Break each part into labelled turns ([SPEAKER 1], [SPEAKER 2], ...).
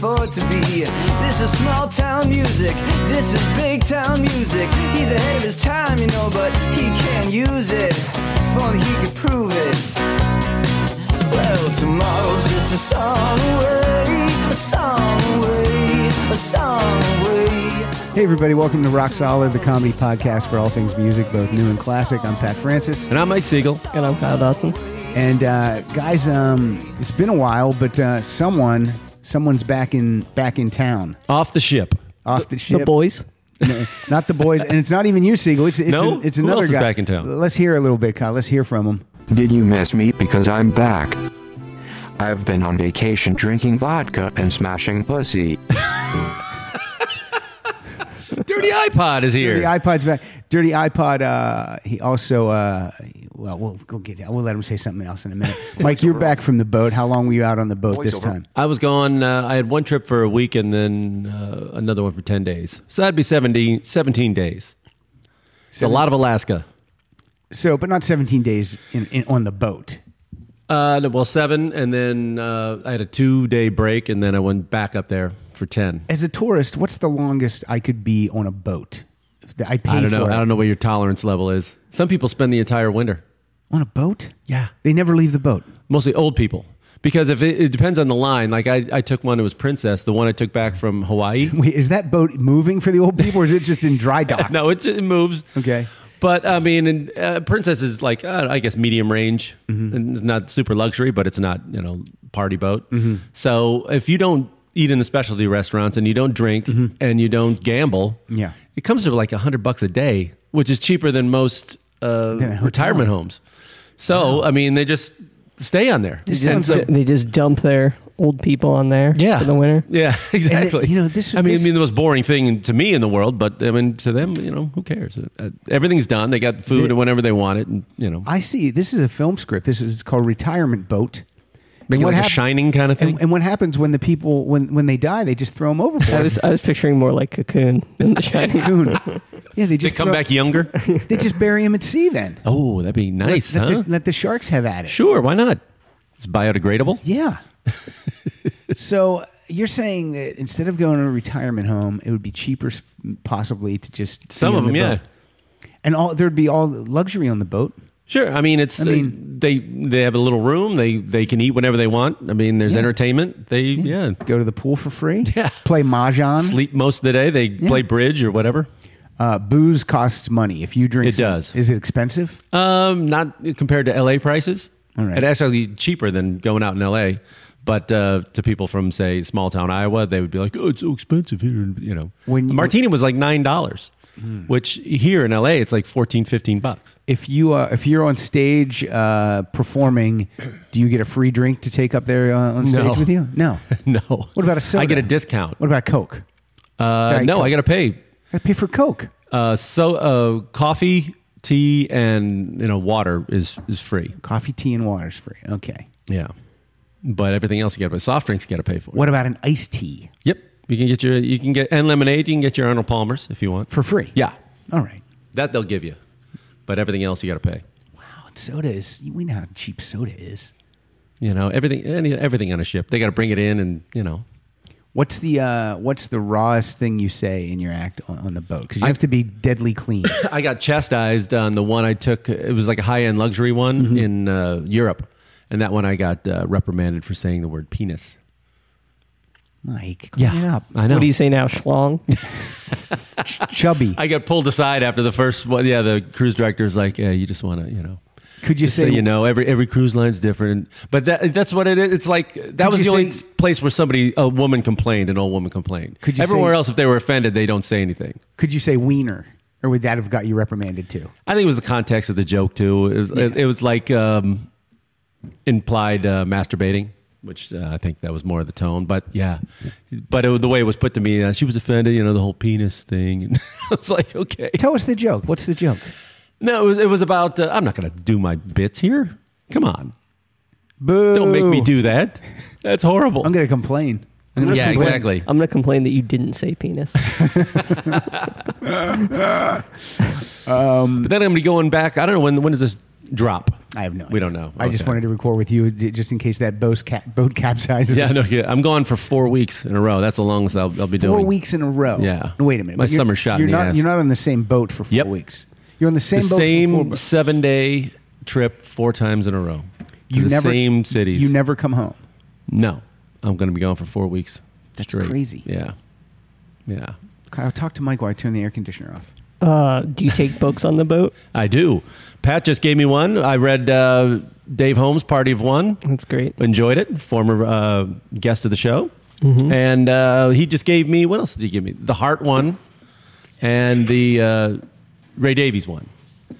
[SPEAKER 1] for it to be. This is small town music. This is big town music. He's ahead of his time, you know, but he can't use it. If only he could prove it. Well, tomorrow's just a song away, a song away, a song away.
[SPEAKER 2] Hey, everybody, welcome to Rock Solid, the comedy podcast for all things music, both new and classic. I'm Pat Francis.
[SPEAKER 3] And I'm Mike Siegel.
[SPEAKER 4] And I'm Kyle Dawson.
[SPEAKER 2] And uh, guys, um, it's been a while, but uh, someone, someone's back in back in town,
[SPEAKER 3] Off the ship.
[SPEAKER 2] off the, ship.
[SPEAKER 4] The boys.
[SPEAKER 2] No, not the boys, and it's not even you, Siegel. It's it's,
[SPEAKER 3] No?
[SPEAKER 2] an- it's
[SPEAKER 3] Who
[SPEAKER 2] another
[SPEAKER 3] else is
[SPEAKER 2] guy
[SPEAKER 3] back in town?
[SPEAKER 2] Let's hear a little bit, Kyle. Let's hear from him.
[SPEAKER 5] Did you miss me because I'm back? I've been on vacation drinking vodka and smashing pussy.
[SPEAKER 3] Dirty iPod is here.
[SPEAKER 2] The iPod's back. Dirty iPod. Uh, he also. Uh, well, we'll go get. We'll let him say something else in a minute. Mike, you're back from the boat. How long were you out on the boat this
[SPEAKER 5] Voiceover.
[SPEAKER 2] time?
[SPEAKER 3] I was gone. Uh, I had one trip for a week and then uh, another one for 10 days. So that'd be 70, 17 days. It's a lot of Alaska.
[SPEAKER 2] So, but not 17 days in, in, on the boat.
[SPEAKER 3] Uh, no, well, seven. And then uh, I had a two day break and then I went back up there for 10.
[SPEAKER 2] As a tourist, what's the longest I could be on a boat? If the- I paid
[SPEAKER 3] I don't know.
[SPEAKER 2] for it.
[SPEAKER 3] I don't know what your tolerance level is. Some people spend the entire winter.
[SPEAKER 2] On a boat?
[SPEAKER 3] Yeah.
[SPEAKER 2] They never leave the boat.
[SPEAKER 3] mostly old people because if it, it depends on the line like I, I took one that was princess the one i took back from hawaii
[SPEAKER 2] Wait, is that boat moving for the old people or is it just in dry dock?
[SPEAKER 3] no it, it moves
[SPEAKER 2] Okay.
[SPEAKER 3] but i mean and, uh, princess is like uh, i guess medium range
[SPEAKER 2] Mm-hmm.
[SPEAKER 3] and it's not super luxury but it's not you know party boat
[SPEAKER 2] Mm-hmm.
[SPEAKER 3] so if you don't eat in the specialty restaurants and you don't drink and you don't gamble
[SPEAKER 2] Mm-hmm. Yeah.
[SPEAKER 3] it comes to like a hundred bucks a day which is cheaper than most uh,
[SPEAKER 2] Than a hotel.
[SPEAKER 3] retirement homes so i mean they just stay on there
[SPEAKER 2] This
[SPEAKER 3] And
[SPEAKER 2] sounds
[SPEAKER 3] so-
[SPEAKER 2] Yep.
[SPEAKER 4] They just dump their old people on there
[SPEAKER 3] yeah.
[SPEAKER 4] for the winter.
[SPEAKER 3] Yeah, exactly.
[SPEAKER 2] you know, this-
[SPEAKER 3] I mean,
[SPEAKER 2] this-
[SPEAKER 3] I mean, the most boring thing to me in the world, but I mean, to them, you know, who cares? Uh, everything's done. They got food and whenever they want it, and you know,
[SPEAKER 2] I see. This is a film script. This is it's called Retirement Boat.
[SPEAKER 3] make
[SPEAKER 2] And
[SPEAKER 3] it like
[SPEAKER 2] hap-
[SPEAKER 3] a shining kind of thing.
[SPEAKER 2] And, and what happens when the people when when they die? They just throw them
[SPEAKER 4] I
[SPEAKER 2] overboard.
[SPEAKER 4] was I was picturing more like Cocoon than The Shining.
[SPEAKER 2] Coon. Yeah, they
[SPEAKER 3] they
[SPEAKER 2] just
[SPEAKER 3] come
[SPEAKER 2] throw-
[SPEAKER 3] back younger.
[SPEAKER 2] They just bury them at sea. Then
[SPEAKER 3] oh, that'd be nice,
[SPEAKER 2] let,
[SPEAKER 3] huh?
[SPEAKER 2] the, let the sharks have at it.
[SPEAKER 3] sure, why not? It's biodegradable.
[SPEAKER 2] Yeah. so you're saying that instead of going to a retirement home, it would be cheaper, s- possibly, to just be
[SPEAKER 3] Some
[SPEAKER 2] on
[SPEAKER 3] of them,
[SPEAKER 2] the
[SPEAKER 3] yeah.
[SPEAKER 2] boat. and all there'd be all luxury on the boat.
[SPEAKER 3] Sure. I mean, it's
[SPEAKER 2] mean-
[SPEAKER 3] uh, they they have a little room. They they can eat whenever they want. I mean, there's entertainment. They yeah.
[SPEAKER 2] Go to the pool for free.
[SPEAKER 3] Yeah.
[SPEAKER 2] Play mahjong.
[SPEAKER 3] Sleep most of the day. They play bridge or whatever.
[SPEAKER 2] Uh, booze costs money. If you drink,
[SPEAKER 3] It
[SPEAKER 2] some-
[SPEAKER 3] does.
[SPEAKER 2] Is it expensive?
[SPEAKER 3] Um, not compared to LA prices.
[SPEAKER 2] All right.
[SPEAKER 3] It actually cheaper than going out in LA. But uh, to people from say small town Iowa, they would be like, "Oh, it's so expensive here." and, You know,
[SPEAKER 2] When you- Hmm.
[SPEAKER 3] a martini was like nine dollars, which here in LA it's like 14, 15 bucks.
[SPEAKER 2] If you uh, if you're on stage uh, performing, do you get a free drink to take up there uh, on stage
[SPEAKER 3] No.
[SPEAKER 2] with you? No.
[SPEAKER 3] no.
[SPEAKER 2] What about a soda?
[SPEAKER 3] I get a discount.
[SPEAKER 2] What about a Coke?
[SPEAKER 3] Uh,
[SPEAKER 2] Diet
[SPEAKER 3] no,
[SPEAKER 2] Coke?
[SPEAKER 3] I got to pay.
[SPEAKER 2] I pay for Coke.
[SPEAKER 3] Uh, so uh, coffee, tea, and you know water is is free.
[SPEAKER 2] Coffee, tea, and water's free. Okay.
[SPEAKER 3] Yeah, but everything else you got to pay. Soft drinks you got to pay for.
[SPEAKER 2] What about an iced tea
[SPEAKER 3] Yep, you can get your you can get and lemonade. You can get your Arnold Palmer's if you want.
[SPEAKER 2] for free?
[SPEAKER 3] Yeah,
[SPEAKER 2] All right.
[SPEAKER 3] that they'll give you, but everything else you got to pay.
[SPEAKER 2] Wow, and soda is. We know how cheap soda is.
[SPEAKER 3] You know everything, any, everything on a ship. They got to bring it in, and you know,
[SPEAKER 2] What's the uh, what's the rawest thing you say in your act on, on the boat? Because you have to be deadly clean.
[SPEAKER 3] I got chastised on the one I took. It was like a high end luxury one in uh, Europe, and that one I got uh, reprimanded for saying the word penis.
[SPEAKER 2] Mike, clean it up.
[SPEAKER 3] I know.
[SPEAKER 4] What do you say now, schlong?
[SPEAKER 2] Chubby.
[SPEAKER 3] I got pulled aside after the first one. Yeah, the cruise director's like, yeah, you just want to, you know.
[SPEAKER 2] Could you
[SPEAKER 3] Just so
[SPEAKER 2] say-
[SPEAKER 3] you know every every cruise line's different, but that that's what it is. It's like that was
[SPEAKER 2] you
[SPEAKER 3] the only
[SPEAKER 2] say-
[SPEAKER 3] place where somebody a woman complained, an old woman complained.
[SPEAKER 2] Could you
[SPEAKER 3] Everywhere
[SPEAKER 2] say-
[SPEAKER 3] else, if they were offended, they don't say anything.
[SPEAKER 2] Could you say wiener, or would that have got you reprimanded too?
[SPEAKER 3] I think it was the context of the joke too. It was it, it was like um, implied uh, masturbating, which uh, I think that was more of the tone. But yeah, but it, was- the way it was put to me, uh, she was offended. You know, the whole penis thing. And I was like, okay,
[SPEAKER 2] Tell us the joke. What's the joke?
[SPEAKER 3] no, it was it was about. Uh, I'm not going to do my bits here. Come on,
[SPEAKER 2] Boo!
[SPEAKER 3] don't make me do that. That's horrible.
[SPEAKER 2] I'm gonna complain. I'm gonna
[SPEAKER 3] yeah,
[SPEAKER 2] complain.
[SPEAKER 3] exactly.
[SPEAKER 4] I'm gonna complain that you didn't say penis.
[SPEAKER 3] But then I'm going to be going back. I don't know when. When does this drop?
[SPEAKER 2] um, I have no.
[SPEAKER 3] We
[SPEAKER 2] idea.
[SPEAKER 3] don't know.
[SPEAKER 2] I just
[SPEAKER 3] Okay.
[SPEAKER 2] wanted to record with you d- just in case that boat, ca- boat capsizes.
[SPEAKER 3] Yeah, no, yeah, I'm gone for four weeks in a row. That's the longest I'll, I'll be
[SPEAKER 2] four
[SPEAKER 3] doing.
[SPEAKER 2] weeks in a row.
[SPEAKER 3] Yeah.
[SPEAKER 2] Wait a minute.
[SPEAKER 3] My
[SPEAKER 2] But you're-
[SPEAKER 3] summer shot
[SPEAKER 2] You're
[SPEAKER 3] in the
[SPEAKER 2] not.
[SPEAKER 3] ass.
[SPEAKER 2] You're not on the same boat for four
[SPEAKER 3] Yep.
[SPEAKER 2] weeks. You're on the same
[SPEAKER 3] The
[SPEAKER 2] boat. for four,
[SPEAKER 3] same
[SPEAKER 2] bo-
[SPEAKER 3] seven day trip four times in a row. To
[SPEAKER 2] you
[SPEAKER 3] the
[SPEAKER 2] never,
[SPEAKER 3] same cities.
[SPEAKER 2] You never come home.
[SPEAKER 3] no, I'm going to be gone for four weeks.
[SPEAKER 2] That's
[SPEAKER 3] straight.
[SPEAKER 2] crazy.
[SPEAKER 3] Yeah, yeah.
[SPEAKER 2] Kyle, talk to Mike while I turn the air conditioner off.
[SPEAKER 4] Uh, do you take books on the boat?
[SPEAKER 3] I do. Pat just gave me one. I read uh, Dave Holmes' Party of One.
[SPEAKER 4] That's great.
[SPEAKER 3] Enjoyed it. Former uh, guest of the show.
[SPEAKER 4] Mm-hmm.
[SPEAKER 3] And uh, he just gave me, what else did he give me? The Heart one and the uh, Ray Davies one.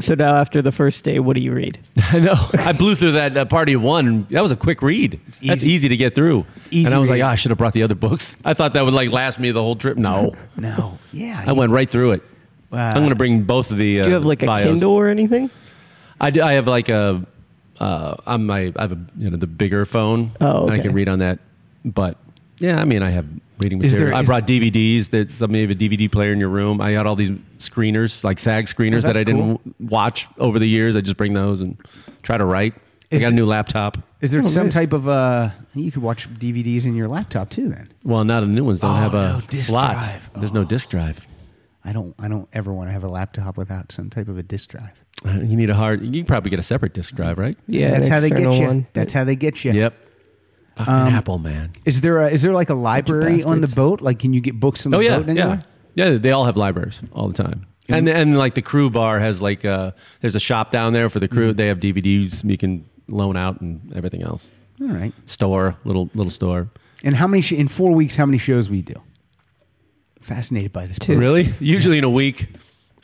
[SPEAKER 4] So now, after the first day, what do you read?
[SPEAKER 3] I know. I blew through that uh, party of one. That was a quick read. That's
[SPEAKER 2] easy.
[SPEAKER 3] easy to get through.
[SPEAKER 2] easy
[SPEAKER 3] and I was
[SPEAKER 2] read.
[SPEAKER 3] like, oh, I should have brought the other books. I thought that would like last me the whole trip. No,
[SPEAKER 2] No. Yeah.
[SPEAKER 3] I went right through it. I'm going to bring both of the. Uh,
[SPEAKER 4] Do you have like a
[SPEAKER 3] bios.
[SPEAKER 4] Kindle or anything?
[SPEAKER 3] I, do, I have like a. Uh, I'm my. I have a you know the bigger phone.
[SPEAKER 4] Oh,
[SPEAKER 3] and I
[SPEAKER 4] okay.
[SPEAKER 3] can read on that. But yeah, I mean, I have reading
[SPEAKER 2] Is there-
[SPEAKER 3] material. I
[SPEAKER 2] is-
[SPEAKER 3] brought DVDs. That somebody have a DVD player in your room. I got all these screeners, like SAG screeners, that
[SPEAKER 2] Oh, that's
[SPEAKER 3] I didn't w- watch over the years. I just bring those and try to write. I
[SPEAKER 2] Is
[SPEAKER 3] got a
[SPEAKER 2] it-
[SPEAKER 3] new laptop.
[SPEAKER 2] Is there
[SPEAKER 4] Oh,
[SPEAKER 2] some
[SPEAKER 4] nice.
[SPEAKER 2] type of uh? You could watch DVDs in your laptop too. Then
[SPEAKER 3] Well, not the new ones don't
[SPEAKER 2] Oh,
[SPEAKER 3] have
[SPEAKER 2] no
[SPEAKER 3] a
[SPEAKER 2] disc
[SPEAKER 3] slot.
[SPEAKER 2] drive. Oh.
[SPEAKER 3] There's no disc drive.
[SPEAKER 2] I don't. I don't ever want to have a laptop without some type of a disk drive.
[SPEAKER 3] Uh, You need a hard. You can probably get a separate disc drive, right?
[SPEAKER 4] Yeah,
[SPEAKER 2] that's
[SPEAKER 4] an
[SPEAKER 2] how they get
[SPEAKER 4] external
[SPEAKER 2] you.
[SPEAKER 4] one.
[SPEAKER 2] That's how they get you.
[SPEAKER 3] Yep. Fucking
[SPEAKER 2] Um,
[SPEAKER 3] Apple, man.
[SPEAKER 2] Is there a, is there like a library on the
[SPEAKER 4] bastards.
[SPEAKER 2] boat? Like, can you get books on the
[SPEAKER 3] Oh yeah,
[SPEAKER 2] boat
[SPEAKER 3] yeah,
[SPEAKER 2] anywhere?
[SPEAKER 3] yeah. They all have libraries all the time, and and like the crew bar has like uh, there's a shop down there for the crew. They have DVDs you can loan out and everything else.
[SPEAKER 2] All right.
[SPEAKER 3] Store, little little store.
[SPEAKER 2] And how many sh- in four weeks? How many shows we do? Fascinated by this.
[SPEAKER 4] Two.
[SPEAKER 2] boat.
[SPEAKER 3] Really? Usually in a week,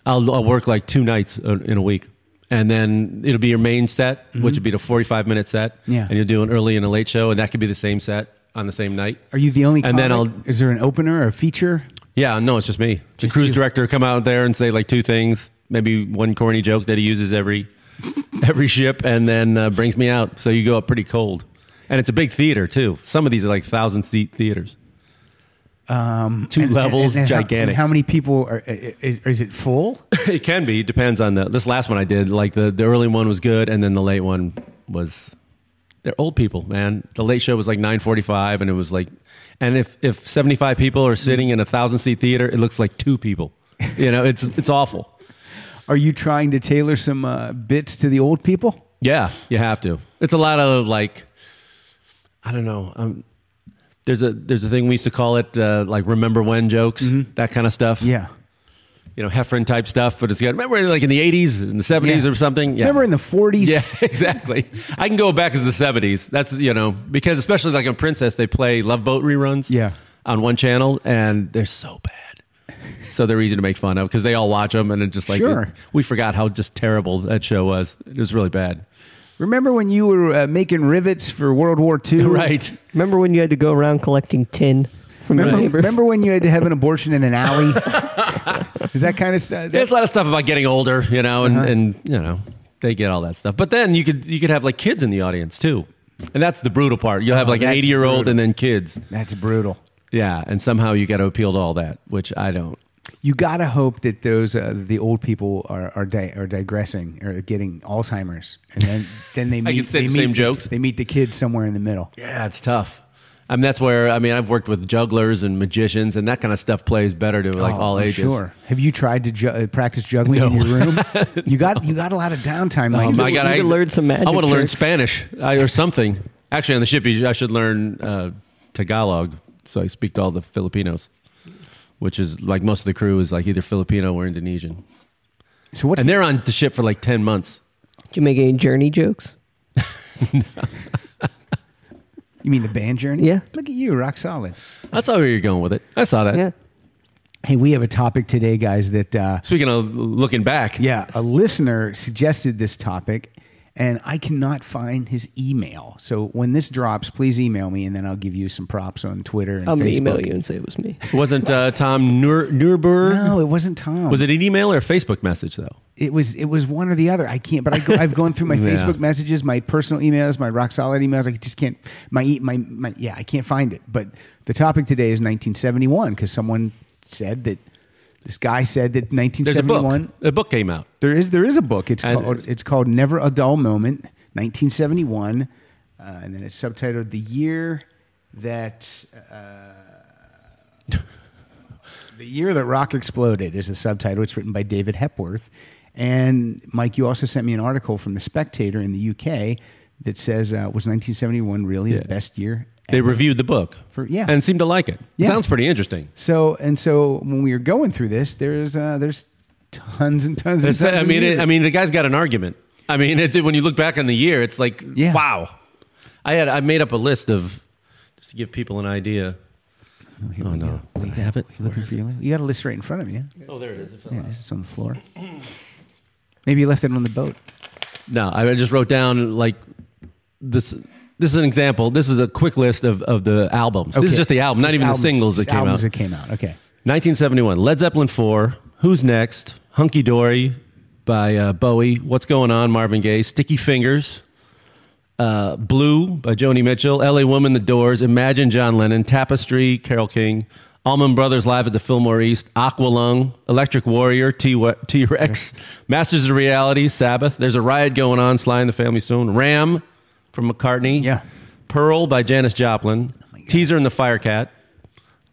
[SPEAKER 3] I'll, I'll work like two nights uh, in a week. And then it'll be your main set, which would be the 45 minute set.
[SPEAKER 2] Yeah.
[SPEAKER 3] And you'll do an early and a late show. And that could be the same set on the same night.
[SPEAKER 2] Are you the only?
[SPEAKER 3] And then
[SPEAKER 2] comic? Is there an opener or a feature?
[SPEAKER 3] Yeah, no, it's just me. The
[SPEAKER 2] Just
[SPEAKER 3] cruise
[SPEAKER 2] you.
[SPEAKER 3] director come out there and say like two things, maybe one corny joke that he uses every every ship, and then uh, brings me out. So you go up pretty cold, and it's a big theater too. Some of these are like thousand seat theaters. Um, two levels,
[SPEAKER 2] And- and how-
[SPEAKER 3] gigantic.
[SPEAKER 2] and How, many people are? Is, is it full?
[SPEAKER 3] it can be depends on the. This last one I did, like the the early one was good, and then the late one was. They're old people, man. The late show was like nine forty five, and it was like, and if if seventy five people are sitting in a thousand seat theater, it looks like two people. You know, it's it's awful.
[SPEAKER 2] Are you trying to tailor some uh, bits to the old people?
[SPEAKER 3] Yeah, you have to. It's a lot of like, I don't know. Um, there's a there's a thing we used to call it uh, like remember when jokes, that kind of stuff.
[SPEAKER 2] Mm-hmm. Yeah.
[SPEAKER 3] you know, Heffron type stuff. But it's got remember like in the '80s and the '70s
[SPEAKER 2] Yeah.
[SPEAKER 3] or something. Yeah.
[SPEAKER 2] Remember in the 40s?
[SPEAKER 3] Yeah, exactly. I can go back as the '70s. That's you know because especially like in Princess, they play Love Boat reruns.
[SPEAKER 2] Yeah.
[SPEAKER 3] on one channel, and they're so bad. So they're easy to make fun of because they all watch them, and it just like
[SPEAKER 2] Sure.
[SPEAKER 3] it- we forgot how just terrible that show was. It was really bad.
[SPEAKER 2] Remember when you were uh, making rivets for World War II?
[SPEAKER 3] Right.
[SPEAKER 4] Remember when you had to go around collecting tin from your
[SPEAKER 2] Remember,
[SPEAKER 4] neighbors?
[SPEAKER 2] remember when you had to have an abortion in an alley? Is that kind of stuff?
[SPEAKER 3] There's a lot of stuff about getting older, you know, and,
[SPEAKER 2] Uh-huh.
[SPEAKER 3] and you know they get all that stuff. But then you could you could have like kids in the audience too, and that's the brutal part. You'll have
[SPEAKER 2] Oh,
[SPEAKER 3] like an
[SPEAKER 2] that's
[SPEAKER 3] 80 year old
[SPEAKER 2] brutal.
[SPEAKER 3] and then kids.
[SPEAKER 2] That's brutal.
[SPEAKER 3] Yeah, and somehow you got to appeal to all that, which I don't.
[SPEAKER 2] You gotta hope that those uh, the old people are are, di- are digressing or getting Alzheimer's, and then then they meet.
[SPEAKER 3] I can say
[SPEAKER 2] they
[SPEAKER 3] the
[SPEAKER 2] meet-
[SPEAKER 3] same jokes.
[SPEAKER 2] They meet the kids somewhere in the middle.
[SPEAKER 3] Yeah, it's tough. I mean, that's where I mean I've worked with jugglers and magicians, and that kind of stuff plays better to like
[SPEAKER 2] Oh,
[SPEAKER 3] all
[SPEAKER 2] I'm
[SPEAKER 3] ages.
[SPEAKER 2] Sure. Have you tried to ju- uh, practice juggling in your room? You got you got a lot of downtime. Mike.
[SPEAKER 3] Oh my god!
[SPEAKER 4] you
[SPEAKER 3] I
[SPEAKER 4] could learn some magic
[SPEAKER 3] I want to learn
[SPEAKER 4] tricks.
[SPEAKER 3] Spanish I, or something. Actually, on the ship, you- I should learn uh, Tagalog, so I speak to all the Filipinos, which is like most of the crew is like either Filipino or Indonesian,
[SPEAKER 2] So what's
[SPEAKER 3] and they're on the ship for like ten months.
[SPEAKER 4] Did you make any journey jokes?
[SPEAKER 2] you mean the band journey?
[SPEAKER 4] Yeah.
[SPEAKER 2] Look at you, rock solid.
[SPEAKER 3] I saw where you're going with it. I saw that.
[SPEAKER 4] Yeah.
[SPEAKER 2] Hey, we have a topic today, guys. That uh,
[SPEAKER 3] Speaking of looking back,
[SPEAKER 2] yeah, a listener suggested this topic, and I cannot find his email. So when this drops, please email me, and then I'll give you some props on Twitter and
[SPEAKER 4] I'm going
[SPEAKER 2] Facebook.
[SPEAKER 4] to email you and say it was me.
[SPEAKER 3] wasn't uh, Tom Nur- Nurburg?
[SPEAKER 2] No, it wasn't Tom.
[SPEAKER 3] Was it an email or a Facebook message though?
[SPEAKER 2] It was it was one or the other. I can't. But I go, I've gone through my
[SPEAKER 3] Yeah.
[SPEAKER 2] Facebook messages, my personal emails, my rock solid emails. I just can't. My e- my my yeah, I can't find it. But the topic today is 1971 because someone said that this guy said that
[SPEAKER 3] There's a book.
[SPEAKER 2] 1971.
[SPEAKER 3] A book came out.
[SPEAKER 2] There is there is a book. It's
[SPEAKER 3] And-
[SPEAKER 2] called it's called Never a Dull Moment. 1971, uh, and then it's subtitled "The Year That." Uh, the year that rock exploded is the subtitle. It's written by David Hepworth, and Mike, you also sent me an article from the Spectator in the UK that says uh, was 1971 really
[SPEAKER 3] Yeah.
[SPEAKER 2] the best year?
[SPEAKER 3] They reviewed the book
[SPEAKER 2] For- yeah.
[SPEAKER 3] and seemed to like it.
[SPEAKER 2] Yeah.
[SPEAKER 3] Sounds pretty interesting.
[SPEAKER 2] So and so when we were going through this, there's uh, there's tons and tons and
[SPEAKER 3] It's-
[SPEAKER 2] tons.
[SPEAKER 3] I
[SPEAKER 2] of
[SPEAKER 3] mean, it,
[SPEAKER 2] music.
[SPEAKER 3] I mean, the guy's got an argument. I mean, it's, when you look back on the year, it's like,
[SPEAKER 2] Yeah.
[SPEAKER 3] wow. I had I made up a list of just to give people an idea.
[SPEAKER 2] Here
[SPEAKER 3] Oh
[SPEAKER 2] we
[SPEAKER 3] no,
[SPEAKER 2] go.
[SPEAKER 3] I have it.
[SPEAKER 2] You looking for your li- You got a list right in front of you.
[SPEAKER 3] Oh, there it is. It fell
[SPEAKER 2] There
[SPEAKER 3] out.
[SPEAKER 2] it is. It's on the floor. Maybe you left it on the boat.
[SPEAKER 3] No, I just wrote down like this. This is an example. This is a quick list of, of the albums. This
[SPEAKER 2] Okay.
[SPEAKER 3] is just the album, not
[SPEAKER 2] Just
[SPEAKER 3] even
[SPEAKER 2] albums,
[SPEAKER 3] the singles that
[SPEAKER 2] just
[SPEAKER 3] came out.
[SPEAKER 2] albums that came out. Okay.
[SPEAKER 3] 1971, Led Zeppelin 4, Who's Next, Hunky Dory by uh, Bowie, What's Going On, Marvin Gaye, Sticky Fingers, uh, Blue by Joni Mitchell, LA Woman, The Doors, Imagine John Lennon, Tapestry, Carol King, Allman Brothers Live at the Fillmore East, Aqualung, Electric Warrior, T Rex, Masters of Reality, Sabbath, There's a Riot Going On, Sly and the Family Stone, Ram from McCartney,
[SPEAKER 2] Yeah.
[SPEAKER 3] Pearl by Janis Joplin,
[SPEAKER 2] Oh
[SPEAKER 3] Teaser and the Firecat,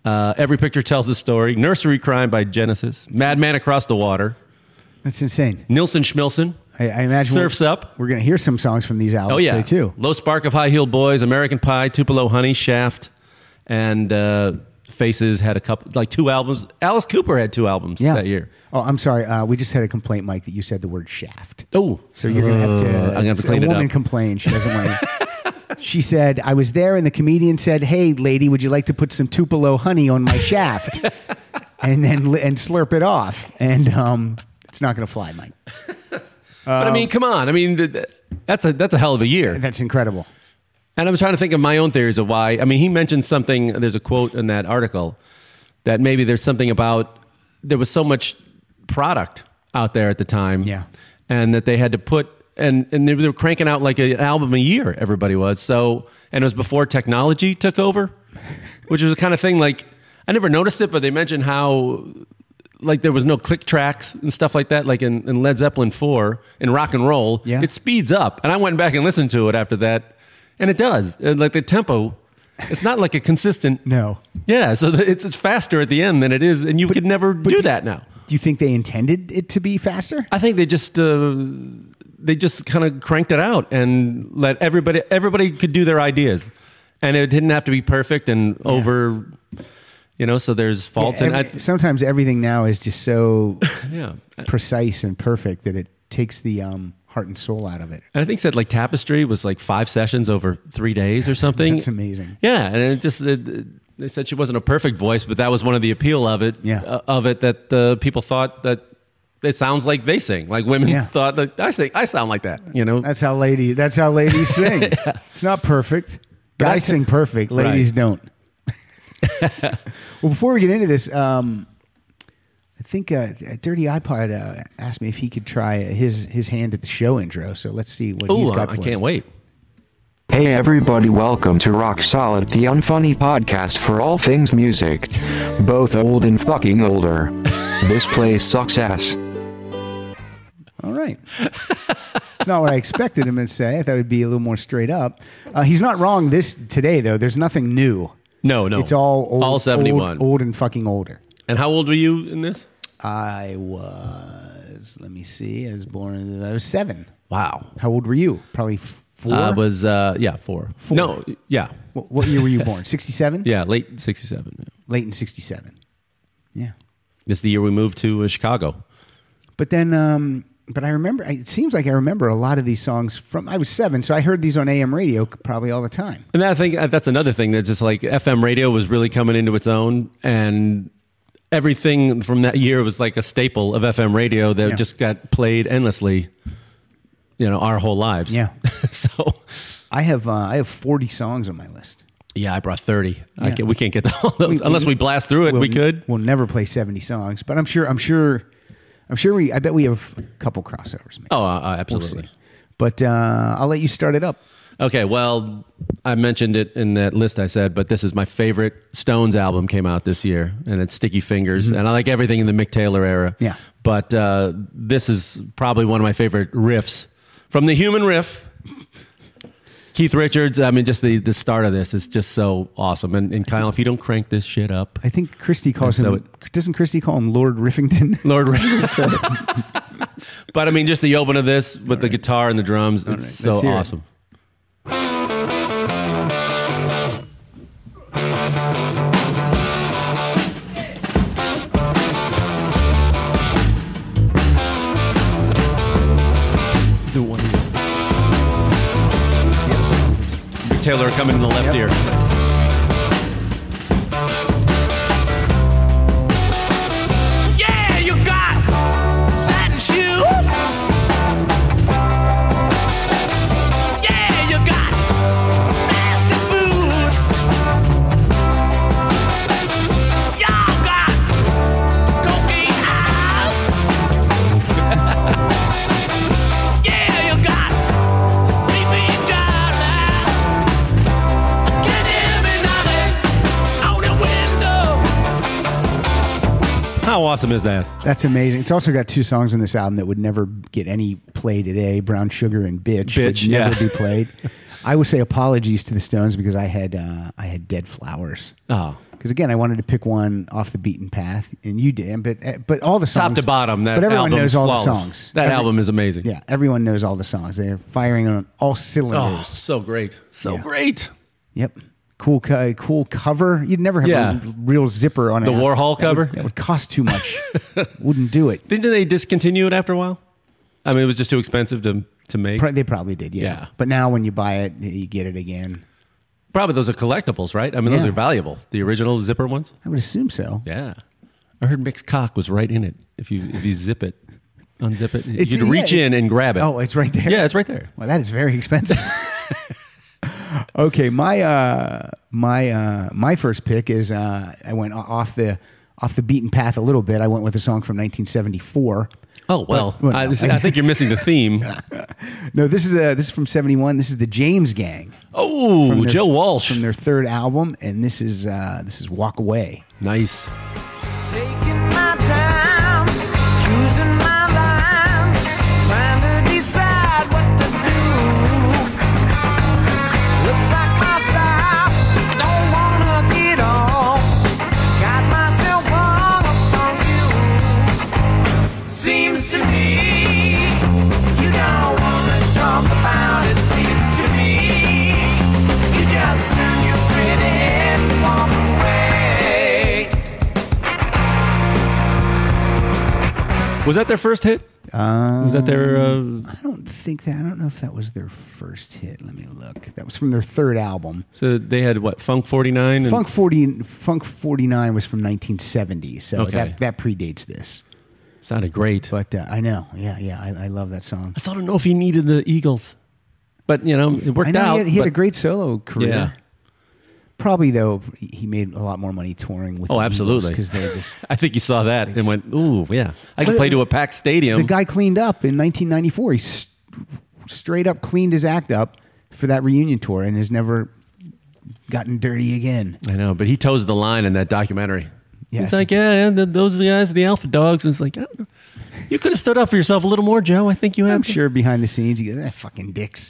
[SPEAKER 3] uh, Every Picture Tells a Story, Nursery Crime by Genesis, Madman Across the Water,
[SPEAKER 2] That's insane.
[SPEAKER 3] Nilson Schmilson,
[SPEAKER 2] I, I imagine
[SPEAKER 3] Surf's
[SPEAKER 2] we're,
[SPEAKER 3] Up.
[SPEAKER 2] We're gonna hear some songs from these albums
[SPEAKER 3] Oh yeah,
[SPEAKER 2] today too.
[SPEAKER 3] Low Spark of High Heel Boys, American Pie, Tupelo Honey, Shaft, and uh, Faces had a couple, like two albums. Alice Cooper had two albums
[SPEAKER 2] Yeah.
[SPEAKER 3] that year.
[SPEAKER 2] Oh, I'm sorry. Uh, we just had a complaint, Mike, that you said the word shaft.
[SPEAKER 3] Oh,
[SPEAKER 2] So you're gonna have to.
[SPEAKER 3] Uh, I'm gonna have to clean
[SPEAKER 2] a
[SPEAKER 3] it
[SPEAKER 2] woman
[SPEAKER 3] up.
[SPEAKER 2] complained she doesn't want. to- she said, "I was there, and the comedian said, "Hey, lady, would you like to put some Tupelo honey on my shaft?" and then li- and slurp it off, and um, it's not gonna fly, Mike.
[SPEAKER 3] but I
[SPEAKER 2] Um,
[SPEAKER 3] mean, come on, I mean, th- th- that's a that's a hell of a year.
[SPEAKER 2] That's incredible.
[SPEAKER 3] And I'm trying to think of my own theories of why. I mean, he mentioned something. There's a quote in that article that maybe there's something about there was so much product out there at the time,
[SPEAKER 2] Yeah.
[SPEAKER 3] and that they had to put and and they were cranking out like an album a year. Everybody was so, and it was before technology took over, which was the kind of thing like I never noticed it, but they mentioned how like there was no click tracks and stuff like that. Like in, in Led Zeppelin four in rock and roll,
[SPEAKER 2] Yeah.
[SPEAKER 3] it speeds up. And I went back and listened to it after that, and it does. And, like the tempo, it's not like a consistent.
[SPEAKER 2] No.
[SPEAKER 3] Yeah, so the, it's it's faster at the end than it is, and you could never do that now.
[SPEAKER 2] Do you think they intended it to be faster?
[SPEAKER 3] I think they just uh, they just kind of cranked it out and let everybody everybody could do their ideas, and it didn't have to be perfect and over. You know, so there's faults,
[SPEAKER 2] Every-
[SPEAKER 3] and I,
[SPEAKER 2] sometimes everything now is just so
[SPEAKER 3] yeah,
[SPEAKER 2] precise and perfect that it takes the um, heart and soul out of it.
[SPEAKER 3] And I think said like tapestry was like five sessions over three days or something.
[SPEAKER 2] That's amazing.
[SPEAKER 3] Yeah, and it just it, it- they said she wasn't a perfect voice, but that was one of the appeal of it.
[SPEAKER 2] Yeah.
[SPEAKER 3] uh, of it that uh, people thought that it sounds like they sing, like women
[SPEAKER 2] Yeah.
[SPEAKER 3] thought that I sing, I sound like that. You know,
[SPEAKER 2] That's how lady. That's how ladies sing. It's not perfect. Guys
[SPEAKER 3] I-
[SPEAKER 2] sing perfect.
[SPEAKER 3] Right.
[SPEAKER 2] Ladies don't. well, before we get into this, um, I think uh, Dirty iPod uh, asked me if he could try his his hand at the show intro. So let's see what he's
[SPEAKER 3] oh, I,
[SPEAKER 2] got.
[SPEAKER 3] I
[SPEAKER 2] for
[SPEAKER 3] can't
[SPEAKER 2] us.
[SPEAKER 3] wait.
[SPEAKER 5] Hey everybody, welcome to Rock Solid, the unfunny podcast for all things music, both old and fucking older. this place sucks ass.
[SPEAKER 2] All right. it's not what I expected him to say. I thought it'd be a little more straight up. Uh, he's not wrong this today though. There's nothing new.
[SPEAKER 3] No, no,
[SPEAKER 2] It's all old,
[SPEAKER 3] all seventy one.
[SPEAKER 2] old, old and fucking older.
[SPEAKER 3] And how old were you in this?
[SPEAKER 2] I was. Let me see. I was born. I was seven.
[SPEAKER 3] Wow,
[SPEAKER 2] How old were you? Probably f- four.
[SPEAKER 3] I was uh, yeah four.
[SPEAKER 2] Four.
[SPEAKER 3] No, yeah,
[SPEAKER 2] What, what year were you born? Sixty-seven.
[SPEAKER 3] yeah, late sixty seven. Yeah.
[SPEAKER 2] Late in sixty-seven. Yeah.
[SPEAKER 3] It's the year we moved to uh, Chicago.
[SPEAKER 2] But then, um, but I remember. It seems like I remember a lot of these songs from. I was seven, so I heard these on AM radio probably all the time.
[SPEAKER 3] And I think uh, that's another thing that's just like FM radio was really coming into its own, and everything from that year was like a staple of FM radio that
[SPEAKER 2] Yeah.
[SPEAKER 3] just got played endlessly, you know, our whole lives.
[SPEAKER 2] Yeah.
[SPEAKER 3] so,
[SPEAKER 2] I have. Uh, I have forty songs on my list.
[SPEAKER 3] yeah, I brought 30. I
[SPEAKER 2] Yeah.
[SPEAKER 3] can, we can't get to all those unless we blast through it.
[SPEAKER 2] We'll-
[SPEAKER 3] we could.
[SPEAKER 2] We'll never play seventy songs, but I'm sure. I'm sure. I'm sure we. I bet we have a couple crossovers. Maybe.
[SPEAKER 3] Oh, uh, uh,
[SPEAKER 2] We'll
[SPEAKER 3] absolutely.
[SPEAKER 2] see. But uh, I'll let you start it up.
[SPEAKER 3] Okay, well, I mentioned it in that list I said, but this is my favorite Stones album came out this year, and it's Sticky Fingers, and I like everything in the Mick Taylor era.
[SPEAKER 2] Yeah.
[SPEAKER 3] but uh, this is probably one of my favorite riffs from the Human Riff Keith Richards. I mean, just the the start of this is just so awesome. And, and Kyle, if you don't crank this shit up,
[SPEAKER 2] I think Christie calls
[SPEAKER 3] And so
[SPEAKER 2] him. doesn't Christie call him Lord Riffington?
[SPEAKER 3] Lord. but I mean, just the open of this with the guitar and the drums, it's
[SPEAKER 2] right,
[SPEAKER 3] so
[SPEAKER 2] let's hear it.
[SPEAKER 3] awesome.
[SPEAKER 2] Is it one of you?
[SPEAKER 3] Taylor coming in the left
[SPEAKER 2] Yep.
[SPEAKER 3] ear.
[SPEAKER 6] Yeah, you got satin shoes. Yeah, you got nasty boots. Y'all got cocaine eyes. yeah, you got sleepy giant. Can hear me knocking on the window.
[SPEAKER 3] How awesome is that?
[SPEAKER 2] That's amazing. It's also got two songs on this album that would never get any play today Brown Sugar and Bitch.
[SPEAKER 3] Bitch,
[SPEAKER 2] would never
[SPEAKER 3] yeah.
[SPEAKER 2] be played. I would say apologies to the Stones because I had uh, I had Dead Flowers.
[SPEAKER 3] Oh.
[SPEAKER 2] Because again, I wanted to pick one off the beaten path, and you did. But but all the songs,
[SPEAKER 3] Top to bottom, that
[SPEAKER 2] but everyone
[SPEAKER 3] album
[SPEAKER 2] knows all
[SPEAKER 3] flawless.
[SPEAKER 2] the songs.
[SPEAKER 3] That
[SPEAKER 2] Every-
[SPEAKER 3] album is amazing.
[SPEAKER 2] yeah, everyone knows all the songs. They're firing on all
[SPEAKER 3] Oh,
[SPEAKER 2] cylinders.
[SPEAKER 3] so great, so great.
[SPEAKER 2] Yep. Cool, co- cool cover. You'd never have
[SPEAKER 3] Yeah.
[SPEAKER 2] a real zipper on
[SPEAKER 3] The
[SPEAKER 2] an-
[SPEAKER 3] Warhol
[SPEAKER 2] that would-
[SPEAKER 3] cover?
[SPEAKER 2] that would cost too much. Wouldn't do it.
[SPEAKER 3] Didn't they discontinue it after a while? I mean, it was just too expensive to to make.
[SPEAKER 2] Pro- They probably did, yeah.
[SPEAKER 3] Yeah.
[SPEAKER 2] But now when you buy it, you get it again.
[SPEAKER 3] Probably those are collectibles, right? I mean, those
[SPEAKER 2] Yeah.
[SPEAKER 3] are valuable. The original zipper ones.
[SPEAKER 2] I would assume so.
[SPEAKER 3] Yeah, I heard mixed cock was right in it. If you if you zip it, unzip it,
[SPEAKER 2] It's-
[SPEAKER 3] you could
[SPEAKER 2] yeah,
[SPEAKER 3] reach
[SPEAKER 2] it-
[SPEAKER 3] in and grab it.
[SPEAKER 2] Oh, it's right there.
[SPEAKER 3] yeah, it's right there.
[SPEAKER 2] Well, that is very expensive. okay, my uh, my uh, my first pick is uh, I went o- off the off the beaten path a little bit. I went with a song from 1974.
[SPEAKER 3] Oh well,
[SPEAKER 2] well,
[SPEAKER 3] I,
[SPEAKER 2] no.
[SPEAKER 3] this- I think you're missing the theme.
[SPEAKER 2] No, this is a this is from 71. This is the James Gang.
[SPEAKER 3] Oh,
[SPEAKER 2] from their-
[SPEAKER 3] Joe Walsh,
[SPEAKER 2] from their third album, and this is uh, this is Walk Away.
[SPEAKER 3] nice.
[SPEAKER 6] Taking my time, choosing my line, trying to decide what to do. Looks like my style, I don't wanna get off. Got myself hung up on you. Seems to me you don't wanna talk about it. Seems to me you just turn your pretty head and walk away.
[SPEAKER 3] Was that their first hit? was that their? Uh,
[SPEAKER 2] I don't think that I don't know if that was their first hit. Let me look. That was from their third album.
[SPEAKER 3] so they had what Funk Forty Nine and
[SPEAKER 2] Funk forty Funk forty nine was from 1970, so
[SPEAKER 3] Okay.
[SPEAKER 2] that that predates this.
[SPEAKER 3] sounded great.
[SPEAKER 2] But uh, I know, yeah, yeah, I, I love that song.
[SPEAKER 3] I still don't know if he needed the Eagles, but you know it worked
[SPEAKER 2] I know
[SPEAKER 3] out.
[SPEAKER 2] he had, he had
[SPEAKER 3] but-
[SPEAKER 2] a great solo career.
[SPEAKER 3] Yeah.
[SPEAKER 2] Probably though, he made a lot more money touring with.
[SPEAKER 3] Oh, absolutely.
[SPEAKER 2] because they just
[SPEAKER 3] I think you saw that and went, "Ooh, yeah, I can play to a packed stadium."
[SPEAKER 2] the guy cleaned up in 1994. He s straight up cleaned his act up for that reunion tour and has never gotten dirty again.
[SPEAKER 3] I know, but he toes the line in that documentary.
[SPEAKER 2] Yes.
[SPEAKER 3] He's like, "Yeah, yeah th- those are the guys, the Alpha Dogs." And it's like, I don't know. "You could have stood up for yourself a little more, Joe. I think you have."
[SPEAKER 2] I'm sure behind the scenes he goes, "Ah, fucking dicks."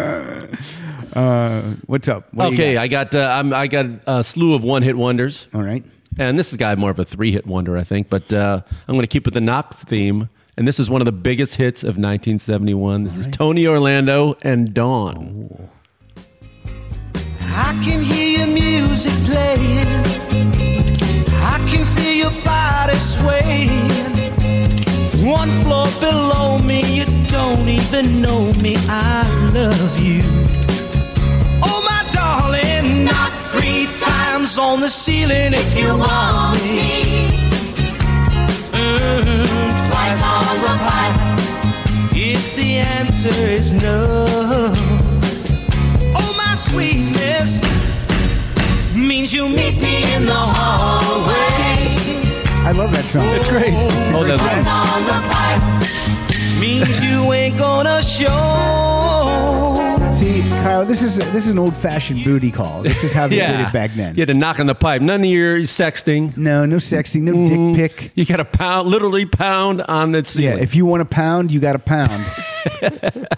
[SPEAKER 2] uh, what's up? What do you
[SPEAKER 3] Okay,
[SPEAKER 2] got?
[SPEAKER 3] I got uh, I'm, I got a slew of one hit wonders,
[SPEAKER 2] All right.
[SPEAKER 3] and this is a guy more of a three hit wonder, I think. But uh, I'm going to keep with the knock theme, and this is one of the biggest hits of 1971. This is Tony Orlando and Dawn.
[SPEAKER 6] I can hear your music playing. I can feel your body swaying. One floor below me, you don't even know me. I love you. Oh, my darling, not three times on the ceiling if you want me. Mm, Twice on the pipe. If the answer is no. Oh, my sweetness means you meet me in the hallway.
[SPEAKER 2] I love that song.
[SPEAKER 3] It's great. Oh, that's
[SPEAKER 6] Means you ain't gonna show.
[SPEAKER 2] See, Kyle, know, this is this is an old fashioned booty call. This is how they did it back then.
[SPEAKER 3] You had to knock on the pipe. None of your sexting.
[SPEAKER 2] No, no sexy, no dick pic.
[SPEAKER 3] You got to pound, literally pound on the
[SPEAKER 2] Yeah,
[SPEAKER 3] ceiling.
[SPEAKER 2] if you want a pound, you got a pound.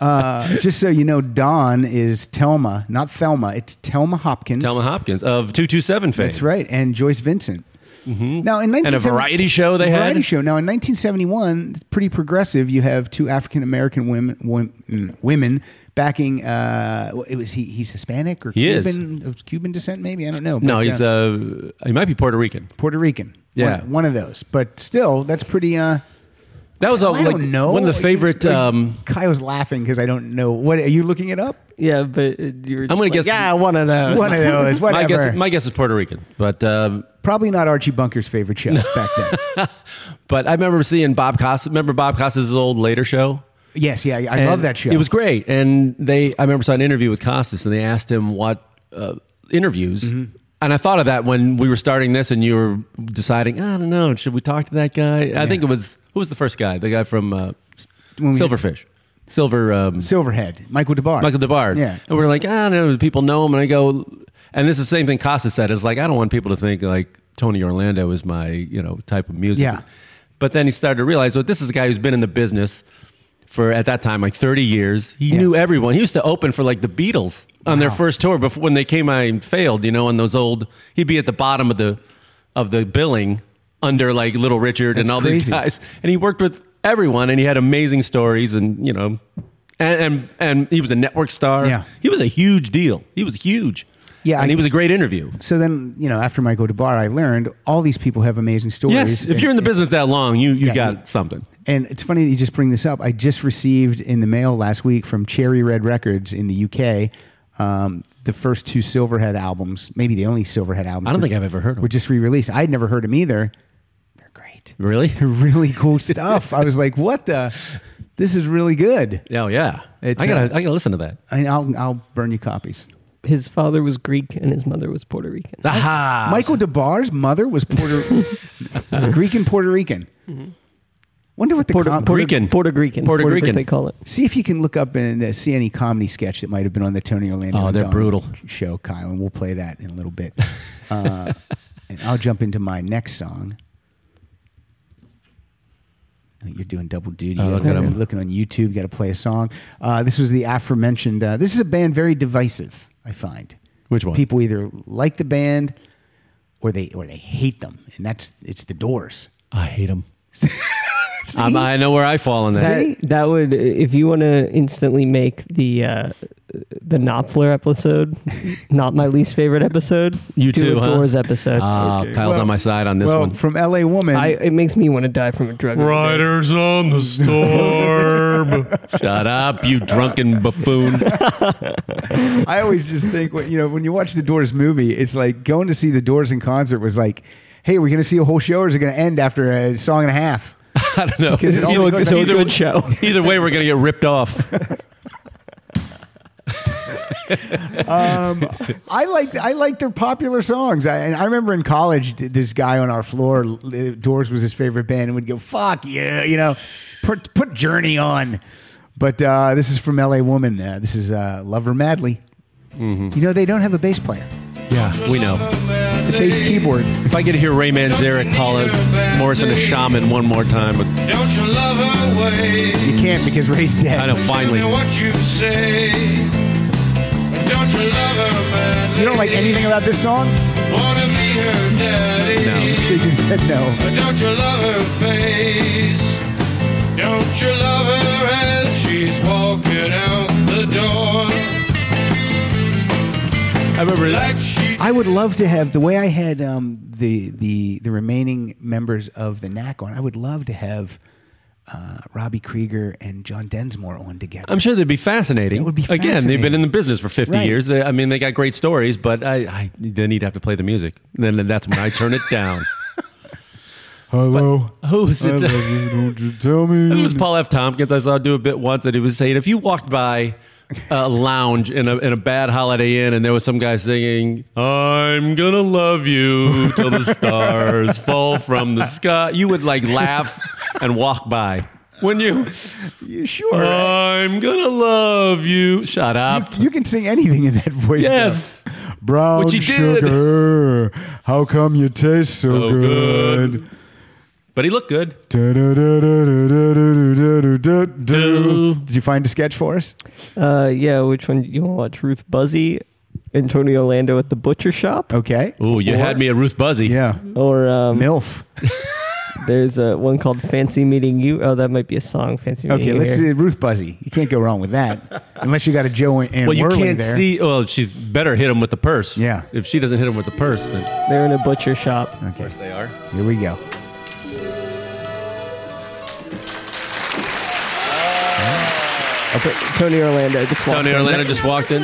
[SPEAKER 2] uh, just so you know, Dawn is Telma, not Thelma. It's Telma Hopkins.
[SPEAKER 3] Thelma Hopkins of 227 fame.
[SPEAKER 2] That's right, and Joyce Vincent. Now in 1970-
[SPEAKER 3] Mm-hmm. And a variety show they
[SPEAKER 2] variety
[SPEAKER 3] had?
[SPEAKER 2] show. Now in 1971, it's pretty progressive. You have two African American women women, women backing. Uh, it was he. He's Hispanic or
[SPEAKER 3] He is.
[SPEAKER 2] Cuban of Cuban descent, maybe I don't know.
[SPEAKER 3] No,
[SPEAKER 2] But,
[SPEAKER 3] he's,
[SPEAKER 2] uh,
[SPEAKER 3] uh, he might be Puerto Rican.
[SPEAKER 2] Puerto Rican.
[SPEAKER 3] Yeah.
[SPEAKER 2] one, one of those. But still, that's pretty. Uh,
[SPEAKER 3] That was
[SPEAKER 2] I
[SPEAKER 3] uh, like
[SPEAKER 2] don't know.
[SPEAKER 3] one of the favorite. Um,
[SPEAKER 2] Kyle's laughing because I don't know. What are you looking it up?
[SPEAKER 4] Yeah, but uh, you were.
[SPEAKER 3] I'm gonna
[SPEAKER 4] just like,
[SPEAKER 3] guess-
[SPEAKER 4] Yeah, one of those.
[SPEAKER 2] One of those.
[SPEAKER 3] my
[SPEAKER 2] Whatever.
[SPEAKER 3] guess, my guess is Puerto Rican, but um,
[SPEAKER 2] Probably not Archie Bunker's favorite show back then.
[SPEAKER 3] but I remember seeing Bob Costas. Remember Bob Costas' old later show?
[SPEAKER 2] yes, yeah, I love
[SPEAKER 3] And
[SPEAKER 2] that show.
[SPEAKER 3] It was great, and they I remember saw an interview with Costas, and they asked him what uh, interviews.
[SPEAKER 2] Mm-hmm.
[SPEAKER 3] And I thought of that when we were starting this, and you were deciding, I don't know, should we talk to that guy? I think it was who was the first guy, the guy from uh,
[SPEAKER 2] When we-
[SPEAKER 3] Silverfish, Silver um,
[SPEAKER 2] Silverhead, Michael DeBar.
[SPEAKER 3] Michael DeBard.
[SPEAKER 2] Yeah.
[SPEAKER 3] And we're like, I don't know, people know him. And I go, and this is the same thing Costa said. It's like, I don't want people to think like Tony Orlando is my, you know, type of music.
[SPEAKER 2] Yeah.
[SPEAKER 3] But then he started to realize, well, this is a guy who's been in the business for, at that time, like 30 years. He
[SPEAKER 2] Yeah.
[SPEAKER 3] knew everyone. He used to open for like the Beatles on their first tour before when they came out and failed, you know, on those old, he'd be at the bottom of the, of the billing under like Little Richard and
[SPEAKER 2] That's
[SPEAKER 3] all these
[SPEAKER 2] crazy.
[SPEAKER 3] guys. And he worked with everyone and he had amazing stories and, you know, and, and, and he was a network star.
[SPEAKER 2] Yeah.
[SPEAKER 3] He was a huge deal. He was huge.
[SPEAKER 2] Yeah,
[SPEAKER 3] And
[SPEAKER 2] I-
[SPEAKER 3] he was a great interview.
[SPEAKER 2] So then, you know, after Michael DeBar, I learned all these people have amazing stories.
[SPEAKER 3] Yes. If
[SPEAKER 2] And-
[SPEAKER 3] you're in the business that long, you, you
[SPEAKER 2] Yeah,
[SPEAKER 3] got
[SPEAKER 2] he-
[SPEAKER 3] something.
[SPEAKER 2] And it's funny that you just bring this up. I just received in the mail last week from Cherry Red Records in the UK um, the first two Silverhead albums, maybe the only Silverhead albums.
[SPEAKER 3] I don't
[SPEAKER 2] were-
[SPEAKER 3] think I've ever heard of
[SPEAKER 2] Were
[SPEAKER 3] them.
[SPEAKER 2] just re released. I'd never heard them either. They're great.
[SPEAKER 3] Really?
[SPEAKER 2] They're really cool stuff. I was like, what the? This is really good.
[SPEAKER 3] Oh, yeah.
[SPEAKER 2] It's,
[SPEAKER 3] I gotta,
[SPEAKER 2] uh,
[SPEAKER 3] I gotta listen to that.
[SPEAKER 2] And I'll, I'll burn you copies.
[SPEAKER 4] His father was Greek and his mother was Puerto Rican.
[SPEAKER 3] Aha.
[SPEAKER 2] Michael DeBar's mother was Puerto Greek and Puerto Rican. Wonder what the
[SPEAKER 4] Puerto,
[SPEAKER 2] com-
[SPEAKER 4] Puerto,
[SPEAKER 3] Rican.
[SPEAKER 4] Puerto Rican.
[SPEAKER 3] Puerto
[SPEAKER 4] Puerto
[SPEAKER 3] Rican.
[SPEAKER 4] They call it.
[SPEAKER 2] See if you can look up and uh, see any comedy sketch that might have been on the Tony Orlando.
[SPEAKER 3] Oh,
[SPEAKER 2] and
[SPEAKER 3] they're
[SPEAKER 2] Don
[SPEAKER 3] brutal.
[SPEAKER 2] Show, Kyle, and we'll play that in a little bit. Uh, and I'll jump into my next song. You're doing double duty.
[SPEAKER 3] Oh, look at
[SPEAKER 2] You're
[SPEAKER 3] him.
[SPEAKER 2] looking on YouTube, got to play a song. Uh, this was the aforementioned. Uh, this is a band very divisive. I find
[SPEAKER 3] Which one?
[SPEAKER 2] people either like the band or they or they hate them, and that's it's the Doors.
[SPEAKER 3] I hate him. I'm, I know where I fall on that.
[SPEAKER 2] See?
[SPEAKER 4] That, that would, if you want to instantly make the uh, the Knopfler episode, not my least favorite episode,
[SPEAKER 3] You
[SPEAKER 4] do
[SPEAKER 3] too,
[SPEAKER 4] a
[SPEAKER 3] huh?
[SPEAKER 4] Doors episode.
[SPEAKER 3] Ah, Kyle's on my side on this
[SPEAKER 2] well,
[SPEAKER 3] one.
[SPEAKER 2] from L.A. Woman.
[SPEAKER 4] I, it makes me want to die from a drug. overdose.
[SPEAKER 3] on the storm. Shut up, you drunken buffoon.
[SPEAKER 2] I always just think, when- you know, when you watch the Doors movie, it's like going to see the Doors in concert was like, hey, we're going to see a whole show or is it going to end after a song and a half?
[SPEAKER 3] I don't know.
[SPEAKER 2] Because it's
[SPEAKER 3] Either-
[SPEAKER 2] always like
[SPEAKER 4] So a
[SPEAKER 2] either-
[SPEAKER 4] good show.
[SPEAKER 3] Either way, we're gonna get ripped off.
[SPEAKER 2] I like I like their popular songs. I, and I remember in college, th- this guy on our floor, l- Doors was his favorite band, and would go, fuck you, you know, put, put Journey on. But uh, this is from LA Woman. Uh, this is uh, Lover Madly.
[SPEAKER 3] Mm-hmm.
[SPEAKER 2] You know, they don't have a bass player,
[SPEAKER 3] Yeah, we know.
[SPEAKER 2] it's a bass keyboard.
[SPEAKER 3] If I could hear Ray Manzarek call it Morrison a shaman one more time,
[SPEAKER 6] Don't you love her way?
[SPEAKER 2] You can't because Ray's dead.
[SPEAKER 3] I know. Finally,
[SPEAKER 6] Tell me what you say. Don't you love her, man?
[SPEAKER 2] You don't like anything about this song?
[SPEAKER 6] Wanna be her daddy?
[SPEAKER 3] No.
[SPEAKER 2] So you said no.
[SPEAKER 6] Don't you love her face? Don't you love her as she's walking out the door?
[SPEAKER 3] I remember.
[SPEAKER 6] Like she
[SPEAKER 2] I would love to have the way I had um, the the the remaining members of the NAC on. I would love to have uh, Robbie Krieger and John Densmore on together.
[SPEAKER 3] I'm sure they'd be fascinating.
[SPEAKER 2] It would be
[SPEAKER 3] Again, they've been
[SPEAKER 2] fascinating.
[SPEAKER 3] in the business for 50
[SPEAKER 2] Right.
[SPEAKER 3] years. They, I mean, they got great stories, but I, I then he'd have to play the music. Then that's when I turn it down.
[SPEAKER 2] Hello,
[SPEAKER 3] Who's it?
[SPEAKER 2] don't you tell me?
[SPEAKER 3] It was Paul F. Tompkins I saw do a bit once that he was saying if you walked by a lounge in a, in a bad Holiday Inn and there was some guy singing, I'm gonna love you till the stars fall from the sky, you would like laugh and walk by. when you,
[SPEAKER 2] You sure?
[SPEAKER 3] I'm gonna love you. Shut up.
[SPEAKER 2] you can sing anything in that voice.
[SPEAKER 3] Yes.
[SPEAKER 2] though. Brown
[SPEAKER 3] Which he did.
[SPEAKER 2] sugar. How come you taste so,
[SPEAKER 3] So good. But he looked good.
[SPEAKER 2] Du-du-du-du-du-du-du-du-du. Did you find a sketch for us?
[SPEAKER 4] Uh, yeah, which one you want to watch? Ruth Buzzy, Antonio Lando at the butcher shop,
[SPEAKER 2] Okay.
[SPEAKER 3] Oh, you
[SPEAKER 2] Or-
[SPEAKER 3] had me at Ruth Buzzy.
[SPEAKER 2] Yeah.
[SPEAKER 4] or um,
[SPEAKER 2] MILF.
[SPEAKER 4] there's a one called "Fancy Meeting You." Oh, that might be a song. "Fancy Meeting
[SPEAKER 2] Okay,
[SPEAKER 4] You."
[SPEAKER 2] let's
[SPEAKER 4] here.
[SPEAKER 2] do Ruth Buzzy. You can't go wrong with that. Unless you got a Joe and
[SPEAKER 3] Well, you
[SPEAKER 2] Worley
[SPEAKER 3] can't
[SPEAKER 2] there.
[SPEAKER 3] see. Well, she's better hit him with the purse.
[SPEAKER 2] Yeah.
[SPEAKER 3] If she doesn't hit him with the purse, then
[SPEAKER 4] They're in a butcher shop.
[SPEAKER 2] Okay,
[SPEAKER 3] they are.
[SPEAKER 2] here we go.
[SPEAKER 4] Okay, Tony Orlando. Just walked
[SPEAKER 3] Tony
[SPEAKER 4] in.
[SPEAKER 3] Orlando just walked in.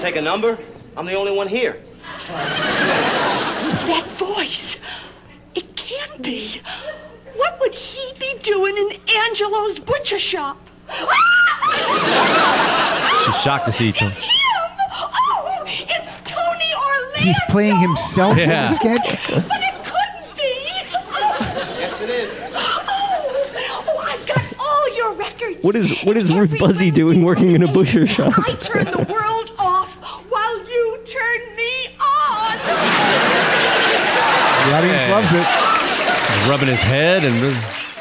[SPEAKER 7] Take a number? I'm the only one here.
[SPEAKER 8] That voice. It can't be. What would he be doing in Angelo's butcher shop? Oh,
[SPEAKER 3] She's shocked to see Tony.
[SPEAKER 8] It's him! Oh, it's Tony Orlando!
[SPEAKER 2] He's playing himself in
[SPEAKER 3] Yeah.
[SPEAKER 2] the sketch.
[SPEAKER 8] But it couldn't be! Oh,
[SPEAKER 7] Yes, it is.
[SPEAKER 8] oh, oh, I've got all your records!
[SPEAKER 4] What is- what is
[SPEAKER 8] And
[SPEAKER 4] Ruth
[SPEAKER 8] every
[SPEAKER 4] Buzzy
[SPEAKER 8] Wednesday
[SPEAKER 4] doing working in a
[SPEAKER 8] night,
[SPEAKER 4] butcher shop?
[SPEAKER 8] I turn the world off while you turn me on!
[SPEAKER 2] The audience
[SPEAKER 3] Yeah.
[SPEAKER 2] loves it.
[SPEAKER 3] rubbing his head and really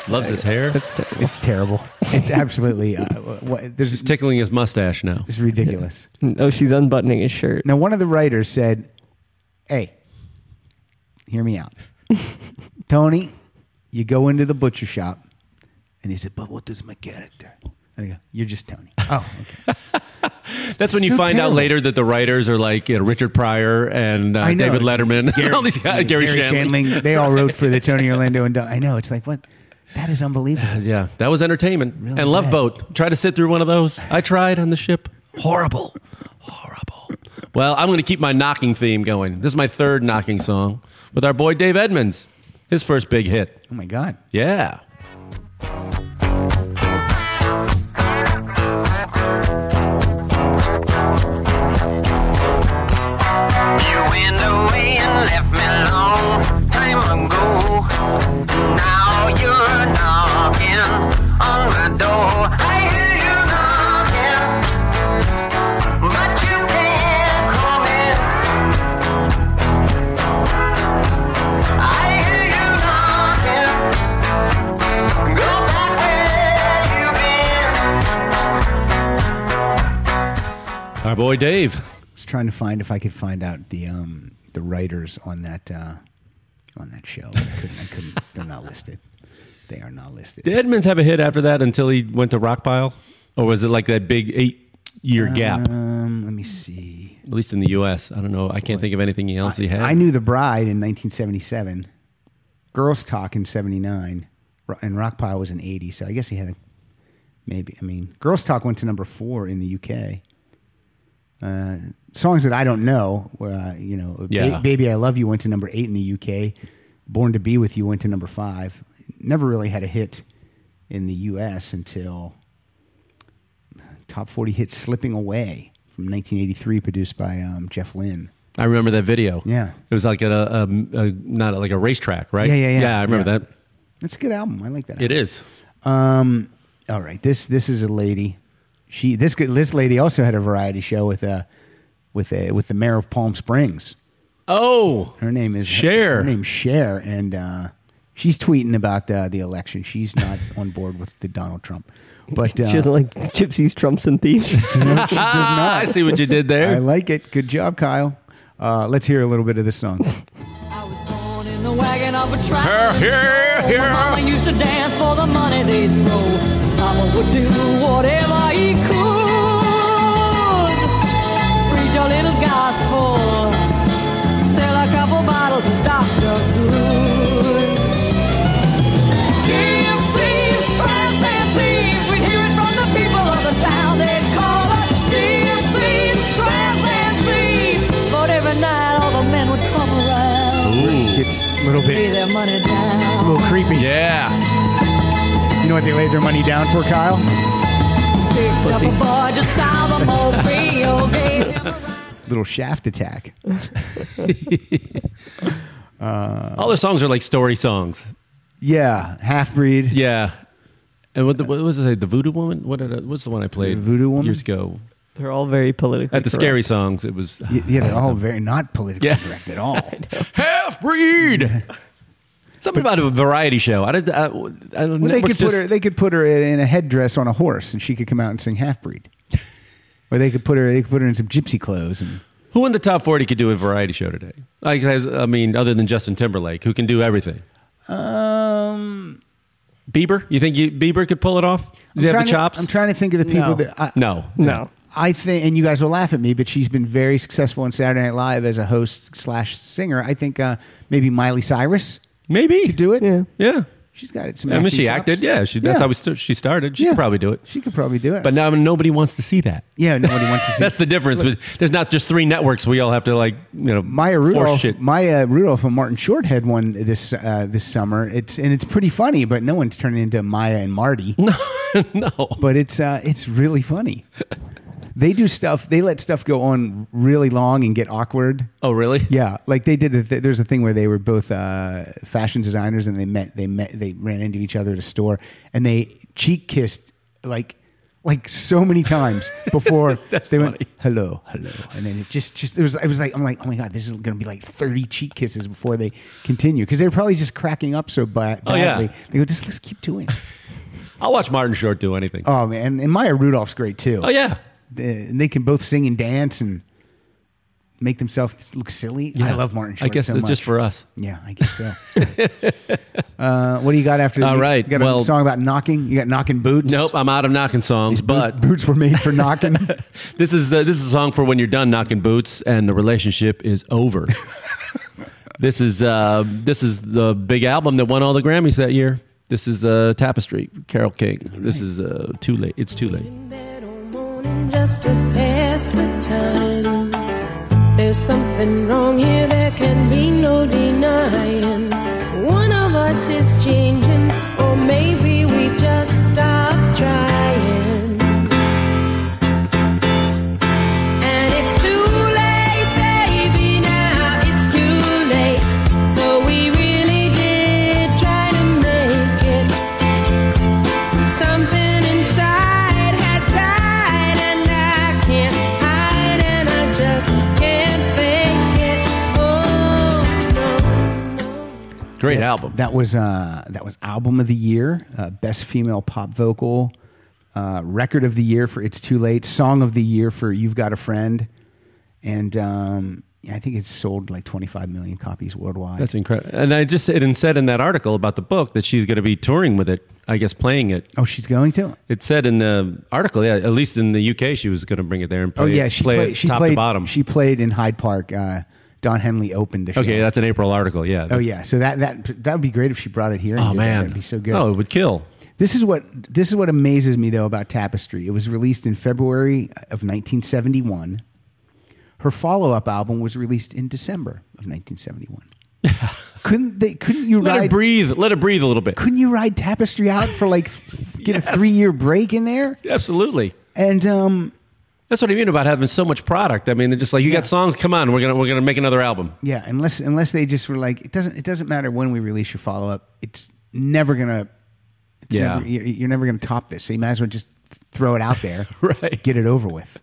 [SPEAKER 3] loves his hair.
[SPEAKER 4] That's terrible.
[SPEAKER 2] It's terrible. It's absolutely. Uh, what, there's
[SPEAKER 3] He's tickling his mustache now.
[SPEAKER 2] It's ridiculous.
[SPEAKER 4] Oh, she's unbuttoning his shirt.
[SPEAKER 2] Now, one of the writers said, Hey, hear me out. Tony, you go into the butcher shop, and he said, But what is my character? And I go, You're just Tony. Oh, okay.
[SPEAKER 3] That's when you
[SPEAKER 2] So
[SPEAKER 3] find
[SPEAKER 2] terrible.
[SPEAKER 3] out later that the writers are like you know, Richard Pryor and uh,
[SPEAKER 2] I know.
[SPEAKER 3] David Letterman, Gary, all these guys, uh, Gary, Shandling.
[SPEAKER 2] They all wrote for the Tony Orlando and Don. I know. It's like, what? That is unbelievable.
[SPEAKER 3] Yeah, that was entertainment.
[SPEAKER 2] Really
[SPEAKER 3] and Love
[SPEAKER 2] bad.
[SPEAKER 3] Boat. Try to sit through one of those. I tried on the ship. Horrible, horrible. Well, I'm going to keep my knocking theme going. This is my third knocking song with our boy Dave Edmonds, his first big hit.
[SPEAKER 2] Oh, my God.
[SPEAKER 3] Yeah.
[SPEAKER 6] You went away and left me long time ago. Now you're knocking on my door. I hear you knocking, but you can't come in. I hear you knocking. Go back where you've been.
[SPEAKER 3] Our boy Dave.
[SPEAKER 2] I was trying to find if I could find out the um, the writers on that uh, on that show. I couldn't, I couldn't. They're not listed. They are not listed.
[SPEAKER 3] Did Edmonds have a hit after that until he went to Rockpile? Or was it like that big eight year gap, at
[SPEAKER 2] Um, let me see.
[SPEAKER 3] least in the US? I don't know. I can't think of anything else he had.
[SPEAKER 2] I knew The Bride in 1977, Girls Talk in 79, Ro- and Rock Pile was in 80. So I guess he had a maybe. I mean, Girls Talk went to number four in the UK. Uh, songs that I don't know, uh, you know, Ba-
[SPEAKER 3] Yeah.
[SPEAKER 2] Baby I Love You went to number eight in the UK, Born to Be With You went to number five. Never really had a hit in the US until top 40 hit Slipping Away from 1983, produced by um, Jeff Lynne.
[SPEAKER 3] I remember that video.
[SPEAKER 2] Yeah.
[SPEAKER 3] It was like at a, a, a not like a racetrack, right?
[SPEAKER 2] Yeah, yeah, yeah.
[SPEAKER 3] Yeah, I remember
[SPEAKER 2] Yeah.
[SPEAKER 3] that.
[SPEAKER 2] That's a good album. I like that.
[SPEAKER 3] It
[SPEAKER 2] album.
[SPEAKER 3] is.
[SPEAKER 2] Um, all right. This this is a lady. She this good this lady also had a variety show with a with a with the mayor of Palm Springs.
[SPEAKER 3] Oh,
[SPEAKER 2] Her name is
[SPEAKER 3] Cher.
[SPEAKER 2] Her name's Cher, and uh, she's tweeting about uh, the election. She's not on board with the Donald Trump, but uh,
[SPEAKER 4] She doesn't like gypsies, trumps, and thieves.
[SPEAKER 2] no, she does not.
[SPEAKER 3] I see what you did
[SPEAKER 2] uh, I
[SPEAKER 3] there.
[SPEAKER 2] like it. Good job, Kyle. Uh, let's hear a little bit of this song.
[SPEAKER 9] I was born in the wagon of a
[SPEAKER 3] Here,
[SPEAKER 9] traveling
[SPEAKER 3] here,
[SPEAKER 9] show.
[SPEAKER 3] here.
[SPEAKER 9] My mama used to dance for the money they'd throw. Mama would do whatever he could. Preach a little gospel, sell a couple bottles of Dr. Good. GMC's tramps and thieves, we'd hear it from the people of the town. They'd call us GMC's tramps and thieves. But every night all the men would come around
[SPEAKER 3] Ooh.
[SPEAKER 2] It's a little
[SPEAKER 9] pay
[SPEAKER 2] bit
[SPEAKER 9] their money
[SPEAKER 2] a
[SPEAKER 9] down.
[SPEAKER 2] little creepy.
[SPEAKER 3] Yeah.
[SPEAKER 2] You know what they laid their money down for, Kyle?
[SPEAKER 9] Picked up a boy just south of Mobile, gave him a ride.
[SPEAKER 2] Little shaft attack.
[SPEAKER 3] All their songs are like story songs.
[SPEAKER 2] Yeah, half breed.
[SPEAKER 3] Yeah. And what, the, what was it? The Voodoo Woman? What did I, what's the one I played
[SPEAKER 2] The Voodoo Woman?
[SPEAKER 3] years ago?
[SPEAKER 4] They're all very politically
[SPEAKER 3] At the
[SPEAKER 4] correct.
[SPEAKER 3] Scary Songs, it was
[SPEAKER 2] Y- Yeah, they're all very not politically
[SPEAKER 3] Yeah.
[SPEAKER 2] correct at all.
[SPEAKER 3] half breed. Something about a variety show. I did. I, I don't know.
[SPEAKER 2] Well, they could
[SPEAKER 3] It's
[SPEAKER 2] put
[SPEAKER 3] just-
[SPEAKER 2] her. They could put her in a headdress on a horse, and she could come out and sing half breed. or they could put her. They could put her in some gypsy clothes. And
[SPEAKER 3] who in the top forty could do a variety show today? Like, has- I mean, other than Justin Timberlake, who can do everything?
[SPEAKER 2] um,
[SPEAKER 3] Bieber? You think you, Bieber could pull it off? Does he
[SPEAKER 2] I'm
[SPEAKER 3] have
[SPEAKER 2] trying
[SPEAKER 3] the
[SPEAKER 2] to-
[SPEAKER 3] chops?
[SPEAKER 2] I'm trying to think of the people
[SPEAKER 4] No.
[SPEAKER 2] that I,
[SPEAKER 3] no.
[SPEAKER 4] No.
[SPEAKER 2] I think, and you guys will laugh at me, but she's been very successful on Saturday Night Live as a host slash singer. I think uh, maybe Miley Cyrus
[SPEAKER 3] Maybe
[SPEAKER 2] could do it.
[SPEAKER 4] Yeah.
[SPEAKER 3] Yeah.
[SPEAKER 2] She's got it. Some
[SPEAKER 3] I mean,
[SPEAKER 2] acting
[SPEAKER 3] she
[SPEAKER 2] chops.
[SPEAKER 3] acted. Yeah, she, that's
[SPEAKER 2] Yeah.
[SPEAKER 3] how we st- she started. She could probably do it.
[SPEAKER 2] She could probably do it.
[SPEAKER 3] But now nobody wants to see that.
[SPEAKER 2] yeah, nobody wants to see.
[SPEAKER 3] That's the difference. With, there's not just three networks we all have to like, you know,
[SPEAKER 2] Maya
[SPEAKER 3] force
[SPEAKER 2] Rudolph,
[SPEAKER 3] shit.
[SPEAKER 2] Maya Rudolph and Martin Short had one this uh, this summer. It's and it's pretty funny, but no one's turning into Maya and Marty.
[SPEAKER 3] no.
[SPEAKER 2] But it's uh, it's really funny. they do stuff. They let stuff go on really long and get awkward.
[SPEAKER 3] Oh, really?
[SPEAKER 2] Yeah, like they did. A th- there's a thing where they were both uh, fashion designers, and they met. They met. They ran into each other at a store, and they cheek kissed like like so many times before
[SPEAKER 3] That's
[SPEAKER 2] they
[SPEAKER 3] funny.
[SPEAKER 2] went hello, hello, and then it just just there was. I was like, I'm like, oh my god, this is going to be like 30 cheek kisses before they continue because they're probably just cracking up so ba-
[SPEAKER 3] Oh, yeah.
[SPEAKER 2] badly. They go, just let's keep doing. it."
[SPEAKER 3] I'll watch Martin Short do anything.
[SPEAKER 2] oh man, and Maya Rudolph's great too.
[SPEAKER 3] oh yeah.
[SPEAKER 2] They- and they can both sing and dance and. Make themselves look silly. I
[SPEAKER 3] Yeah.
[SPEAKER 2] love Martin
[SPEAKER 3] I
[SPEAKER 2] Short.
[SPEAKER 3] guess
[SPEAKER 2] so
[SPEAKER 3] it's
[SPEAKER 2] much.
[SPEAKER 3] just for us.
[SPEAKER 2] Yeah, I guess so. uh, what do you got after?
[SPEAKER 3] All
[SPEAKER 2] you
[SPEAKER 3] right,
[SPEAKER 2] got a
[SPEAKER 3] well-
[SPEAKER 2] song about knocking. You got knocking boots.
[SPEAKER 3] Nope, I'm out of knocking songs, but
[SPEAKER 2] Boot- boots were made for knocking.
[SPEAKER 3] this is uh, this is a song for when you're done knocking boots and the relationship is over. this is uh, this is the big album that won all the Grammys that year. This is uh, Tapestry, Carol King. This is uh, too late. It's too late.
[SPEAKER 9] in bed all morning just to pass the time. There's something wrong here, there can be no denying. One of us is changing, or maybe we just stop trying. And it's too late, baby, now it's too late. Though we really did try to make it. Something inside has died and I can't hide and I just can't fake it. Oh no.
[SPEAKER 3] Great album.
[SPEAKER 2] that was uh, that was album of the year, uh, best female pop vocal, uh, record of the year for "It's Too Late," song of the year for "You've Got a Friend," and um, yeah, I think it's sold like 25 million copies worldwide.
[SPEAKER 3] That's incredible. And I just it and said in that article about the book that she's going to be touring with it. I guess playing it.
[SPEAKER 2] oh, she's going to.
[SPEAKER 3] It said in the article, yeah, at least in the UK, she was going to bring it there and play.
[SPEAKER 2] Oh yeah,
[SPEAKER 3] it-
[SPEAKER 2] she
[SPEAKER 3] play
[SPEAKER 2] played.
[SPEAKER 3] it
[SPEAKER 2] She
[SPEAKER 3] top
[SPEAKER 2] played.
[SPEAKER 3] to bottom.
[SPEAKER 2] She played in Hyde Park. Uh, Don Henley opened the show.
[SPEAKER 3] okay, that's an April article. Yeah.
[SPEAKER 2] Oh yeah, so that that that would be great if she brought it here. and
[SPEAKER 3] Oh
[SPEAKER 2] did that.
[SPEAKER 3] man,
[SPEAKER 2] that'd be so good.
[SPEAKER 3] Oh, it would kill.
[SPEAKER 2] This is what this is what amazes me though about Tapestry. It was released in February of 1971. Her follow-up album was released in December of 1971. couldn't they? Couldn't you
[SPEAKER 3] Let it
[SPEAKER 2] ride?
[SPEAKER 3] breathe. Let it breathe a little bit.
[SPEAKER 2] Couldn't you ride Tapestry out for like get a
[SPEAKER 3] Yes.
[SPEAKER 2] three-year break in there?
[SPEAKER 3] Absolutely.
[SPEAKER 2] And um,
[SPEAKER 3] That's what I mean about having so much product. I mean, they're just like you
[SPEAKER 2] Yeah.
[SPEAKER 3] got songs. Come on, we're gonna we're gonna make another album.
[SPEAKER 2] yeah, unless unless they just were like, it doesn't it doesn't matter when we release your follow-up. It's never gonna. It's
[SPEAKER 3] Yeah.
[SPEAKER 2] never, e- you're, you're never gonna top this. So you might as well just throw it out there,
[SPEAKER 3] Right.
[SPEAKER 2] Get it over with.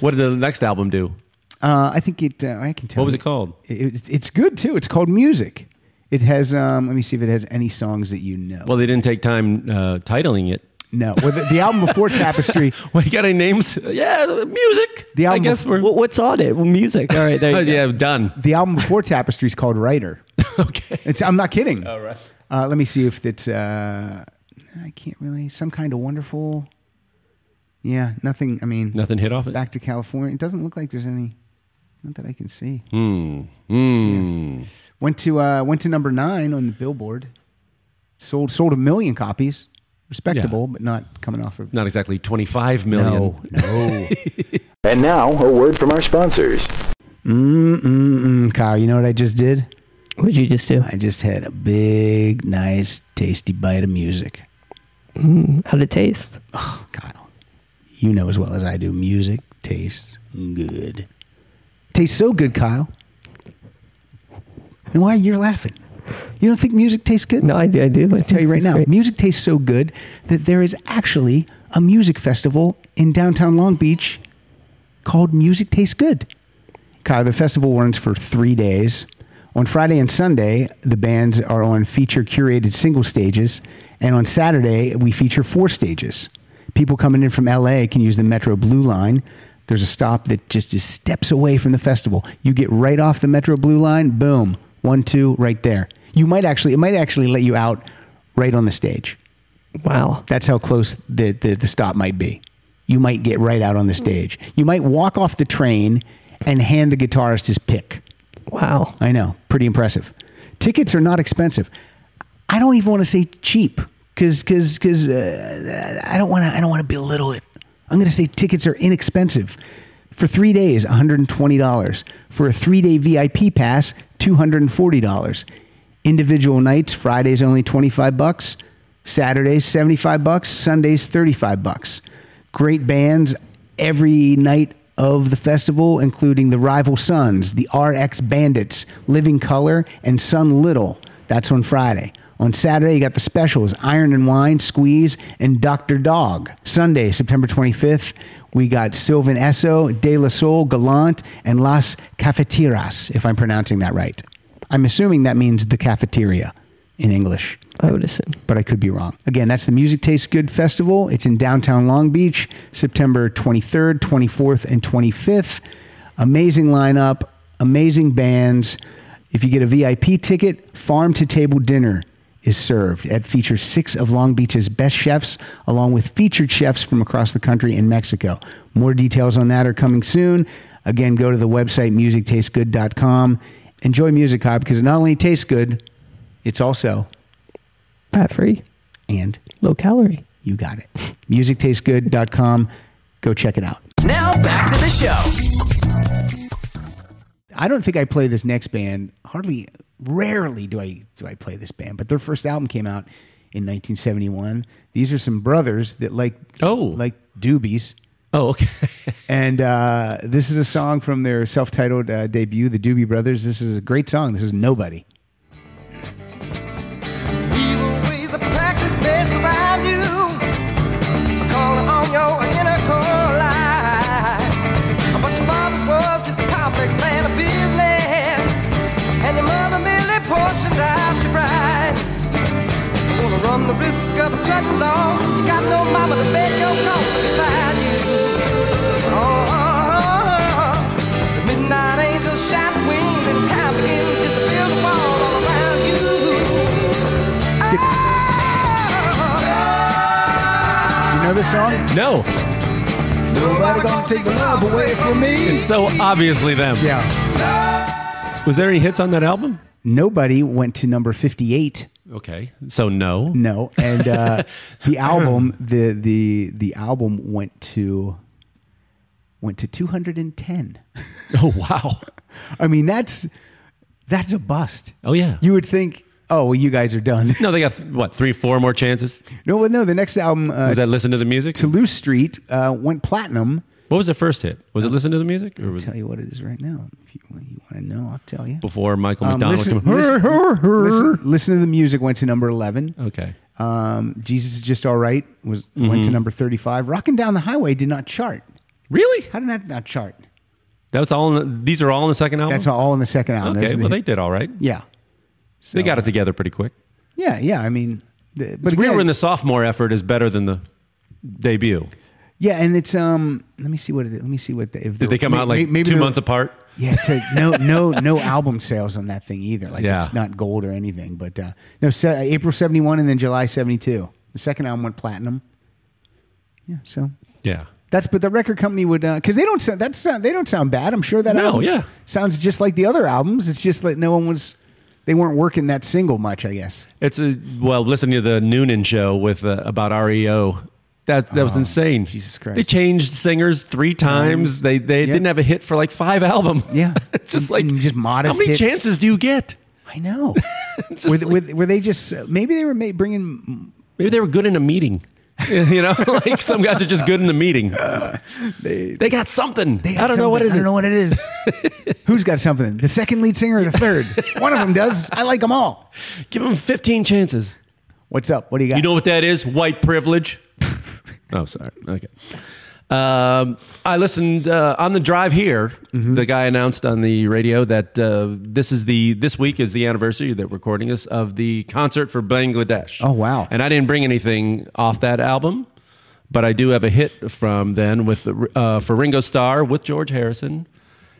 [SPEAKER 3] What did the next album do?
[SPEAKER 2] Uh, I think it. Uh, I can tell.
[SPEAKER 3] What was
[SPEAKER 2] you.
[SPEAKER 3] it called?
[SPEAKER 2] It, it- it's good too. It's called Music. It has. Um, let me see if it has any songs that you know.
[SPEAKER 3] Well, they didn't take time uh, titling it.
[SPEAKER 2] no. Well, the, the album before Tapestry.
[SPEAKER 3] Well, you got any names? Yeah, music.
[SPEAKER 2] The
[SPEAKER 3] I
[SPEAKER 2] album
[SPEAKER 3] guess
[SPEAKER 2] before-
[SPEAKER 3] we're.
[SPEAKER 4] Wh- what's on it? Well, music. All right, there you
[SPEAKER 3] Oh,
[SPEAKER 4] go.
[SPEAKER 3] yeah, done.
[SPEAKER 2] The album before Tapestry is called Writer.
[SPEAKER 3] okay.
[SPEAKER 2] It's. I'm not kidding.
[SPEAKER 3] All Oh, right.
[SPEAKER 2] Uh, let me see if it's. Uh, I can't really. Some kind of wonderful. Yeah. Nothing. I mean.
[SPEAKER 3] Nothing hit off it.
[SPEAKER 2] Back to California. It doesn't look like there's any. Not that I can see.
[SPEAKER 3] Mm.
[SPEAKER 2] Went to uh, went to number nine on the Billboard. Sold sold a million copies. Respectable, but not coming off of
[SPEAKER 3] Not exactly twenty five million.
[SPEAKER 2] no.
[SPEAKER 10] And now, a word from our sponsors.
[SPEAKER 2] Mm-mm-mm. Kyle, you know what I just did?
[SPEAKER 4] What'd you just do?
[SPEAKER 2] I just had a big, nice, tasty bite of music.
[SPEAKER 4] How'd it taste?
[SPEAKER 2] Oh, Kyle, you know as well as I do, music tastes good. Tastes so good, Kyle. Now, why you're laughing? You don't think music tastes good?
[SPEAKER 4] No, I do. I do.
[SPEAKER 2] I'm going to tell you right now, music tastes so good that there is actually a music festival in downtown Long Beach called Music Tastes Good. Kyle, the festival runs for three days. On Friday and Sunday, the bands are on feature curated single stages, and on Saturday, we feature four stages. People coming in from LA can use the Metro Blue Line. There's a stop that just is steps away from the festival. You get right off the Metro Blue Line, boom, one, two, right there. You might actually, it might actually let you out right on the stage.
[SPEAKER 4] Wow.
[SPEAKER 2] That's how close the, the, the stop might be. You might get right out on the stage. You might walk off the train and hand the guitarist his pick.
[SPEAKER 4] Wow.
[SPEAKER 2] I know, pretty impressive. Tickets are not expensive. I don't even want to say cheap because because because uh, I don't want to I don't want to belittle it. I'm going to say tickets are inexpensive. For three days, $120. For a three day VIP pass, $240. Individual nights, Fridays only 25 bucks, Saturdays 75 bucks, Sundays 35 bucks. Great bands every night of the festival, including the Rival Sons, the RX Bandits, Living Color, and Sun Little. That's on Friday. On Saturday, you got the specials Iron and Wine, Squeeze, and Dr. Dog. Sunday, September 25th, we got Sylvan Esso, De La Soul, Galant, and Las Cafeteras, if I'm pronouncing that right. I'm assuming that means the cafeteria in English
[SPEAKER 4] I would assume.
[SPEAKER 2] but I could be wrong. Again, that's the Music Tastes Good Festival. It's in downtown Long Beach, September 23rd, 24th, and 25th. Amazing lineup, amazing bands. If you get a VIP ticket, farm to table dinner is served. It features six of Long Beach's best chefs, along with featured chefs from across the country and Mexico. More details on that are coming soon. Again, go to the website musictastesgood.com. Enjoy Music Hop because it not only tastes good, it's also
[SPEAKER 4] Fat free,
[SPEAKER 2] and
[SPEAKER 4] low calorie.
[SPEAKER 2] you got it. MusicTasteGood.com. Go check it out.
[SPEAKER 6] Now back to the show.
[SPEAKER 2] I don't think I play this next band. Hardly, rarely do I do I play this band. But their first album came out in 1971. These are some brothers that like
[SPEAKER 3] Oh.
[SPEAKER 2] like doobies.
[SPEAKER 3] Oh, okay.
[SPEAKER 2] And uh, this is a song from their self-titled uh, debut, the Doobie Brothers. This is a great song. This is Nobody.
[SPEAKER 6] Evil ways of practice may surround you, calling on your inner core light. But your father was just a complex man of business, and your mother merely portioned out your pride. Wanna run the risk of a sudden loss? You got no mama to beg your cost beside you. Oh, oh, oh, oh. The midnight angel shot wings, and time begins just to build a wall all around you.
[SPEAKER 2] Do you know this song?
[SPEAKER 3] No,
[SPEAKER 2] Nobody gonna take the love away from me.
[SPEAKER 3] it's so obviously them.
[SPEAKER 2] Yeah.
[SPEAKER 3] Was there any hits on that album?
[SPEAKER 2] Nobody went to number 58
[SPEAKER 3] Okay, so no.
[SPEAKER 2] No, and uh, the album the the the album went to went to 210.
[SPEAKER 3] Oh wow.
[SPEAKER 2] I mean, that's that's a bust.
[SPEAKER 3] Oh yeah.
[SPEAKER 2] You would think, oh, well, you guys are done.
[SPEAKER 3] No, they got what three, four more chances.
[SPEAKER 2] no, well, no. The next album, uh,
[SPEAKER 3] Was that listen to the music?
[SPEAKER 2] Toulouse Street, uh, went platinum.
[SPEAKER 3] What was the first hit? Was it listen to the music or
[SPEAKER 2] I'll
[SPEAKER 3] was
[SPEAKER 2] Uh, tell you what it is right now. If you, you want to know, I'll tell you.
[SPEAKER 3] before Michael
[SPEAKER 2] Um,
[SPEAKER 3] McDonald?
[SPEAKER 2] listen,
[SPEAKER 3] came-
[SPEAKER 2] listen, listen, listen to the music went to number 11.
[SPEAKER 3] okay.
[SPEAKER 2] Um, Jesus is just all right was went
[SPEAKER 3] Mm-hmm.
[SPEAKER 2] to number 35. Rocking down the highway did not chart.
[SPEAKER 3] Really?
[SPEAKER 2] How did that not chart?
[SPEAKER 3] That was all. In the, these are all in the second album.
[SPEAKER 2] That's all in the second album.
[SPEAKER 3] Okay.
[SPEAKER 2] Those are the-
[SPEAKER 3] Well, they did all right.
[SPEAKER 2] yeah,
[SPEAKER 3] They got it together pretty quick.
[SPEAKER 2] yeah, yeah. I mean, the, but
[SPEAKER 3] But we
[SPEAKER 2] again,
[SPEAKER 3] were in the sophomore effort is better than the debut.
[SPEAKER 2] yeah, and it's um. Let me see what it. Let me see what the, if
[SPEAKER 3] Did they come out like two months apart?
[SPEAKER 2] Yeah, it's like no, no, no album sales on that thing either. Like
[SPEAKER 3] Yeah.
[SPEAKER 2] it's not gold or anything. But uh, no, se- April seventy one and then July seventy two. The second album went platinum. Yeah, so
[SPEAKER 3] Yeah.
[SPEAKER 2] that's but the record company would because they don't sound that sound they don't sound bad. I'm sure that
[SPEAKER 3] No,
[SPEAKER 2] album
[SPEAKER 3] yeah.
[SPEAKER 2] sounds just like the other albums. It's just that no one was they weren't working that single much. I guess.
[SPEAKER 3] It's a well. Listen to the Noonan show with uh, about REO. That that was insane.
[SPEAKER 2] Oh, Jesus Christ.
[SPEAKER 3] They changed singers three times. They they
[SPEAKER 2] Yeah.
[SPEAKER 3] didn't have a hit for like five albums.
[SPEAKER 2] Yeah.
[SPEAKER 3] It's just like
[SPEAKER 2] And just modest
[SPEAKER 3] How many
[SPEAKER 2] hits.
[SPEAKER 3] chances do you get?
[SPEAKER 2] I know. were, uh, they- were, were they just maybe they were ma- bringing
[SPEAKER 3] Maybe they were good in a meeting. you know, like some guys are just good in the meeting.
[SPEAKER 2] They,
[SPEAKER 3] They got something.
[SPEAKER 2] they got
[SPEAKER 3] I don't know what
[SPEAKER 2] something.
[SPEAKER 3] is
[SPEAKER 2] I don't
[SPEAKER 3] it.
[SPEAKER 2] know what it is. Who's got something? The second lead singer or the third? One of them does. I like them all.
[SPEAKER 3] Give them 15 chances.
[SPEAKER 2] What's up? What do you got?
[SPEAKER 3] You know what that is? White privilege. oh, sorry. Okay. Um, I listened uh, on the drive here. The guy announced on the radio that uh, this is the this week is the anniversary that we're recording this of the concert for Bangladesh.
[SPEAKER 2] Oh, wow.
[SPEAKER 3] And I didn't bring anything off that album, but I do have a hit from then with the- uh, for Ringo Starr with George Harrison,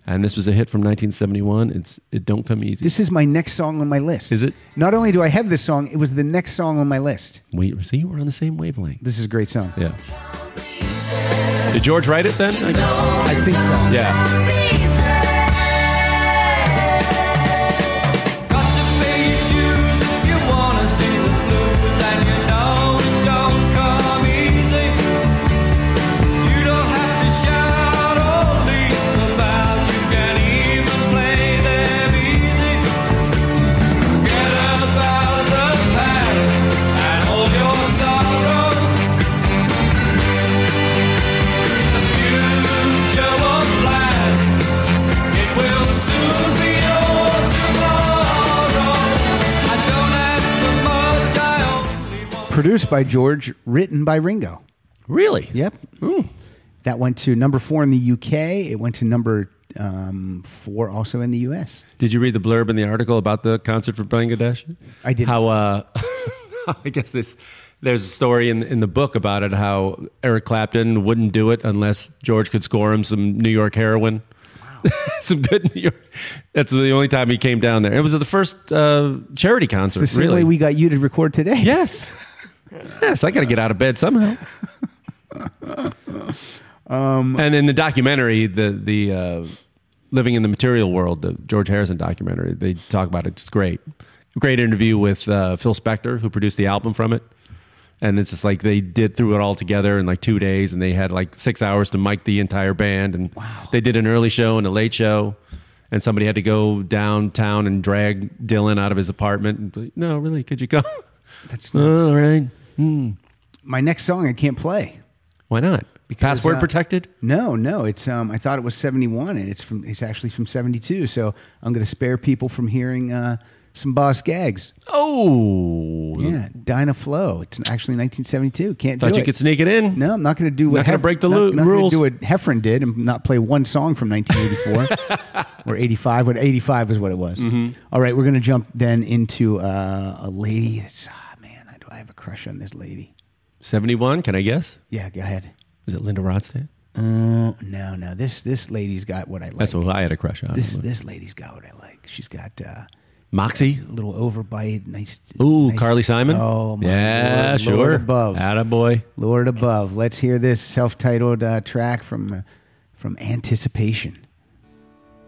[SPEAKER 3] and this was a hit from 1971. It's it don't come easy.
[SPEAKER 2] This is my next song on my list.
[SPEAKER 3] Is it?
[SPEAKER 2] Not only do I have this song, it was the next song on my list.
[SPEAKER 3] we see we're on the same wavelength.
[SPEAKER 2] This is a great song.
[SPEAKER 3] Yeah. Did George write it then? I guess.
[SPEAKER 2] I think so.
[SPEAKER 3] Yeah.
[SPEAKER 2] Produced by George, written by Ringo.
[SPEAKER 3] Really? Hmm.
[SPEAKER 2] Yep. That went to number four in the UK. It went to number um, four also in the US.
[SPEAKER 3] Did you read the blurb in the article about the concert for Bangladesh?
[SPEAKER 2] I didn't.
[SPEAKER 3] How uh, I guess this there's a story in in the book about it how Eric Clapton wouldn't do it unless George could score him some New York heroin. some good New York. That's the only time he came down there. It was the first uh, charity concert.
[SPEAKER 2] The same
[SPEAKER 3] really.
[SPEAKER 2] way we got you to record today.
[SPEAKER 3] yes. Yes, I got to get out of bed somehow. and in the documentary, the the uh, living in the material world, the George Harrison documentary, they talk about it. It's great, great interview with uh, Phil Spector, who produced the album from it. And it's just like they did through it all together in like two days, and they had like six hours to mic the entire band. And they did an early show and a late show, and somebody had to go downtown and drag Dylan out of his apartment. And be like, no, really, could you go?
[SPEAKER 2] That's nuts.
[SPEAKER 3] Oh, all right.
[SPEAKER 2] My next song I can't play.
[SPEAKER 3] Why not? Password
[SPEAKER 2] uh,
[SPEAKER 3] protected.
[SPEAKER 2] No, no. It's um, I thought it was seventy one, and it's from it's actually from seventy two. So I'm going to spare people from hearing uh, some boss gags.
[SPEAKER 3] Oh,
[SPEAKER 2] Yeah, Dinah Flow. It's actually 1972. Can't
[SPEAKER 3] thought
[SPEAKER 2] do
[SPEAKER 3] you
[SPEAKER 2] it.
[SPEAKER 3] could sneak it in.
[SPEAKER 2] No, I'm not going to do what
[SPEAKER 3] Not gonna
[SPEAKER 2] Hef-
[SPEAKER 3] break the
[SPEAKER 2] not-
[SPEAKER 3] lu-
[SPEAKER 2] not gonna
[SPEAKER 3] rules.
[SPEAKER 2] do what Heffron did and not play one song from 1984 or 85. What 85 is what it was.
[SPEAKER 3] Mm-hmm.
[SPEAKER 2] All right, we're going to jump then into uh, a lady. That's, ah, man, I do I have a crush on this lady?
[SPEAKER 3] 71, can I guess?
[SPEAKER 2] Yeah, go ahead.
[SPEAKER 3] Is it Linda Rodstadt?
[SPEAKER 2] Uh, no, no. This this lady's got what I like.
[SPEAKER 3] That's what I had a crush on.
[SPEAKER 2] this this lady's got what I like. She's got uh,
[SPEAKER 3] Moxie?
[SPEAKER 2] a little overbite, nice.
[SPEAKER 3] Ooh,
[SPEAKER 2] nice-
[SPEAKER 3] Carly Simon?
[SPEAKER 2] Oh, my
[SPEAKER 3] Yeah,
[SPEAKER 2] Lord,
[SPEAKER 3] sure.
[SPEAKER 2] Lord above.
[SPEAKER 3] Attaboy.
[SPEAKER 2] Lord above. Let's hear this self-titled uh, track from uh, from Anticipation.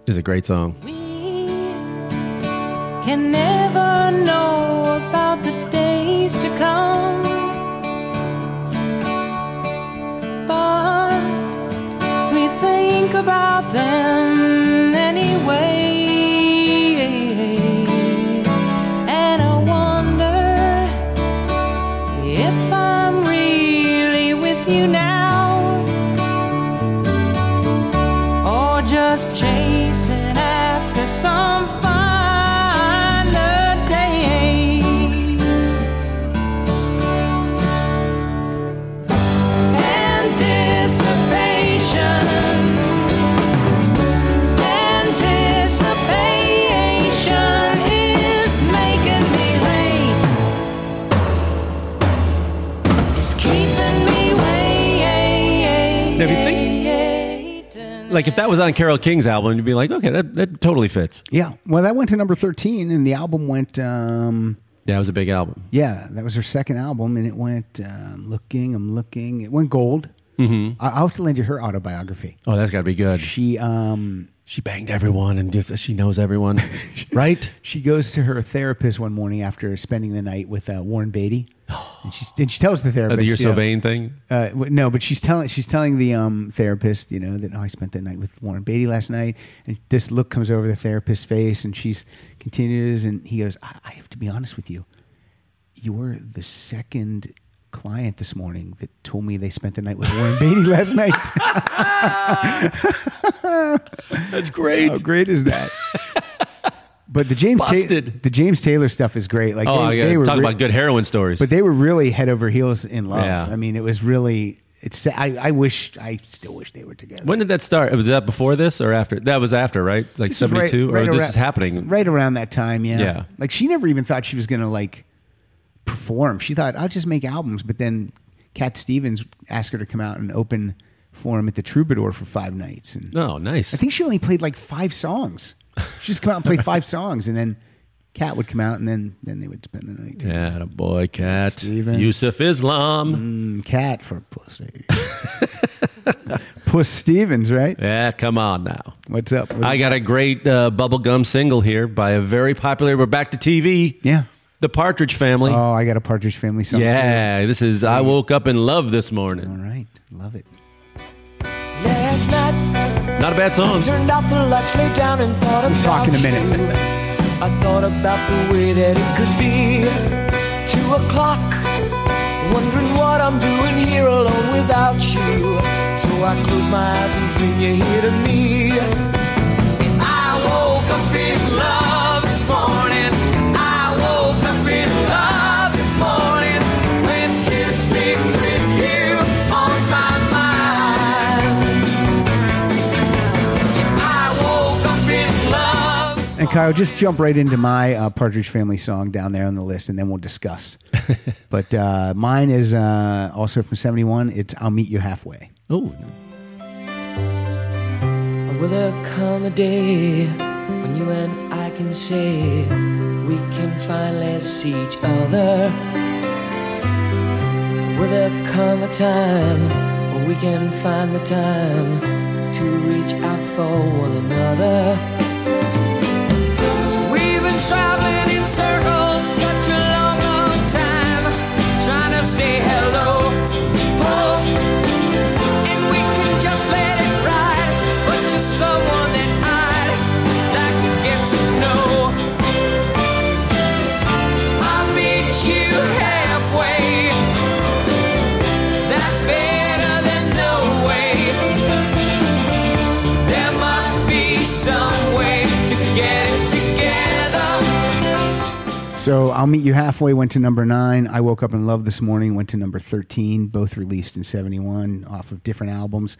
[SPEAKER 3] This is a great song.
[SPEAKER 9] We can never know about the days to come. But we think about them anyway. And I wonder if I'm really with you now or just chasing after some finer day. Anticipation, anticipation is making me late. It's keeping me waiting.
[SPEAKER 3] Now, if you Like, if that was on Carol King's album, you'd be like, okay, that, that totally fits.
[SPEAKER 2] Yeah. Well, that went to number 13 and the album went um
[SPEAKER 3] That was a big album.
[SPEAKER 2] yeah, that was her second album and it went um, looking, I'm looking. It went gold. Mm-hmm. I- I'll have to lend you her autobiography.
[SPEAKER 3] Oh, that's got to be good.
[SPEAKER 2] She um
[SPEAKER 3] She banged everyone and just she knows everyone, right?
[SPEAKER 2] she goes to her therapist one morning after spending the night with uh, Warren Beatty. And she, and she tells the
[SPEAKER 3] Uh,
[SPEAKER 2] therapist,
[SPEAKER 3] the You're
[SPEAKER 2] you
[SPEAKER 3] So
[SPEAKER 2] know,
[SPEAKER 3] Vain thing.
[SPEAKER 2] Uh, w- no, but she's telling she's telling the um, therapist, you know, that oh, I spent the night with Warren Beatty last night, and this look comes over the therapist's face, and she's continues, and he goes, I, I have to be honest with you, you're the second client this morning that told me they spent the night with Warren Beatty last night.
[SPEAKER 3] That's great.
[SPEAKER 2] How great is that? But the James Ta-
[SPEAKER 3] Busted.
[SPEAKER 2] the James Taylor stuff is great. Like
[SPEAKER 3] oh,
[SPEAKER 2] they,
[SPEAKER 3] yeah,
[SPEAKER 2] they were
[SPEAKER 3] talk
[SPEAKER 2] re-
[SPEAKER 3] about good heroin stories.
[SPEAKER 2] But they were really head over heels in love.
[SPEAKER 3] Yeah.
[SPEAKER 2] I mean, it was really. It's. I, I wish. I still wish they were together.
[SPEAKER 3] when did that start? Was that before this or after? That was after, right? Like
[SPEAKER 2] This was
[SPEAKER 3] seventy
[SPEAKER 2] right-
[SPEAKER 3] two,
[SPEAKER 2] right
[SPEAKER 3] or Oh, this
[SPEAKER 2] around-
[SPEAKER 3] is happening.
[SPEAKER 2] right around that time. Yeah.
[SPEAKER 3] Yeah.
[SPEAKER 2] Like she never even thought she was gonna like perform. She thought I'll just make albums. But then Cat Stevens asked her to come out and open for him at the Troubadour for five nights. And
[SPEAKER 3] Oh, nice.
[SPEAKER 2] I think she only played like five songs. She just come out and play five songs, and then Cat would come out, and then then they would spend the night.
[SPEAKER 3] yeah, atta boy, cat.
[SPEAKER 2] Steven. Mm-hmm.
[SPEAKER 3] Yusuf Islam.
[SPEAKER 2] Cat for pussy. Puss Stevens, right?
[SPEAKER 3] Yeah, come on now.
[SPEAKER 2] What's up?
[SPEAKER 3] I got a great uh, bubblegum single here by a very popular. We're back to TV.
[SPEAKER 2] Yeah.
[SPEAKER 3] The Partridge Family.
[SPEAKER 2] Oh, Mm-hmm. I got a Partridge Family song.
[SPEAKER 3] yeah, this is I Woke Up in Love this morning.
[SPEAKER 2] Too. All right. Love it.
[SPEAKER 11] Last night,
[SPEAKER 3] Not a bad
[SPEAKER 11] I
[SPEAKER 3] song.
[SPEAKER 11] turned off the lights, lay down and thought
[SPEAKER 2] We'll
[SPEAKER 11] about
[SPEAKER 2] talk in a minute.
[SPEAKER 11] you. I thought about the way that it could be. Two o'clock, wondering what I'm doing here alone without you. So I close my eyes and dream you're here to me. I woke up in love this morning. I woke up in love this morning. Went to sleep with you on my mind. Yes, I woke up in love.
[SPEAKER 2] And Kyle, just jump right into my uh, Partridge Family song down there on the list, and then we'll discuss. but uh, mine is uh, also from '71. It's "I'll Meet You Halfway."
[SPEAKER 3] Oh,
[SPEAKER 11] Will there come a day when you and I can say we can finally see each other? Will there come a time when we can find the time to reach out for one another? We've been traveling in circles such a long, long time, trying to say hello. Oh, and we can just let it ride. But you're someone that I'd like to get to know. I'll meet you halfway. That's better than no way. There must be some way to get it together.
[SPEAKER 2] So I'll Meet You Halfway went to number nine. I Woke Up in Love this morning went to number 13, both released in 71 off of different albums.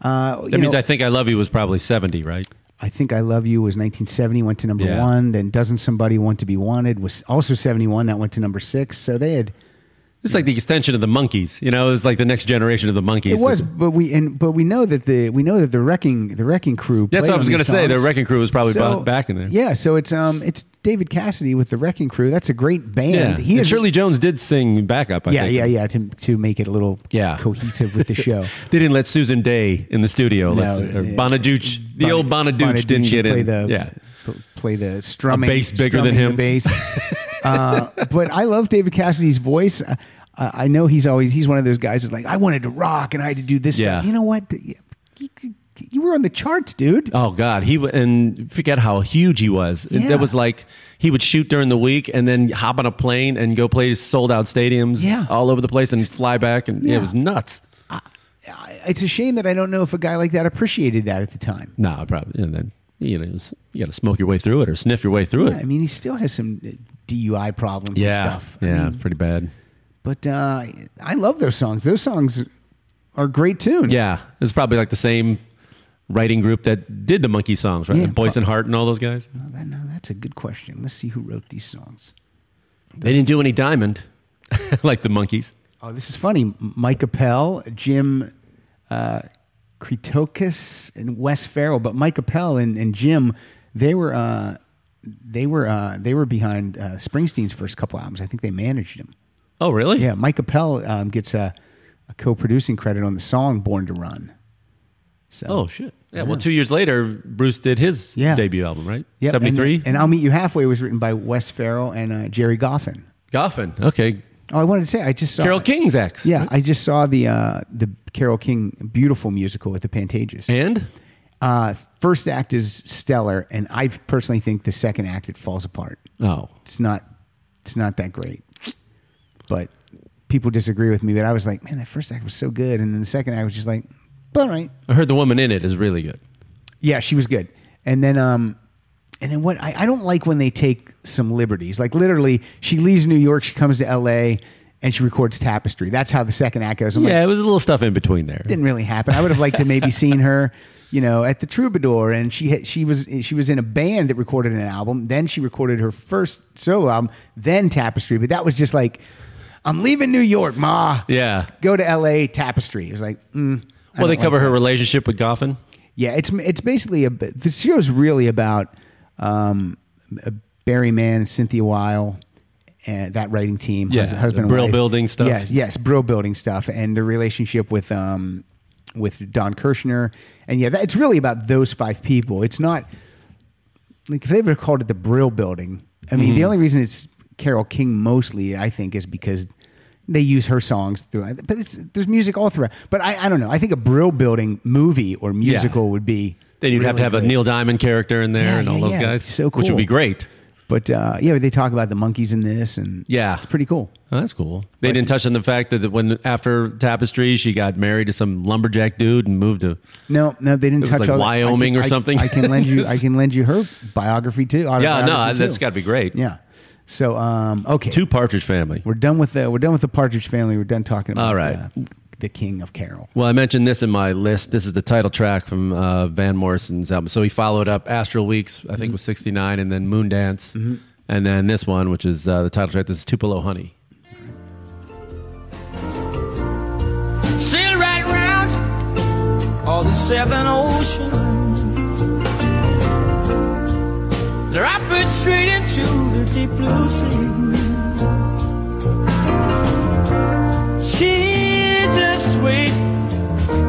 [SPEAKER 2] Uh,
[SPEAKER 3] that means I think I Love You was probably seventy, right?
[SPEAKER 2] I Think I Love You was 1970, went to number
[SPEAKER 3] Yeah.
[SPEAKER 2] one. Then Doesn't Somebody Want to Be Wanted was also 71, that went to number six. So they had,
[SPEAKER 3] It's like the extension of the Monkeys. You know, it was like the next generation of the Monkeys.
[SPEAKER 2] it was, but we, and, but we know that the, we know that the wrecking, the wrecking crew.
[SPEAKER 3] That's what
[SPEAKER 2] played
[SPEAKER 3] I
[SPEAKER 2] on
[SPEAKER 3] was going to
[SPEAKER 2] these
[SPEAKER 3] say. The
[SPEAKER 2] songs.
[SPEAKER 3] Wrecking Crew was probably
[SPEAKER 2] So,
[SPEAKER 3] ba- back in there.
[SPEAKER 2] Yeah. So it's, um, it's David Cassidy with the wrecking crew. That's a great
[SPEAKER 3] yeah.
[SPEAKER 2] band. He
[SPEAKER 3] and
[SPEAKER 2] is-
[SPEAKER 3] Shirley Jones did sing backup. I
[SPEAKER 2] yeah,
[SPEAKER 3] think.
[SPEAKER 2] yeah, yeah. To, to make it a little
[SPEAKER 3] Yeah.
[SPEAKER 2] cohesive with the show.
[SPEAKER 3] They didn't let Susan Day in the studio.
[SPEAKER 2] No,
[SPEAKER 3] Let's- or
[SPEAKER 2] yeah.
[SPEAKER 3] Bonaduce, the
[SPEAKER 2] Bon-
[SPEAKER 3] old Bonaduce,
[SPEAKER 2] Bonaduce
[SPEAKER 3] didn't get
[SPEAKER 2] play
[SPEAKER 3] in.
[SPEAKER 2] The,
[SPEAKER 3] yeah,
[SPEAKER 2] p- play the strumming.
[SPEAKER 3] A bass bigger than
[SPEAKER 2] strumming the
[SPEAKER 3] him.
[SPEAKER 2] bass. uh, but I love David Cassidy's voice. Uh, I I know he's always he's one of those guys that's like I wanted to rock and I had to do this.
[SPEAKER 3] Yeah.
[SPEAKER 2] stuff. You know what? You, you- you were on the charts, dude.
[SPEAKER 3] Oh God, he wa- and forget how huge he was. It-
[SPEAKER 2] Yeah.
[SPEAKER 3] That was like he would shoot during the week and then hop on a plane and go play sold out stadiums
[SPEAKER 2] Yeah.
[SPEAKER 3] all over the place and fly back and yeah,
[SPEAKER 2] Yeah.
[SPEAKER 3] it was nuts.
[SPEAKER 2] I- It's a shame that I don't know if a guy like that appreciated that at the time.
[SPEAKER 3] Nah, probably and then you know it was- you got to smoke your way through it or sniff your way through
[SPEAKER 2] Yeah, I
[SPEAKER 3] it.
[SPEAKER 2] mean, he still has some uh, DUI problems and
[SPEAKER 3] Yeah,
[SPEAKER 2] stuff. I
[SPEAKER 3] yeah,
[SPEAKER 2] mean,
[SPEAKER 3] pretty bad.
[SPEAKER 2] but uh, I love those songs. Those songs are great tunes.
[SPEAKER 3] Yeah, it was probably like the same writing group that did the Monkey songs, right?
[SPEAKER 2] Yeah,
[SPEAKER 3] Boyce and Hart and all those guys.
[SPEAKER 2] Now, that- now that's a good question. Let's see who wrote these songs.
[SPEAKER 3] They didn't do any Diamond like the Monkeys.
[SPEAKER 2] Oh, this is funny. M- Mike Appel, Jim uh, Kritokis, and Wes Farrell. But Mike Appel and, and Jim, they were uh, they were uh, they were behind uh, Springsteen's first couple albums. I think they managed them.
[SPEAKER 3] Oh, really?
[SPEAKER 2] Yeah, Mike Appel um, gets a, a co-producing credit on the song "Born to Run." So,
[SPEAKER 3] Oh shit. Yeah. Well, two years later, Bruce did his
[SPEAKER 2] Yeah.
[SPEAKER 3] debut album, right?
[SPEAKER 2] Yep, and-
[SPEAKER 3] Seventy three.
[SPEAKER 2] And, "I'll Meet You Halfway" was written by Wes Farrell and uh, Jerry Goffin.
[SPEAKER 3] Goffin. Okay.
[SPEAKER 2] Oh, I wanted to say I just saw
[SPEAKER 3] Carol King's ex.
[SPEAKER 2] Yeah, I just saw the uh, the Carol King beautiful musical at the Pantages.
[SPEAKER 3] And
[SPEAKER 2] Uh, first act is stellar, and I personally think the second act it falls apart.
[SPEAKER 3] oh,
[SPEAKER 2] It's not it's not that great, but people disagree with me, but I was like, man, that first act was so good, and then the second act was just like, all right.
[SPEAKER 3] I heard the woman in it is really good.
[SPEAKER 2] Yeah, she was good. And then um and then what I, I don't like when they take some liberties. Like literally, she leaves New York, she comes to LA and she records tapestry. That's how the second act goes. I'm
[SPEAKER 3] yeah,
[SPEAKER 2] like,
[SPEAKER 3] it was a little stuff in between there.
[SPEAKER 2] didn't really happen. I would have liked to maybe seen her, you know, at the Troubadour, and she had, she was she was in a band that recorded an album. Then she recorded her first solo album, then Tapestry. But that was just like, I'm leaving New York, ma.
[SPEAKER 3] Yeah.
[SPEAKER 2] Go to L.A. Tapestry. It was like, mm, I
[SPEAKER 3] Well, they
[SPEAKER 2] don't
[SPEAKER 3] cover
[SPEAKER 2] like
[SPEAKER 3] her
[SPEAKER 2] that.
[SPEAKER 3] relationship with Goffin.
[SPEAKER 2] Yeah, it's it's basically a the show's really about um, Barry Mann, Cynthia Weil, and that writing team.
[SPEAKER 3] Yeah,
[SPEAKER 2] hus- husband, and
[SPEAKER 3] the Brill
[SPEAKER 2] wife.
[SPEAKER 3] building stuff.
[SPEAKER 2] Yes, yes, Brill building stuff, and the relationship with um, with Don Kirshner, and yeah, that, it's really about those five people. It's not like if they ever called it the Brill building. I mean,
[SPEAKER 3] Mm-hmm.
[SPEAKER 2] the
[SPEAKER 12] Mhm.
[SPEAKER 2] only reason it's Carol King mostly, I think, is because they use her songs throughout. But it's, there's music all throughout. But I, I don't know. I think a Brill building movie or musical would be.
[SPEAKER 3] Then you'd have
[SPEAKER 2] really
[SPEAKER 3] to have a
[SPEAKER 2] good.
[SPEAKER 3] Neil Diamond character in there
[SPEAKER 2] Yeah,
[SPEAKER 3] and all
[SPEAKER 2] yeah,
[SPEAKER 3] those
[SPEAKER 2] yeah.
[SPEAKER 3] guys,
[SPEAKER 2] So
[SPEAKER 3] which would
[SPEAKER 2] cool.
[SPEAKER 3] be great.
[SPEAKER 2] But uh, yeah, they talk about the monkeys in this, and
[SPEAKER 3] Yeah, it's
[SPEAKER 2] pretty cool.
[SPEAKER 3] Oh, that's cool. They didn't touch on the fact that when after Tapestry, she got married to some lumberjack dude and moved to.
[SPEAKER 2] no, no, they didn't
[SPEAKER 3] It was
[SPEAKER 2] touch
[SPEAKER 3] like
[SPEAKER 2] all that.
[SPEAKER 3] Wyoming
[SPEAKER 2] I
[SPEAKER 3] or
[SPEAKER 2] I-
[SPEAKER 3] something.
[SPEAKER 2] I can lend you. I can lend you her biography too.
[SPEAKER 3] Yeah, no,
[SPEAKER 2] autobiography,
[SPEAKER 3] that's
[SPEAKER 2] too.
[SPEAKER 3] got to be great.
[SPEAKER 2] Yeah. So um, okay,
[SPEAKER 3] two Partridge Family.
[SPEAKER 2] We're done with the. We're done with the Partridge Family. We're done talking about
[SPEAKER 3] All right.
[SPEAKER 2] the, the King of Carol.
[SPEAKER 3] Well, I mentioned this in my list. This is the title track from uh, Van Morrison's album. So he followed up Astral Weeks, I think was 69, and then Moon Dance,
[SPEAKER 2] Mhm.
[SPEAKER 3] and then this one, which is uh, the title track. This is Tupelo Honey.
[SPEAKER 11] sail right round all the seven oceans. Drop it straight into the deep blue sea. She just sweet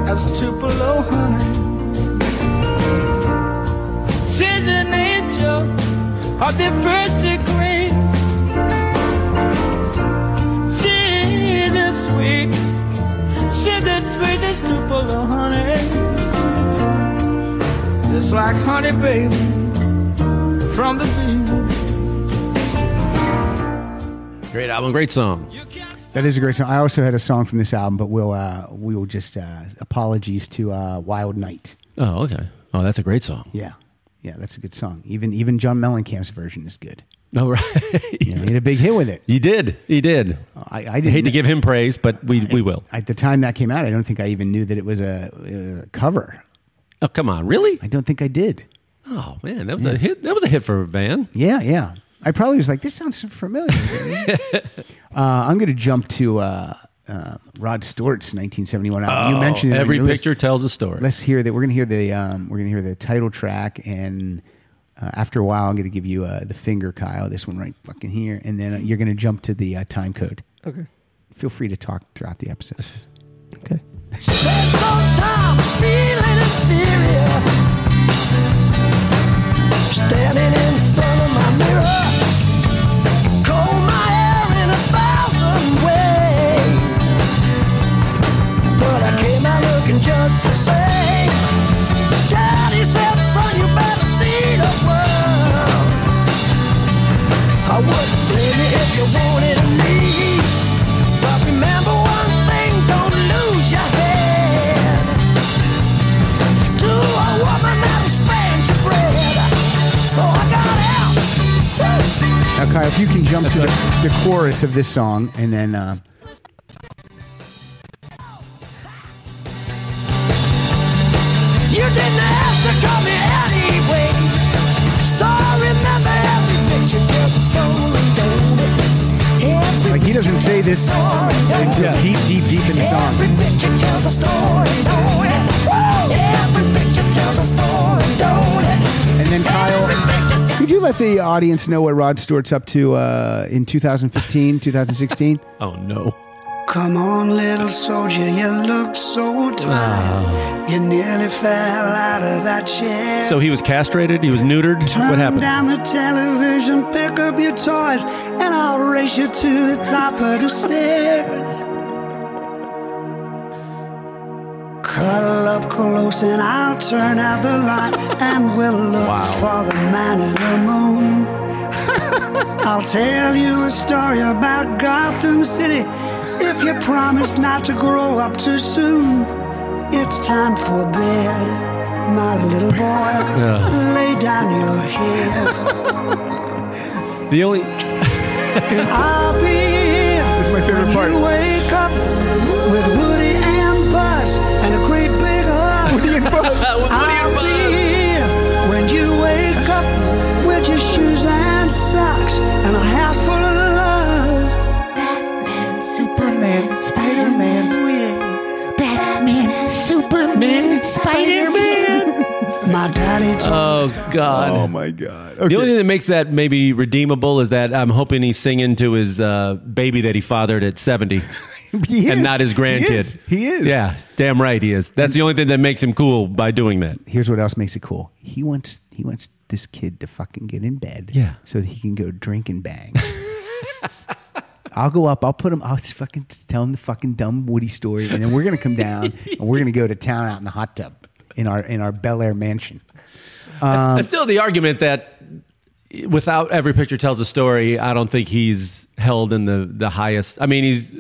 [SPEAKER 11] as Tupelo honey. She's an angel of the first degree. She's the sweet Said that with this Tupelo honey Just like honey baby From the bee
[SPEAKER 3] Great album, great song.
[SPEAKER 2] That is a great song. I also had a song from this album, but we'll uh, we will just uh, apologies to uh, Wild Night.
[SPEAKER 3] Oh, okay. Oh, that's a great song.
[SPEAKER 2] Yeah, yeah, that's a good song. Even even John Mellencamp's version is good.
[SPEAKER 3] Oh, right.
[SPEAKER 2] You know, he had a big hit with it.
[SPEAKER 3] He did. He did.
[SPEAKER 2] I, I didn't
[SPEAKER 3] hate to give him praise, but we, we will.
[SPEAKER 2] At the time that came out, I don't think I even knew that it was a, a cover.
[SPEAKER 3] Oh, come on. Really?
[SPEAKER 2] I don't think I did.
[SPEAKER 3] Oh, man. That was
[SPEAKER 2] Yeah.
[SPEAKER 3] a hit. That was a hit for Van.
[SPEAKER 2] Yeah, yeah. I probably was like, this sounds familiar. uh, I'm going to jump to uh, uh, Rod Stewart's 1971 album. you
[SPEAKER 3] Oh,
[SPEAKER 2] mentioned it in
[SPEAKER 3] every
[SPEAKER 2] your list.
[SPEAKER 3] picture tells a story.
[SPEAKER 2] Let's hear that. We're going to hear the um, we're going to hear the title track, and uh, after a while, I'm going to give you uh, the finger, Kyle. This one right fucking here, and then uh, you're going to jump to the uh, time code.
[SPEAKER 4] Okay.
[SPEAKER 2] Feel free to talk throughout the episode.
[SPEAKER 6] I'm feeling inferior. Standing in front of my mirror, comb my hair in a thousand ways. But I came out looking just the same. Daddy said, "Son, you better see the world." I wouldn't blame you if you wanted me. But remember one thing, don't lose your head. To a woman that'll spend your bread. So I got out.
[SPEAKER 2] Now, Kyle, if you can jump to the, the chorus of this song, and then uh,
[SPEAKER 6] You didn't have to come here anyway. So remember every picture tells a story, don't it? Every
[SPEAKER 2] like he doesn't say this until deep, deep, deep in the song.
[SPEAKER 6] Every picture tells a story, don't it? Woo! Every picture tells a story, don't it?
[SPEAKER 2] And then Kyle, could you let the audience know what Rod Stewart's up to uh, in 2015, 2016?
[SPEAKER 3] Oh, no.
[SPEAKER 13] Come on, little soldier, you look so tired. You nearly fell out of that chair.
[SPEAKER 3] So he was castrated. He was neutered. What
[SPEAKER 13] Turn
[SPEAKER 3] happened?
[SPEAKER 13] down the television, pick up your toys, and I'll race you to the top of the stairs. Cuddle up close, and I'll turn out the light, and we'll look for the man in the moon. I'll tell you a story about Gotham City If you promise not to grow up too soon, it's time for bed, my little boy.
[SPEAKER 3] Yeah.
[SPEAKER 13] Lay down your head.
[SPEAKER 3] The only
[SPEAKER 13] and I'll be here. That's
[SPEAKER 2] my favorite
[SPEAKER 13] when
[SPEAKER 2] part.
[SPEAKER 13] You wake up with Woody and Buzz and a great big hug. Woody and Buzz. I'll be here when you wake up with your shoes and socks and a house full of love. Batman, Superman, Spider-Man. Oh yeah. Batman, Superman, Spider-Man. My daddy told
[SPEAKER 3] Oh God!
[SPEAKER 2] Oh my God!
[SPEAKER 3] The only thing that makes that maybe redeemable is that I'm hoping he's singing to his uh, baby that he fathered at 70,
[SPEAKER 2] He is.
[SPEAKER 3] and not his
[SPEAKER 2] He
[SPEAKER 3] grandkid.
[SPEAKER 2] is. He is.
[SPEAKER 3] Yeah, damn right he is. That's the only thing that makes him cool by doing that.
[SPEAKER 2] Here's what else makes it cool. He wants he wants this kid to fucking get in bed.
[SPEAKER 3] Yeah.
[SPEAKER 2] So that he can go drink and bang. I'll go up. I'll put him. I'll just fucking tell him the fucking dumb Woody story, and then we're gonna come down and we're gonna go to town out in the hot tub in our in our Bel Air mansion. Um,
[SPEAKER 3] That's still the argument that without every picture tells a story, I don't think he's held in the the highest. I mean, he's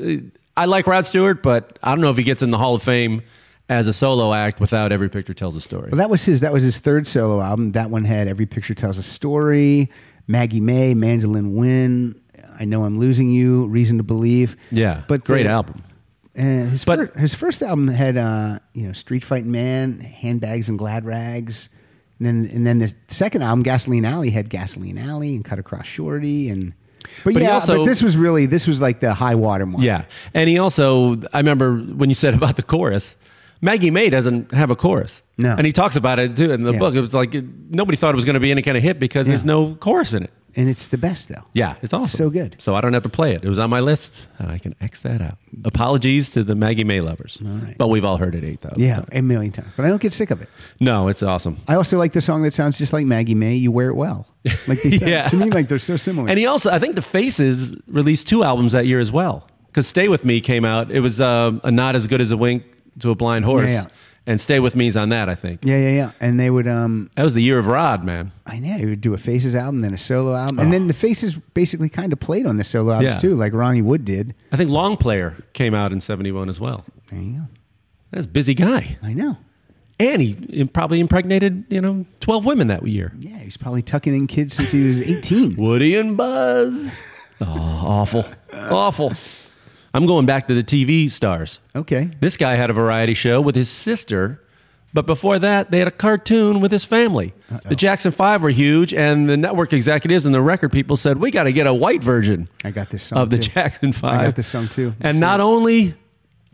[SPEAKER 3] I like Rod Stewart, but I don't know if he gets in the Hall of Fame as a solo act without every picture tells a story.
[SPEAKER 2] Well, that was his. That was his third solo album. That one had "Every Picture Tells a Story," "Maggie May," "Mandolin Win," "I Know I'm Losing You," "Reason to Believe."
[SPEAKER 3] Yeah,
[SPEAKER 2] but
[SPEAKER 3] great
[SPEAKER 2] the-
[SPEAKER 3] album.
[SPEAKER 2] And his fir- his first album had uh, you know "Street Fighting Man," "Handbags and Glad Rags," and then and then the second album, "Gasoline Alley," had "Gasoline Alley" and "Cut Across Shorty," and but,
[SPEAKER 3] But he
[SPEAKER 2] yeah,
[SPEAKER 3] also-
[SPEAKER 2] but this was really this was like the high water mark.
[SPEAKER 3] Yeah. And he also, I remember when you said about the chorus, Maggie May doesn't have a chorus.
[SPEAKER 2] No.
[SPEAKER 3] And he talks about it too in the
[SPEAKER 2] Yeah.
[SPEAKER 3] book. It was like it, nobody thought it was going to be any kind of hit because there's
[SPEAKER 2] Yeah.
[SPEAKER 3] no chorus in it.
[SPEAKER 2] and it's the best though.
[SPEAKER 3] Yeah, it's awesome.
[SPEAKER 2] So good.
[SPEAKER 3] So I don't have to play it. It was on my list, and I can X that out. Apologies to the Maggie May lovers, but we've all heard it eight thousand.
[SPEAKER 2] Yeah,
[SPEAKER 3] times.
[SPEAKER 2] a million times, but I don't get sick of it.
[SPEAKER 3] No, it's awesome.
[SPEAKER 2] I also like the song that sounds just like Maggie May. You wear it well. Like they sound,
[SPEAKER 3] Yeah.
[SPEAKER 2] to me, like they're so similar.
[SPEAKER 3] And he also, I think the Faces released two albums that year as well. Because Stay With Me came out. It was uh, a not as good as a wink to a blind horse.
[SPEAKER 2] Yeah, yeah.
[SPEAKER 3] And Stay With Me's on that, I think.
[SPEAKER 2] yeah, yeah, yeah. And they would, um,
[SPEAKER 3] That was the year of Rod, man.
[SPEAKER 2] I know, he would do a Faces album, then a solo album, and then the Faces basically kind of played on the solo albums
[SPEAKER 3] Oh. Yeah.
[SPEAKER 2] too, like Ronnie Wood did.
[SPEAKER 3] I think Long Player came out in 71 as well.
[SPEAKER 2] There you go.
[SPEAKER 3] That's a busy guy.
[SPEAKER 2] I know.
[SPEAKER 3] And he probably impregnated, you know, 12 women that year.
[SPEAKER 2] Yeah, he's probably tucking in kids since he was eighteen.
[SPEAKER 3] Woody and Buzz. Oh, awful. awful. I'm going back to the TV stars.
[SPEAKER 2] Okay.
[SPEAKER 3] This guy had a variety show with his sister, but before that, they had a cartoon with his family. The Jackson Five were huge, and the network executives and the record people said, We got to get a white version
[SPEAKER 2] I got this song
[SPEAKER 3] of the
[SPEAKER 2] too.
[SPEAKER 3] Jackson Five.
[SPEAKER 2] Oh, I got this song too.
[SPEAKER 3] And not only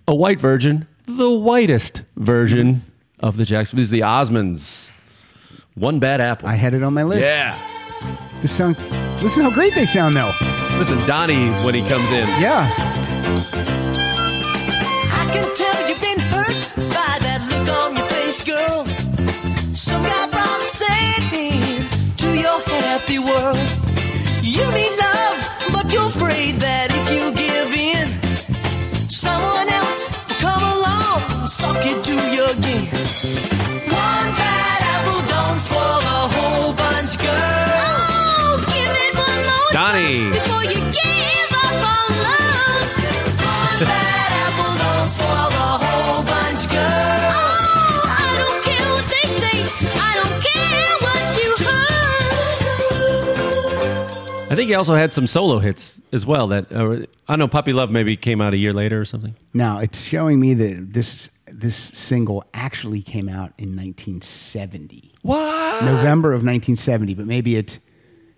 [SPEAKER 3] a white version, the whitest version of the Jackson. This is the Osmonds. One bad apple.
[SPEAKER 2] I had it on my list.
[SPEAKER 3] yeah.
[SPEAKER 2] This song. Listen how great they sound though.
[SPEAKER 3] Listen, Donnie, when he comes in.
[SPEAKER 2] Yeah.
[SPEAKER 12] I can tell you've been hurt by that look on your face, girl. Some guy brought Satan to your happy world. You need love, but you're afraid that if you give in, someone else will come along and suck it to you again. One bad apple don't spoil the whole bunch, girl.
[SPEAKER 9] Oh, give it one more
[SPEAKER 3] Donnie.
[SPEAKER 9] time before you give up on love.
[SPEAKER 12] One bad apple don't spoil the whole bunch, girl.
[SPEAKER 9] Oh, I don't care what they say. I don't care what you heard.
[SPEAKER 3] I think he also had some solo hits as well. That uh, I know, Puppy Love maybe came out a year later or something.
[SPEAKER 2] Now it's showing me that this this single actually came out in 1970.
[SPEAKER 3] What?
[SPEAKER 2] November of 1970, but maybe it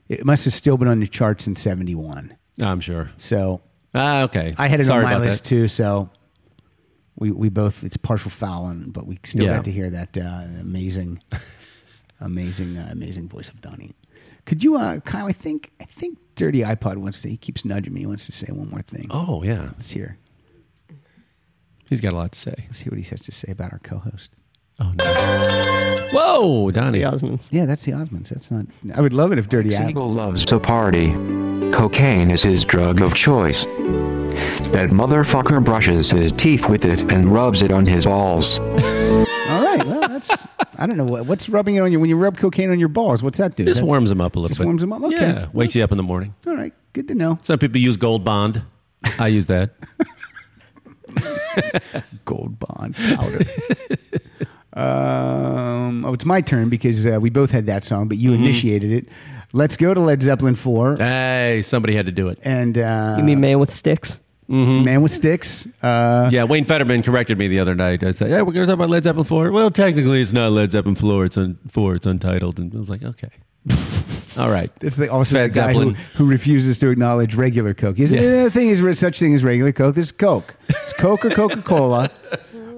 [SPEAKER 2] it must have still been on the charts in 71.
[SPEAKER 3] I'm sure.
[SPEAKER 2] So
[SPEAKER 3] Ah, okay.
[SPEAKER 2] I had it
[SPEAKER 3] Sorry
[SPEAKER 2] on my
[SPEAKER 3] about
[SPEAKER 2] list
[SPEAKER 3] that.
[SPEAKER 2] too. So we we both it's partial fouling, but we still
[SPEAKER 3] Yeah.
[SPEAKER 2] got to hear that uh, amazing, amazing, uh, amazing voice of Donnie. Could you, uh, Kyle? I think I think Dirty iPod wants to. He keeps nudging me. He wants to say one more thing.
[SPEAKER 3] Oh yeah,
[SPEAKER 2] Let's hear.
[SPEAKER 3] he's got a lot to say.
[SPEAKER 2] Let's hear what he has to say about our co-host.
[SPEAKER 3] Whoa, Donnie.
[SPEAKER 4] The Osmonds.
[SPEAKER 2] Oh, Yeah, that's the Osmonds. That's not. I would love it if Dirty iPod.
[SPEAKER 5] Siegel loves to party. Cocaine is his drug of choice. That motherfucker brushes his teeth with it and rubs it on his balls.
[SPEAKER 2] All right. Well, that's. I don't know what, what's rubbing it on you when you rub cocaine on your balls. What's that do?
[SPEAKER 3] Just
[SPEAKER 2] That's-
[SPEAKER 3] warms him up a little
[SPEAKER 2] just
[SPEAKER 3] bit.
[SPEAKER 2] warms him up? Okay.
[SPEAKER 3] Yeah, wakes you up in the morning.
[SPEAKER 2] All right. Good to know.
[SPEAKER 3] Some people use Gold Bond. I use that.
[SPEAKER 2] Gold Bond powder. um, oh, it's my turn because uh, we both had that song, but you
[SPEAKER 3] Mm-hmm.
[SPEAKER 2] initiated it. Let's go to Led Zeppelin 4.
[SPEAKER 3] Hey, somebody had to do it.
[SPEAKER 2] And uh,
[SPEAKER 3] You mean
[SPEAKER 2] Man with Sticks? Man with Sticks. Uh,
[SPEAKER 3] yeah, Wayne Fetterman corrected me the other night. I said, "Yeah, we're going to talk about Led Zeppelin 4. Well, technically, it's not Led Zeppelin 4. It's un- 4. It's untitled." And I was like, "Okay, all right."
[SPEAKER 2] It's the, also
[SPEAKER 3] Led
[SPEAKER 2] the guy who,
[SPEAKER 3] Zeppelin.
[SPEAKER 2] who refuses to acknowledge regular Coke. He said,
[SPEAKER 3] Yeah.
[SPEAKER 2] "Another thing is re- such thing as regular Coke. There's Coke. It's Coke or Coca Cola."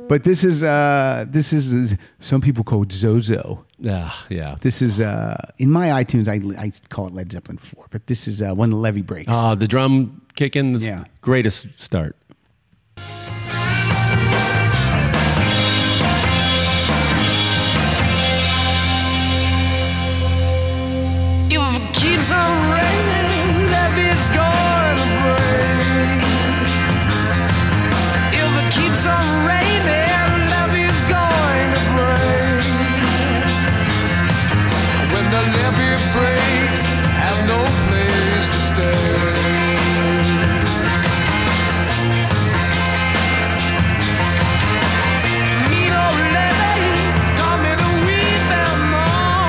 [SPEAKER 2] But this is uh, this is, is- some people call it Zozo.
[SPEAKER 3] Ah, yeah.
[SPEAKER 2] This is uh, in my iTunes. I, I call it Led Zeppelin Four, but this is uh, when the levee breaks.
[SPEAKER 3] Ah, the drum kicking. This
[SPEAKER 2] Yeah.
[SPEAKER 3] greatest start.
[SPEAKER 6] If it keeps on raining, levee's gonna break. If it keeps on raining, levee's going to break. When the levee breaks, have no place to stay. Need no levee, come in a wee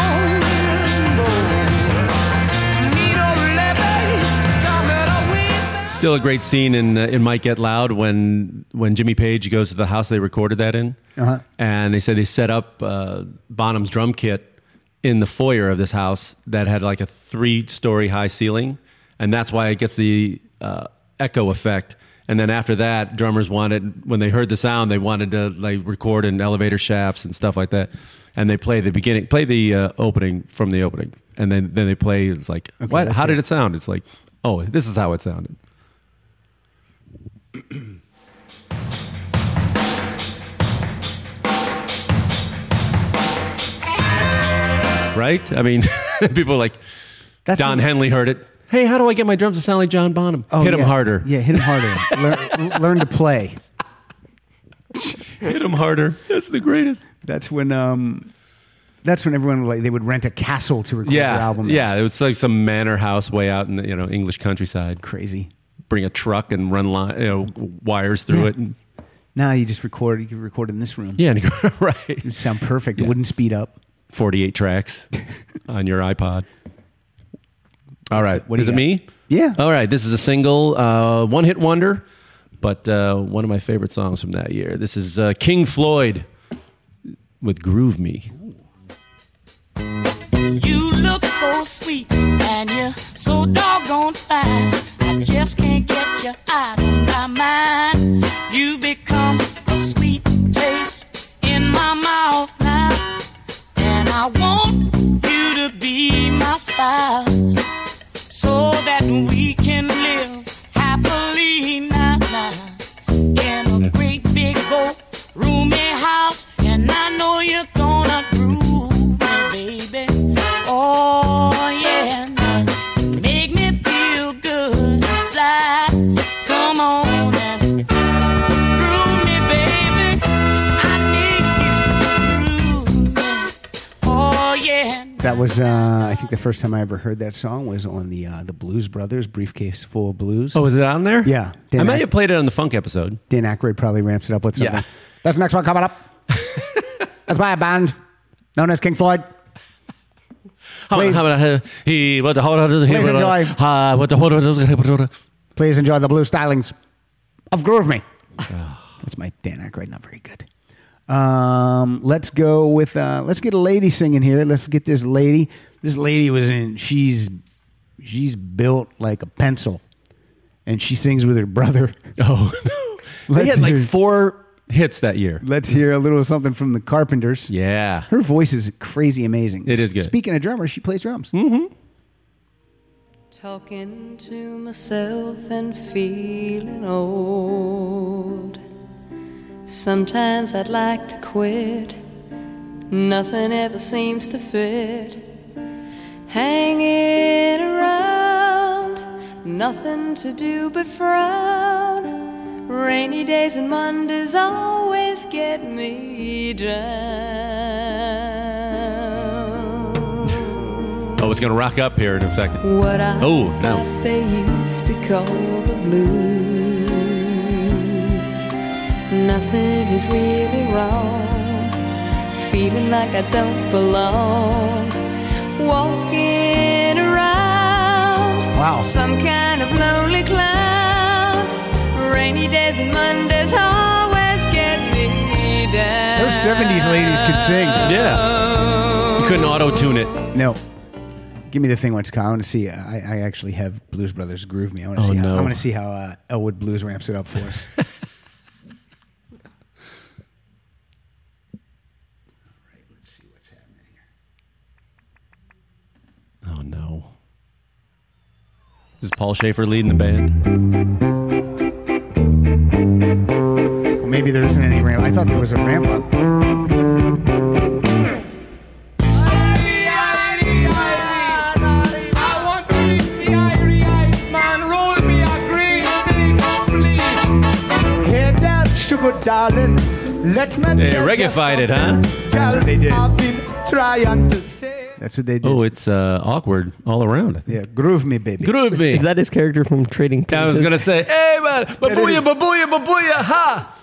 [SPEAKER 3] Still a great scene in uh, in Might Get Loud when when Jimmy Page goes to the house they recorded that in,
[SPEAKER 2] Uh-huh.
[SPEAKER 3] and they said they set up uh, Bonham's drum kit in the foyer of this house that had like a three story high ceiling, and that's why it gets the uh, echo effect. And then after that, drummers wanted when they heard the sound, they wanted to like record in elevator shafts and stuff like that, and they play the beginning, play the uh, opening from the opening, and then then they play it's like what?
[SPEAKER 2] let's
[SPEAKER 3] How
[SPEAKER 2] hear
[SPEAKER 3] did it sound? It's like oh, this is how it sounded. right? I mean, people are like Don Henley heard it. Hey, how do I get my drums to sound like John Bonham? hit him
[SPEAKER 2] Oh, yeah.
[SPEAKER 3] harder.
[SPEAKER 2] Yeah, hit him harder. learn, learn to play.
[SPEAKER 3] Hit him harder. That's the greatest.
[SPEAKER 2] That's when um, that's when everyone like they would rent a castle to record
[SPEAKER 3] Yeah,
[SPEAKER 2] their album. in.
[SPEAKER 3] yeah. It was like some manor house way out in the you know English countryside.
[SPEAKER 2] Crazy.
[SPEAKER 3] Bring a truck and run line, you know, wires through it. And,
[SPEAKER 2] Now you just record. You can record in this room.
[SPEAKER 3] yeah, and you go, right.
[SPEAKER 2] It'd sound perfect. It wouldn't speed up.
[SPEAKER 3] Forty-eight tracks on your iPod. All right.
[SPEAKER 2] What do
[SPEAKER 3] is
[SPEAKER 2] you
[SPEAKER 3] it me?
[SPEAKER 2] got? Yeah.
[SPEAKER 3] All right. This is a single, uh, one hit wonder, but uh, one of my favorite songs from that year. This is uh, King Floyd with Groove Me.
[SPEAKER 14] You look so sweet and you're so doggone fine. I just can't get you out of my mind. You become a sweet taste in my mouth now. And I want you to be my spouse so that we can live happily now. now in a great big old roomy house, and I know you're gonna groove, me, baby. Oh yeah, now you make me feel good inside. Come on and groove me, baby. I need you, groove me. Oh yeah.
[SPEAKER 2] That was, uh, I think, the first time I ever heard that song was on the uh, the Blues Brothers briefcase full of blues.
[SPEAKER 3] Oh, is it on there?
[SPEAKER 2] Yeah,
[SPEAKER 3] I
[SPEAKER 2] Dan,
[SPEAKER 3] might
[SPEAKER 2] Ack-
[SPEAKER 3] have played it on the funk episode.
[SPEAKER 2] Dan Aykroyd probably ramps it up with something.
[SPEAKER 3] Yeah.
[SPEAKER 2] That's the next one coming up. That's by a band known as King Floyd.
[SPEAKER 3] How about-
[SPEAKER 2] Please.
[SPEAKER 3] how about, uh, he- what the- how about-
[SPEAKER 2] Please enjoy.
[SPEAKER 3] uh, what the- what uh, the-
[SPEAKER 2] Please enjoy the blue stylings of Groove Me. That's my Dan Aykroyd, not very good. Um, let's go with uh, let's get a lady singing here. Let's get this lady. This lady was in. She's she's built like a pencil, and she sings with her brother.
[SPEAKER 3] Oh, They
[SPEAKER 2] let's
[SPEAKER 3] had like
[SPEAKER 2] hear,
[SPEAKER 3] four hits that year.
[SPEAKER 2] let's hear a little something from the Carpenters.
[SPEAKER 3] Yeah.
[SPEAKER 2] Her voice is crazy amazing.
[SPEAKER 3] It is good. Hmm.
[SPEAKER 2] Speaking of drummers, she plays drums. Mm-hmm.
[SPEAKER 9] Talking to myself and feeling old. Sometimes I'd like to quit. Nothing ever seems to fit. Hanging around, nothing to do but frown. Rainy days and Mondays always get me drowned.
[SPEAKER 3] Oh, it's gonna rock up here in a second.
[SPEAKER 9] What I
[SPEAKER 3] oh, no.
[SPEAKER 9] that they used to call the blues. nothing is really wrong. Feeling like I don't belong. Walking around.
[SPEAKER 2] Wow.
[SPEAKER 9] Some kind of lonely clown. Rainy days and Mondays always get me down.
[SPEAKER 2] Those 70s ladies could sing.
[SPEAKER 3] Yeah. You couldn't auto tune it.
[SPEAKER 2] No. Give me the thing once, Kyle. I want to see. uh, I, I actually have Blues Brothers groove me. I want to
[SPEAKER 3] Oh,
[SPEAKER 2] see. How,
[SPEAKER 3] no.
[SPEAKER 2] I want to see how uh, Elwood Blues ramps it up for us. All right, let's see what's happening.
[SPEAKER 3] Oh no. Is Paul Schaefer leading the band?
[SPEAKER 2] Well, maybe there isn't any ramp. I thought there was a ramp up.
[SPEAKER 15] Head down, sugar darling. Let me
[SPEAKER 3] They
[SPEAKER 15] tell you
[SPEAKER 3] reggae-fied it, huh?
[SPEAKER 15] something. Girl,
[SPEAKER 2] they did.
[SPEAKER 15] I've been trying to say.
[SPEAKER 2] That's what they
[SPEAKER 3] do. Oh, it's uh, awkward all around.
[SPEAKER 2] Yeah, groove me, baby.
[SPEAKER 3] Groove me.
[SPEAKER 4] Is that his character from Trading
[SPEAKER 3] I
[SPEAKER 4] Places?
[SPEAKER 3] was gonna say, hey man, babuya,
[SPEAKER 2] is.
[SPEAKER 3] babuya, babuya, ha!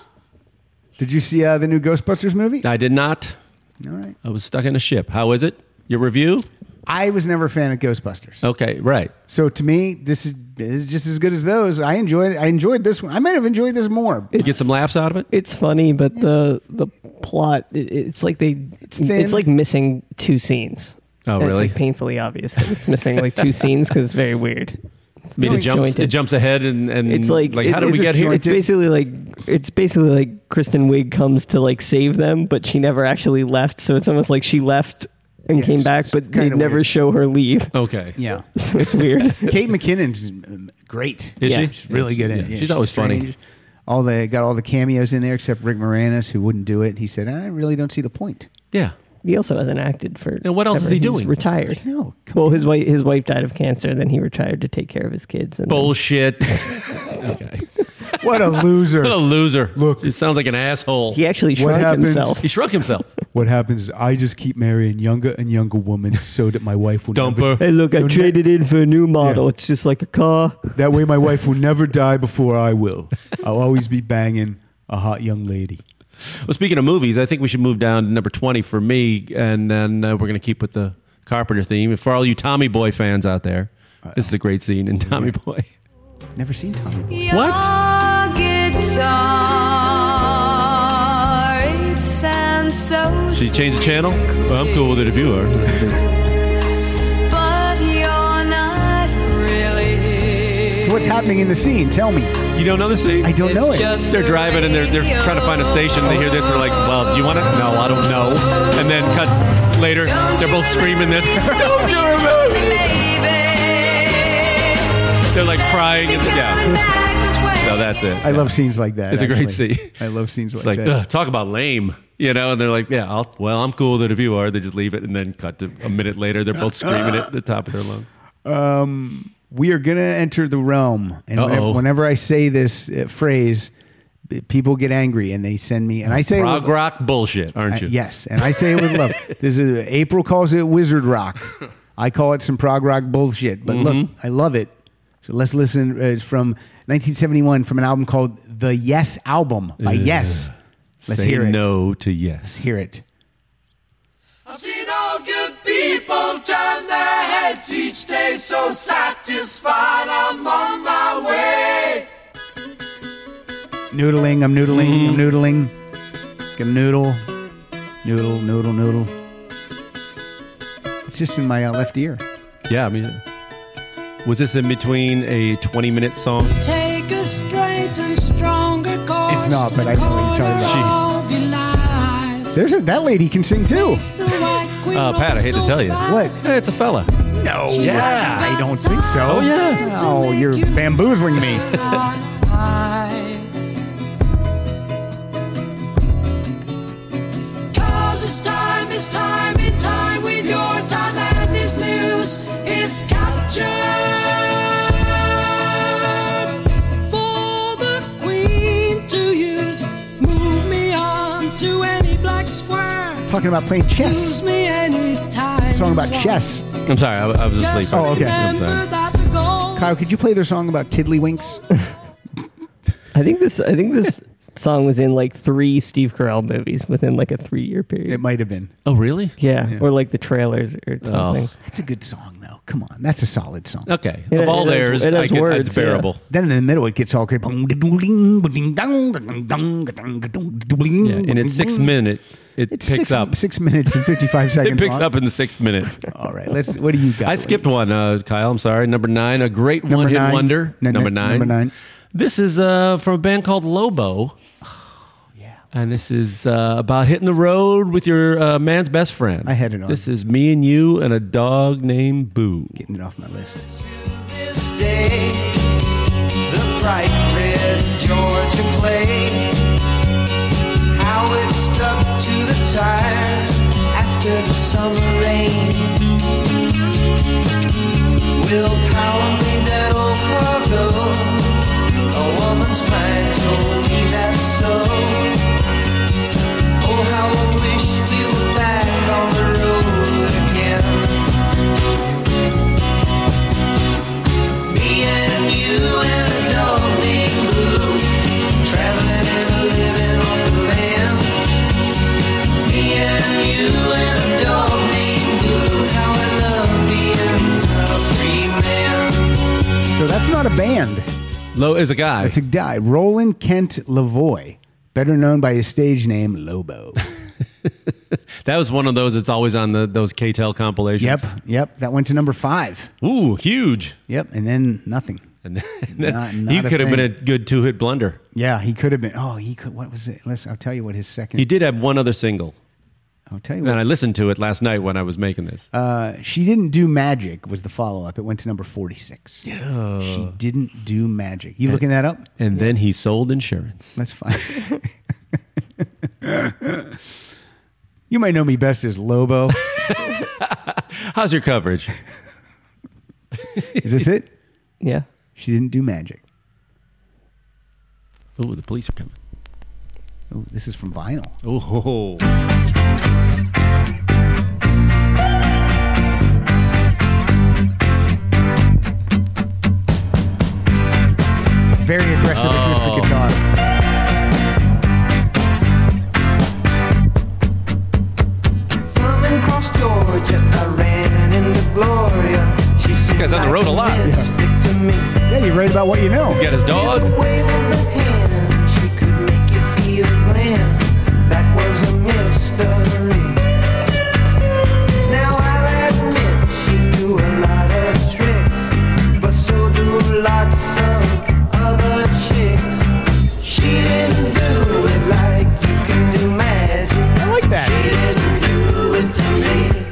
[SPEAKER 2] Did you see uh, the new Ghostbusters movie?
[SPEAKER 3] I did not.
[SPEAKER 2] All right.
[SPEAKER 3] I was stuck in a ship. How is it? Your review?
[SPEAKER 2] I was never a fan of Ghostbusters.
[SPEAKER 3] Okay, right.
[SPEAKER 2] So to me, this is, is just as good as those. I enjoyed. I enjoyed this one. I might have enjoyed this more.
[SPEAKER 3] You get some laughs out of it.
[SPEAKER 4] It's funny, but the the plot it, it's like they it's,
[SPEAKER 2] thin.
[SPEAKER 4] like missing two scenes.
[SPEAKER 3] Oh,
[SPEAKER 4] And
[SPEAKER 3] really?
[SPEAKER 4] It's like painfully obvious that it's missing like two scenes because it's very weird.
[SPEAKER 3] I mean, it jumps, it
[SPEAKER 4] Disjointed.
[SPEAKER 3] jumps ahead and, and
[SPEAKER 4] It's like,
[SPEAKER 3] how
[SPEAKER 4] it-
[SPEAKER 3] did we
[SPEAKER 4] it's
[SPEAKER 3] get here?
[SPEAKER 4] It's basically like it's basically like Kristen Wiig comes to like save them, but she never actually left. So it's almost like she left and
[SPEAKER 2] Yeah,
[SPEAKER 4] came
[SPEAKER 2] it's-
[SPEAKER 4] back,
[SPEAKER 2] it's
[SPEAKER 4] but they
[SPEAKER 2] kinda
[SPEAKER 4] never
[SPEAKER 2] weird.
[SPEAKER 4] show her leave.
[SPEAKER 3] Okay.
[SPEAKER 2] Yeah.
[SPEAKER 4] So it's weird.
[SPEAKER 2] Kate McKinnon's um, great.
[SPEAKER 3] Is she?
[SPEAKER 2] yeah. She's really good in
[SPEAKER 3] Yeah,
[SPEAKER 2] it.
[SPEAKER 3] she's always funny.
[SPEAKER 2] All the got all the cameos in there except Rick Moranis, who wouldn't do it. He said, "I really don't see the point."
[SPEAKER 3] yeah.
[SPEAKER 4] He also hasn't acted for.
[SPEAKER 3] And what else
[SPEAKER 4] ever.
[SPEAKER 3] is he
[SPEAKER 4] He's
[SPEAKER 3] doing?
[SPEAKER 4] Retired.
[SPEAKER 2] No.
[SPEAKER 4] Well, his wife his wife died of cancer, and then he retired to take care of his kids. And then-
[SPEAKER 3] Bullshit. okay.
[SPEAKER 2] What a loser!
[SPEAKER 3] What a loser. Look. He sounds like an asshole.
[SPEAKER 4] he actually
[SPEAKER 2] What
[SPEAKER 4] shrunk
[SPEAKER 2] happens-
[SPEAKER 4] himself.
[SPEAKER 3] He shrunk himself.
[SPEAKER 2] What happens is I just keep marrying younger and younger women so that my wife will
[SPEAKER 3] Dump her.
[SPEAKER 4] Hey, look, I
[SPEAKER 2] Don't-
[SPEAKER 4] traded in for a new model. It's just like a car.
[SPEAKER 2] That way, my wife will never die before I will. I'll always be banging a hot young lady.
[SPEAKER 3] Well, speaking of movies, I think we should move down to number 20 for me, and then uh, we're going to keep with the Carpenter theme. And for all you Tommy Boy fans out there, this is a great scene in Tommy Boy.
[SPEAKER 2] Never seen Tommy. Boy.
[SPEAKER 9] Your guitar, it sounds so
[SPEAKER 3] Should you change the channel? Well, I'm cool with it if you are.
[SPEAKER 9] but you're not really.
[SPEAKER 2] So what's happening in the scene? Tell me.
[SPEAKER 3] you don't know the scene?
[SPEAKER 2] I don't know it.
[SPEAKER 3] They're driving and they're, they're trying to find a station. They hear this. They're like, well, do you want it? No, I don't know. And then cut later. They're both screaming this. don't you remember? They're like crying. And, yeah. So that's it.
[SPEAKER 2] I love scenes like that.
[SPEAKER 3] It's a great
[SPEAKER 2] actually.
[SPEAKER 3] scene.
[SPEAKER 2] I love scenes
[SPEAKER 3] It's
[SPEAKER 2] like,
[SPEAKER 3] like,
[SPEAKER 2] that.
[SPEAKER 3] "Ugh, talk about lame, you know. And they're like, yeah, I'll, well, I'm cool with it if you are. They just leave it and then cut to a minute later. They're both screaming at the top of their lungs.
[SPEAKER 2] Um, we are going to enter the realm. And whenever,
[SPEAKER 3] Uh-oh.
[SPEAKER 2] whenever I say this uh, phrase, b- people get angry and they send me. And I say, it
[SPEAKER 3] Prog
[SPEAKER 2] with-
[SPEAKER 3] rock bullshit,
[SPEAKER 2] I-
[SPEAKER 3] aren't you?
[SPEAKER 2] yes. And I say it with love. This is April calls it wizard rock. I call it some prog rock bullshit. But look,
[SPEAKER 3] Mm-hmm.
[SPEAKER 2] I love it. So let's listen. Uh, it's from 1971 from an album called The Yes Album by
[SPEAKER 3] Ugh.
[SPEAKER 2] Yes. Let's
[SPEAKER 3] Say
[SPEAKER 2] hear it.
[SPEAKER 3] no to yes.
[SPEAKER 2] Hear it.
[SPEAKER 6] I've seen all good people turn their heads each day so satisfied I'm on my way.
[SPEAKER 2] Noodling, I'm noodling, I'm noodling. Gonna noodle, noodle, noodle, noodle. It's just in my uh, left ear.
[SPEAKER 3] Yeah, I mean, was this in between a 20 minute song?
[SPEAKER 14] Take a straight and stronger course.
[SPEAKER 2] It's not,
[SPEAKER 14] to
[SPEAKER 2] but
[SPEAKER 14] the
[SPEAKER 2] I know what you're
[SPEAKER 14] corner
[SPEAKER 2] talking
[SPEAKER 14] of your life.
[SPEAKER 2] There's a, that lady can sing too.
[SPEAKER 14] The white queen
[SPEAKER 3] Uh, Pat, I hate to tell you.
[SPEAKER 2] What?
[SPEAKER 3] Eh, it's a fella.
[SPEAKER 2] No.
[SPEAKER 3] Yeah.
[SPEAKER 2] I don't think so.
[SPEAKER 3] Oh, yeah.
[SPEAKER 2] Oh, you're bamboozling me.
[SPEAKER 6] Cause it's time, it's time, in time with your time and this news is captured.
[SPEAKER 14] for the queen to use. Move me on to any black square.
[SPEAKER 2] Talking about playing chess.
[SPEAKER 14] Use me anytime.
[SPEAKER 2] Song
[SPEAKER 14] you
[SPEAKER 2] about
[SPEAKER 14] want.
[SPEAKER 2] chess.
[SPEAKER 3] I'm sorry, I, I was asleep.
[SPEAKER 14] Just
[SPEAKER 2] Oh, okay.
[SPEAKER 14] remember
[SPEAKER 3] I'm sorry.
[SPEAKER 14] that the goal
[SPEAKER 2] Kyle, could you play their song about tiddlywinks?
[SPEAKER 4] I I think this. I think this song was in like three Steve Carell movies within like a three-year period. It
[SPEAKER 2] might have been.
[SPEAKER 3] Oh, really?
[SPEAKER 4] Yeah, or like the trailers or
[SPEAKER 3] Oh.
[SPEAKER 4] something.
[SPEAKER 2] That's a good song, though. Come on, that's a solid song.
[SPEAKER 3] Okay, It- of all it has- theirs, it has I could- words, it's bearable. yeah.
[SPEAKER 2] Then in the middle, it gets all creepy. Yeah,
[SPEAKER 3] and it's six minute. It
[SPEAKER 2] Mm-hmm. It's
[SPEAKER 3] picks
[SPEAKER 2] six,
[SPEAKER 3] up.
[SPEAKER 2] six minutes and fifty-five seconds.
[SPEAKER 3] It picks
[SPEAKER 2] long.
[SPEAKER 3] up in the sixth minute.
[SPEAKER 2] All right, let's. What do you got?
[SPEAKER 3] I skipped one, uh, Kyle. I'm sorry. Number nine, a great
[SPEAKER 2] Number
[SPEAKER 3] one-hit
[SPEAKER 2] nine.
[SPEAKER 3] wonder.
[SPEAKER 2] No, no,
[SPEAKER 3] number nine.
[SPEAKER 2] number nine.
[SPEAKER 3] This is uh, from a band called Lobo. yeah. And this is uh, about hitting the road with your uh, man's best friend. I
[SPEAKER 2] had it on.
[SPEAKER 3] This is me and you and a dog named Boo.
[SPEAKER 2] Getting it off my list.
[SPEAKER 6] day. The bright red Georgia clay, how it stuck to the tires after the summer rain. Willpower made that old car go. A woman's mind told me that's so. Oh, how I wish we were back on the road again. Me and you and a dog named Blue, traveling and living off the land. Me and you and a dog named Blue, how I love being a free man.
[SPEAKER 2] So that's not a band.
[SPEAKER 3] Low is a guy.
[SPEAKER 2] That's a guy. Roland Kent Lavoy, better known by his stage name Lobo.
[SPEAKER 3] That was one of those that's always on the those KTEL compilations.
[SPEAKER 2] Yep, yep. That went to number five.
[SPEAKER 3] Ooh, huge.
[SPEAKER 2] Yep, and then nothing.
[SPEAKER 3] And then,
[SPEAKER 2] Not-
[SPEAKER 3] he
[SPEAKER 2] not a
[SPEAKER 3] could have been
[SPEAKER 2] thing.
[SPEAKER 3] a good two-hit blunder.
[SPEAKER 2] Yeah, he could have been. Oh, he could. What was it? Listen, I'll tell you what his second.
[SPEAKER 3] He did have one other single.
[SPEAKER 2] I'll tell you
[SPEAKER 3] And I listened to it last night when I was making this.
[SPEAKER 2] Uh, she didn't do magic was the follow up. It went to number forty six. She didn't do magic. You looking that up?
[SPEAKER 3] And then he sold insurance.
[SPEAKER 2] That's fine. you might know me best as Lobo.
[SPEAKER 3] How's your coverage?
[SPEAKER 2] Is this it?
[SPEAKER 4] Yeah.
[SPEAKER 2] She didn't do magic.
[SPEAKER 3] Oh, the police are coming.
[SPEAKER 2] Oh, this is from vinyl.
[SPEAKER 3] Oh.
[SPEAKER 2] Very aggressive acoustic guitar.
[SPEAKER 6] Thumbing across Georgia, I ran into Gloria. She said,
[SPEAKER 3] guy's on the road a lot.
[SPEAKER 6] "Like mist, stick to me."
[SPEAKER 2] Yeah, you're right about what you know.
[SPEAKER 3] He's got his dog.
[SPEAKER 6] With a wave of the hand, she could make you feel grand. That was a mystery. Now I'll admit she knew a lot of tricks, but so do lots of other chicks. She didn't do it like you can do magic. I
[SPEAKER 2] like that.
[SPEAKER 6] She didn't do it to me.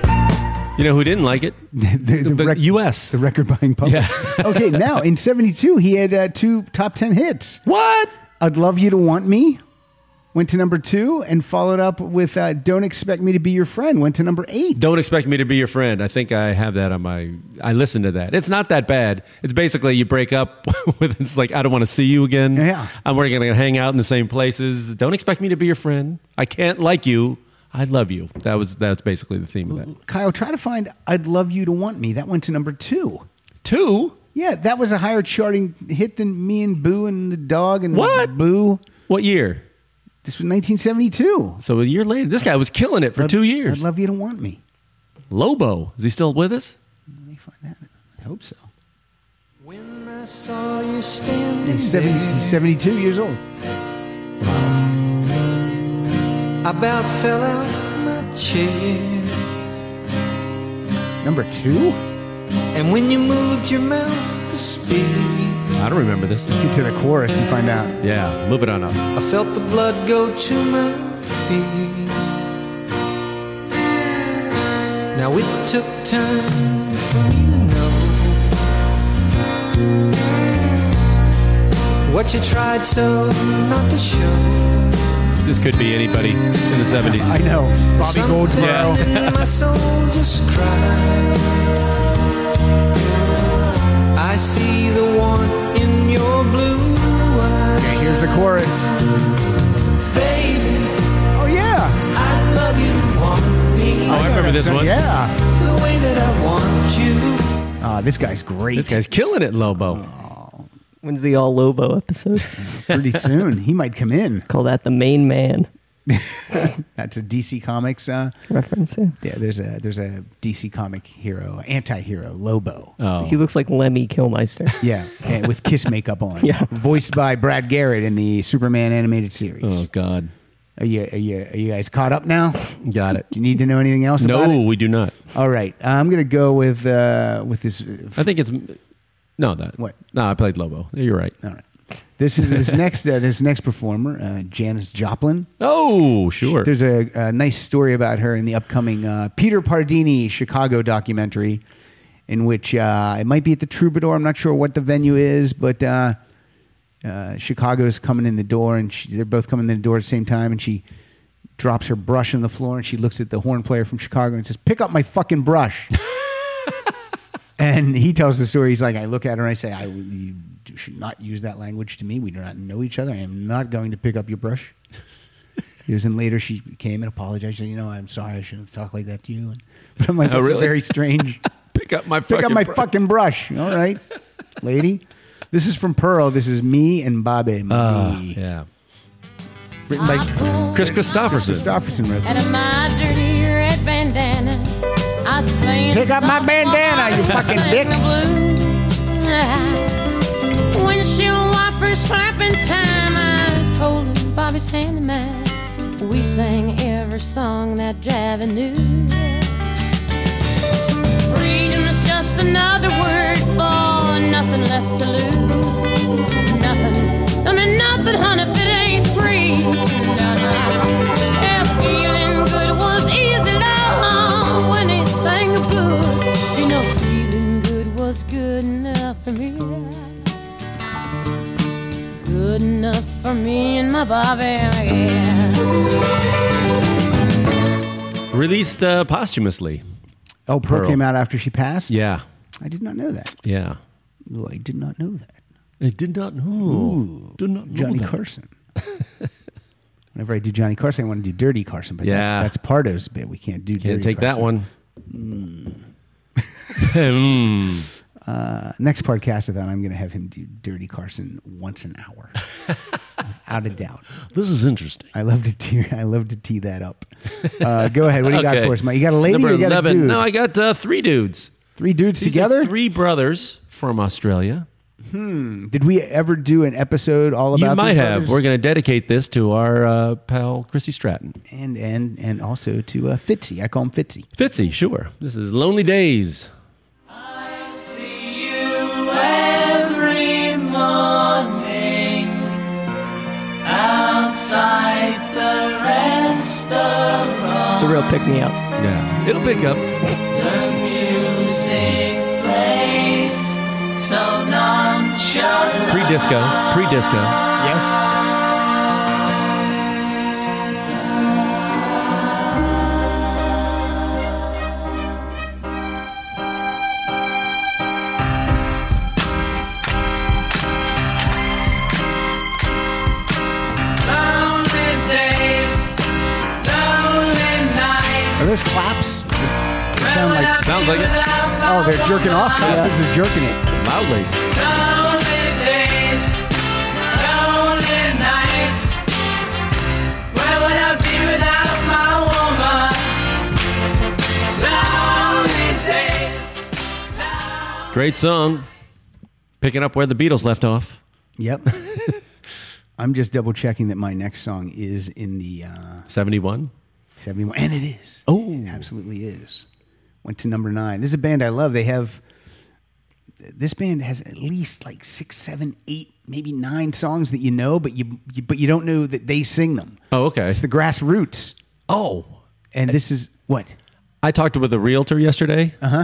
[SPEAKER 3] You know who didn't like it?
[SPEAKER 2] the, the rec-
[SPEAKER 3] U.S.
[SPEAKER 2] the record buying public. okay, now in '72 he had uh, two top ten hits.
[SPEAKER 3] What?
[SPEAKER 2] I'd love you to want me. Went to number two and followed up with uh, "Don't expect me to be your friend." Went to number eight.
[SPEAKER 3] Don't expect me to be your friend. I think I have that on my. I listened to that. It's not that bad. It's basically you break up with. It's like I don't want to see you again.
[SPEAKER 2] Yeah.
[SPEAKER 3] I'm we're gonna hang out in the same places. Don't expect me to be your friend. I can't like you. I love you. That was that was basically the theme of that.
[SPEAKER 2] Kyle, try to find "I'd love you to want me." That went to number two.
[SPEAKER 3] Two.
[SPEAKER 2] Yeah, that was a higher charting hit than "Me and Boo and the Dog and
[SPEAKER 3] What?
[SPEAKER 2] Boo."
[SPEAKER 3] What year?
[SPEAKER 2] This was 1972.
[SPEAKER 3] So a year later, this guy was killing it for two years.
[SPEAKER 2] I'd love you to want me.
[SPEAKER 3] Lobo is he still with us?
[SPEAKER 2] Let me find that. I hope so.
[SPEAKER 6] I saw you standing
[SPEAKER 2] He's, 70, he's 72 years old.
[SPEAKER 6] I about fell out my chair.
[SPEAKER 2] Number two.
[SPEAKER 6] And when you moved your mouth to speak,
[SPEAKER 3] I don't remember this.
[SPEAKER 2] Let's get to the chorus and find out.
[SPEAKER 3] Yeah, move it on up.
[SPEAKER 6] I felt the blood go to my feet. Now it took time for me to know what you tried so not to show.
[SPEAKER 3] This could be anybody in the 70s.
[SPEAKER 2] I know. Bobby
[SPEAKER 6] Something
[SPEAKER 2] Goldsboro.
[SPEAKER 6] in my soul just cried. I see the one in your blue eyes,
[SPEAKER 2] Okay, here's the chorus.
[SPEAKER 6] baby.
[SPEAKER 2] Oh yeah.
[SPEAKER 6] I love you, want me
[SPEAKER 3] Oh, I remember this one.
[SPEAKER 2] Yeah.
[SPEAKER 6] the way that I want you.
[SPEAKER 2] Ah, this guy's great.
[SPEAKER 3] This guy's killing it, Lobo.
[SPEAKER 4] When's the all Lobo episode?
[SPEAKER 2] pretty soon. He might come in.
[SPEAKER 4] Call that the main man.
[SPEAKER 2] That's a DC Comics uh,
[SPEAKER 4] reference. Yeah.
[SPEAKER 2] yeah, there's a there's a DC comic hero, anti-hero, Lobo.
[SPEAKER 3] Oh.
[SPEAKER 4] He looks like Lemmy Killmeister.
[SPEAKER 2] Yeah, and with kiss makeup on.
[SPEAKER 4] Yeah.
[SPEAKER 2] voiced by Brad Garrett in the Superman animated series.
[SPEAKER 3] Oh God,
[SPEAKER 2] Are you, are you, are you guys caught up now? Do
[SPEAKER 3] got it.
[SPEAKER 2] you need to know anything else about
[SPEAKER 3] No,
[SPEAKER 2] it?
[SPEAKER 3] we do not.
[SPEAKER 2] All right, I'm gonna go with uh, with this.
[SPEAKER 3] I think it's no that
[SPEAKER 2] What?
[SPEAKER 3] No, I played Lobo. You're right.
[SPEAKER 2] All right. This is this next uh, this next performer, uh, Janice Joplin.
[SPEAKER 3] Oh, sure.
[SPEAKER 2] There's a, a nice story about her in the upcoming uh, Peter Pardini Chicago documentary, in which uh, it might be at the Troubadour. I'm not sure what the venue is, but uh, uh, Chicago's coming in the door, and she, they're both coming in the door at the same time, and she drops her brush on the floor, and she looks at the horn player from Chicago and says, "Pick up my fucking brush." and he tells the story. He's like, I look at her and I say, I you should not use that language to me. We do not know each other. I am not going to pick up your brush. He was in later. She came and apologized. She said, you know, I'm sorry. I shouldn't have talked like that to you. And, but I'm like,
[SPEAKER 3] Oh,
[SPEAKER 2] that's
[SPEAKER 3] really?
[SPEAKER 2] very strange.
[SPEAKER 3] Pick up my
[SPEAKER 2] Pick up
[SPEAKER 3] fucking
[SPEAKER 2] my
[SPEAKER 3] brush.
[SPEAKER 2] fucking brush. All right, lady. This is from Pearl. This is me and Babe.
[SPEAKER 3] Ah,
[SPEAKER 2] Marie.
[SPEAKER 3] yeah.
[SPEAKER 2] Written by
[SPEAKER 3] Chris Christopherson.
[SPEAKER 2] Christopherson. wrote
[SPEAKER 10] Out of my dirty red bandana, I was playing
[SPEAKER 2] Pick up my
[SPEAKER 10] soft
[SPEAKER 2] bandana, you
[SPEAKER 10] while I
[SPEAKER 2] fucking
[SPEAKER 10] sang
[SPEAKER 2] dick.
[SPEAKER 10] the blues. Windshield wiper slapping time, I was holding Bobby's hand in mine. We sang every song that Javi knew. Freedom is just another word for nothing left to lose. Nothing don't mean nothing, honey, if it ain't free. Nah. Yeah, feeling good was easy, love, when they sang the blues. You know, feeling good was good enough for me. Good enough for me and my Bobby, yeah.
[SPEAKER 3] Released uh, posthumously.
[SPEAKER 2] Oh, Pearl,
[SPEAKER 3] Pearl.
[SPEAKER 2] came out after she passed.
[SPEAKER 3] Yeah,
[SPEAKER 2] I did not know that.
[SPEAKER 3] yeah.
[SPEAKER 2] Ooh, I did not know that.
[SPEAKER 3] I did not know. did not know
[SPEAKER 2] Johnny
[SPEAKER 3] that.
[SPEAKER 2] Carson. Whenever I do Johnny Carson, I want to do Dirty Carson, but
[SPEAKER 3] Yeah.
[SPEAKER 2] that's, that's Pardo's bit. We can't do.
[SPEAKER 3] Can't
[SPEAKER 2] Dirty
[SPEAKER 3] take that
[SPEAKER 2] Carson.
[SPEAKER 3] one. Hmm.
[SPEAKER 2] Uh, next podcast of that, I'm going to have him do Dirty Carson once an hour, without a doubt.
[SPEAKER 3] This is interesting.
[SPEAKER 2] I love to tee. I love to tee that up. Uh, go ahead. What do you got
[SPEAKER 3] Okay.
[SPEAKER 2] for us, Mike? You got a lady?
[SPEAKER 3] Number
[SPEAKER 2] or you got
[SPEAKER 3] 11.
[SPEAKER 2] a dude?
[SPEAKER 3] No, I got uh, three dudes.
[SPEAKER 2] Three dudes
[SPEAKER 3] These
[SPEAKER 2] together.
[SPEAKER 3] Are three brothers from Australia.
[SPEAKER 2] Hmm. Did we ever do an episode all about?
[SPEAKER 3] you might
[SPEAKER 2] these
[SPEAKER 3] have.
[SPEAKER 2] brothers?
[SPEAKER 3] We're going to dedicate this to our uh, pal Chrissy Stratton.
[SPEAKER 2] and and and also to uh, Fitzy. I call him Fitzy.
[SPEAKER 3] Fitzy, sure. This is Lonely Days.
[SPEAKER 11] every morning outside the restaurant.
[SPEAKER 4] It's a real pick me up.
[SPEAKER 3] Yeah, it'll pick up.
[SPEAKER 11] The music plays so nonchalant.
[SPEAKER 3] Pre disco. Pre disco.
[SPEAKER 2] Yes.
[SPEAKER 11] Lonely days, lonely nights.
[SPEAKER 2] Are those claps? They sound like
[SPEAKER 3] Sounds like it.
[SPEAKER 2] Oh, they're jerking off claps. They're jerking it.
[SPEAKER 3] Loudly.
[SPEAKER 11] Lonely days, lonely nights. Where would I be without my woman? Lonely days.
[SPEAKER 3] Great song. Picking up where the Beatles left off.
[SPEAKER 2] Yep. I'm just double checking that my next song is in the uh,
[SPEAKER 3] 71.
[SPEAKER 2] 71, and it is. Oh, it absolutely is. Went to number nine. This is a band I love. They have this band has at least like six, seven, eight, maybe nine songs that you know, but you, you but you don't know that they sing them.
[SPEAKER 3] Oh, okay.
[SPEAKER 2] It's the grassroots,
[SPEAKER 3] Oh.
[SPEAKER 2] and this is what
[SPEAKER 3] I talked with a realtor yesterday. Uh-huh.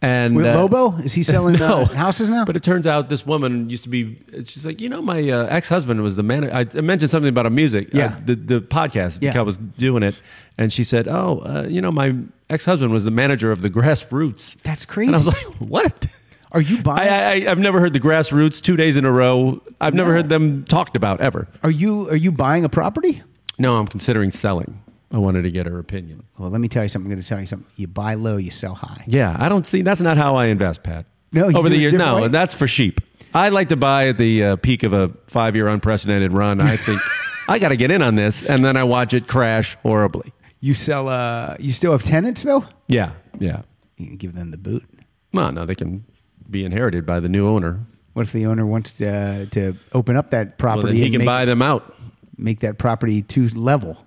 [SPEAKER 3] And
[SPEAKER 2] with
[SPEAKER 3] uh,
[SPEAKER 2] Lobo is he selling
[SPEAKER 3] no.
[SPEAKER 2] uh, houses now?
[SPEAKER 3] But it turns out this woman used to be. She's like, you know, my uh, ex husband was the man. I, I mentioned something about a music.
[SPEAKER 2] Yeah.
[SPEAKER 3] uh, the the podcast.
[SPEAKER 2] Yeah.
[SPEAKER 3] I was doing it, and she said, "Oh, uh, you know, my ex husband was the manager of the Grassroots."
[SPEAKER 2] That's
[SPEAKER 3] And I was
[SPEAKER 2] crazy.
[SPEAKER 3] like, "What?"
[SPEAKER 2] Are you buying?
[SPEAKER 3] I, I I've never heard the Grassroots two days in a row. I've never
[SPEAKER 2] No.
[SPEAKER 3] heard them talked about ever.
[SPEAKER 2] Are you are you buying a property?
[SPEAKER 3] No, I'm considering selling. I wanted to get her opinion.
[SPEAKER 2] Well, let me tell you something. I'm going to tell you something. You buy low, you sell high.
[SPEAKER 3] Yeah, I don't see. That's not how I invest, Pat.
[SPEAKER 2] No, you
[SPEAKER 3] over
[SPEAKER 2] do
[SPEAKER 3] the
[SPEAKER 2] it a
[SPEAKER 3] years,
[SPEAKER 2] different
[SPEAKER 3] no,
[SPEAKER 2] way.
[SPEAKER 3] that's for sheep. I'd like to buy at the uh, peak of a five-year unprecedented run. I think I got to get in on this, and then I watch it crash horribly.
[SPEAKER 2] You sell. Uh, you still have tenants though.
[SPEAKER 3] Yeah, yeah.
[SPEAKER 2] You give them the boot.
[SPEAKER 3] Well, no, they can be inherited by the new owner.
[SPEAKER 2] What if the owner wants to uh, to open up that property?
[SPEAKER 3] then he
[SPEAKER 2] and
[SPEAKER 3] can
[SPEAKER 2] make-
[SPEAKER 3] buy them out.
[SPEAKER 2] Make that property two level.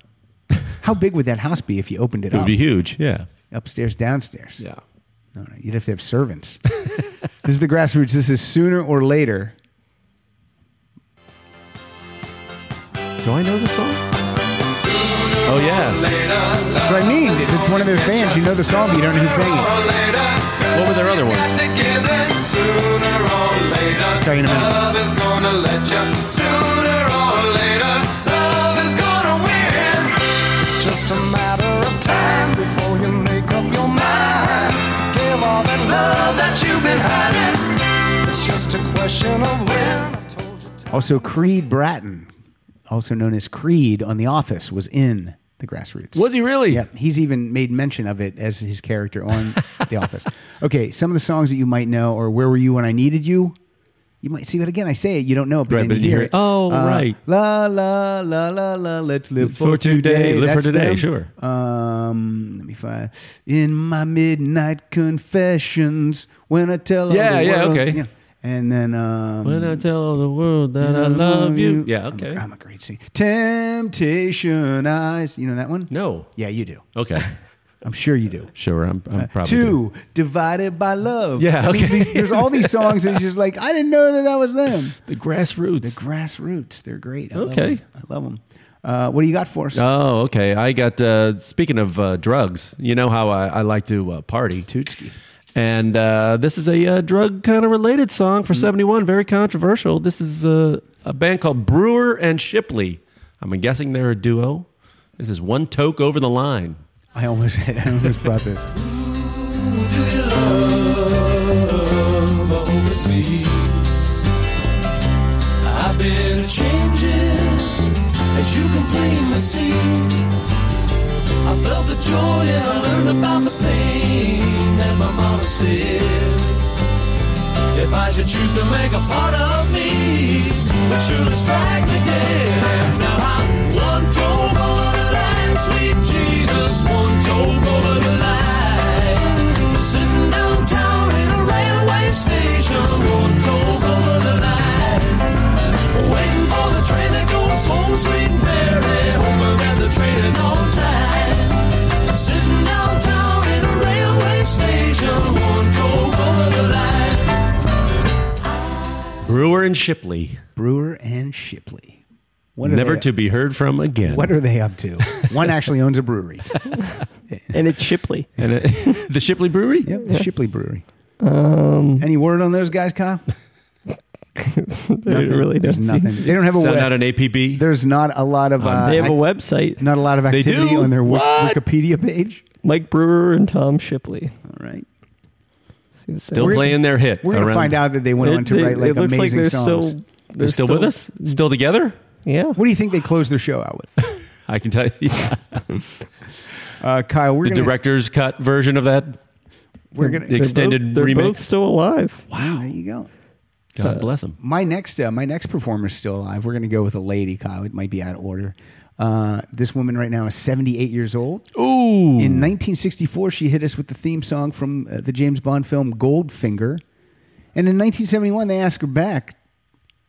[SPEAKER 2] How big would that house be if you opened it,
[SPEAKER 3] It would
[SPEAKER 2] up?
[SPEAKER 3] be huge. Yeah.
[SPEAKER 2] Upstairs, downstairs.
[SPEAKER 3] Yeah.
[SPEAKER 2] All right. You'd have to have servants. this is the grassroots. This is sooner or later.
[SPEAKER 3] Do I know the song? Oh yeah.
[SPEAKER 2] That's what I mean. If it's one of their fans, you know the song, but you don't know who's singing. it.
[SPEAKER 3] What were their other ones?
[SPEAKER 6] Sooner or later,
[SPEAKER 2] Tell you in a minute.
[SPEAKER 6] love is gonna let you. Sooner or later, love is gonna win.
[SPEAKER 11] It's just a matter of time before you make up your mind to give all that love that you've been hiding. It's just a question of when.
[SPEAKER 2] Also, Creed Bratton, also known as Creed on The Office, was in the grassroots.
[SPEAKER 3] Was he really?
[SPEAKER 2] Yep. He's even made mention of it as his character on The Office. Okay, some of the songs that you might know are Where Were You When I Needed You? You might see, but again, I say it, you don't know it, but
[SPEAKER 3] Right,
[SPEAKER 2] then
[SPEAKER 3] but
[SPEAKER 2] you
[SPEAKER 3] you
[SPEAKER 2] hear
[SPEAKER 3] hear
[SPEAKER 2] it.
[SPEAKER 3] it. Oh, right.
[SPEAKER 2] Uh, La, la, la, la, la, let's live
[SPEAKER 3] For
[SPEAKER 2] for
[SPEAKER 3] today,
[SPEAKER 2] today.
[SPEAKER 3] live for
[SPEAKER 2] That's
[SPEAKER 3] today,
[SPEAKER 2] them.
[SPEAKER 3] sure.
[SPEAKER 2] Um, let me find. In my midnight confessions, when I tell all
[SPEAKER 3] Yeah,
[SPEAKER 2] the
[SPEAKER 3] yeah,
[SPEAKER 2] world-
[SPEAKER 3] okay.
[SPEAKER 2] And then um,
[SPEAKER 3] When I tell the world that I love you. Yeah.
[SPEAKER 2] I'm a-
[SPEAKER 3] Okay.
[SPEAKER 2] I'm a, great singer. Temptation Eyes. You know that one?
[SPEAKER 3] No.
[SPEAKER 2] Yeah, you do.
[SPEAKER 3] Okay.
[SPEAKER 2] I'm sure you do.
[SPEAKER 3] Sure. I'm. I'm probably. doing-
[SPEAKER 2] Uh, Two divided by love.
[SPEAKER 3] Yeah,
[SPEAKER 2] I mean,
[SPEAKER 3] okay.
[SPEAKER 2] these- there's all these songs that you're just like, I didn't know that that was them.
[SPEAKER 3] The grassroots.
[SPEAKER 2] The grassroots. They're great. I love
[SPEAKER 3] Okay.
[SPEAKER 2] 'em. I love them. Uh, what do you got for us?
[SPEAKER 3] Oh, okay. I got. Uh, speaking of uh, drugs, you know how I, I like to uh, party.
[SPEAKER 2] Tootski.
[SPEAKER 3] And uh, this is a uh, drug kind of related song
[SPEAKER 2] Mm.
[SPEAKER 3] for '71. Very controversial. This is uh, a band called Brewer and Shipley. I'm guessing they're a duo. This is one toke over the line.
[SPEAKER 2] I almost had, I almost brought this.
[SPEAKER 6] Love over me. I've been changing as you can plainly see. I felt the joy and I learned about the pain. And my mama said, if I should choose to make a part of me, would surely strike me dead. And now I'm one toe over the line, sweet Jesus, one toe over the line. Sitting downtown in a railway station, one toe over the line. Waiting for the train that goes home, sweet Mary, hoping that the train is on time. Sitting downtown in a railway station, one toe over the line.
[SPEAKER 3] Brewer and Shipley,
[SPEAKER 2] Brewer and Shipley. What are
[SPEAKER 3] never
[SPEAKER 2] they-
[SPEAKER 3] to be heard from again.
[SPEAKER 2] What are they up to? One actually owns a brewery.
[SPEAKER 4] and it's Shipley.
[SPEAKER 3] And uh, the Shipley Brewery.
[SPEAKER 2] Yep, the Shipley Brewery.
[SPEAKER 3] Um,
[SPEAKER 2] Any word on those guys, Kyle?
[SPEAKER 4] I really don't
[SPEAKER 2] There's
[SPEAKER 4] see.
[SPEAKER 2] nothing. They don't have a
[SPEAKER 3] Is that
[SPEAKER 2] web.
[SPEAKER 3] not an APB?
[SPEAKER 2] There's not a lot of. Uh,
[SPEAKER 4] They have
[SPEAKER 2] ac-
[SPEAKER 4] a website.
[SPEAKER 2] Not a lot of
[SPEAKER 4] They
[SPEAKER 2] activity
[SPEAKER 4] do?
[SPEAKER 2] on their wik-
[SPEAKER 4] What?
[SPEAKER 2] Wikipedia page.
[SPEAKER 4] Mike Brewer and Tom Shipley.
[SPEAKER 2] All right.
[SPEAKER 3] Still playing their hit.
[SPEAKER 2] We're gonna
[SPEAKER 3] around-
[SPEAKER 2] find out that they went on to write like
[SPEAKER 4] it looks
[SPEAKER 2] amazing
[SPEAKER 4] like they're
[SPEAKER 2] songs.
[SPEAKER 4] still
[SPEAKER 3] They're still with us. Still together.
[SPEAKER 4] Yeah.
[SPEAKER 2] What do you think they closed their show out with?
[SPEAKER 3] I can tell you.
[SPEAKER 2] Uh, Kyle, we're
[SPEAKER 3] the
[SPEAKER 2] gonna,
[SPEAKER 3] director's cut version of that.
[SPEAKER 2] We're gonna
[SPEAKER 3] the extended
[SPEAKER 4] They're both
[SPEAKER 3] remix.
[SPEAKER 4] still alive.
[SPEAKER 2] wow. There you go.
[SPEAKER 3] God bless him.
[SPEAKER 2] My next, uh, my next performer is still alive. We're gonna go with a lady, Kyle. It might be out of order. Uh, this woman right now is 78 years old.
[SPEAKER 3] Ooh.
[SPEAKER 2] In 1964, she hit us with the theme song from uh, the James Bond film Goldfinger. And in 1971, they asked her back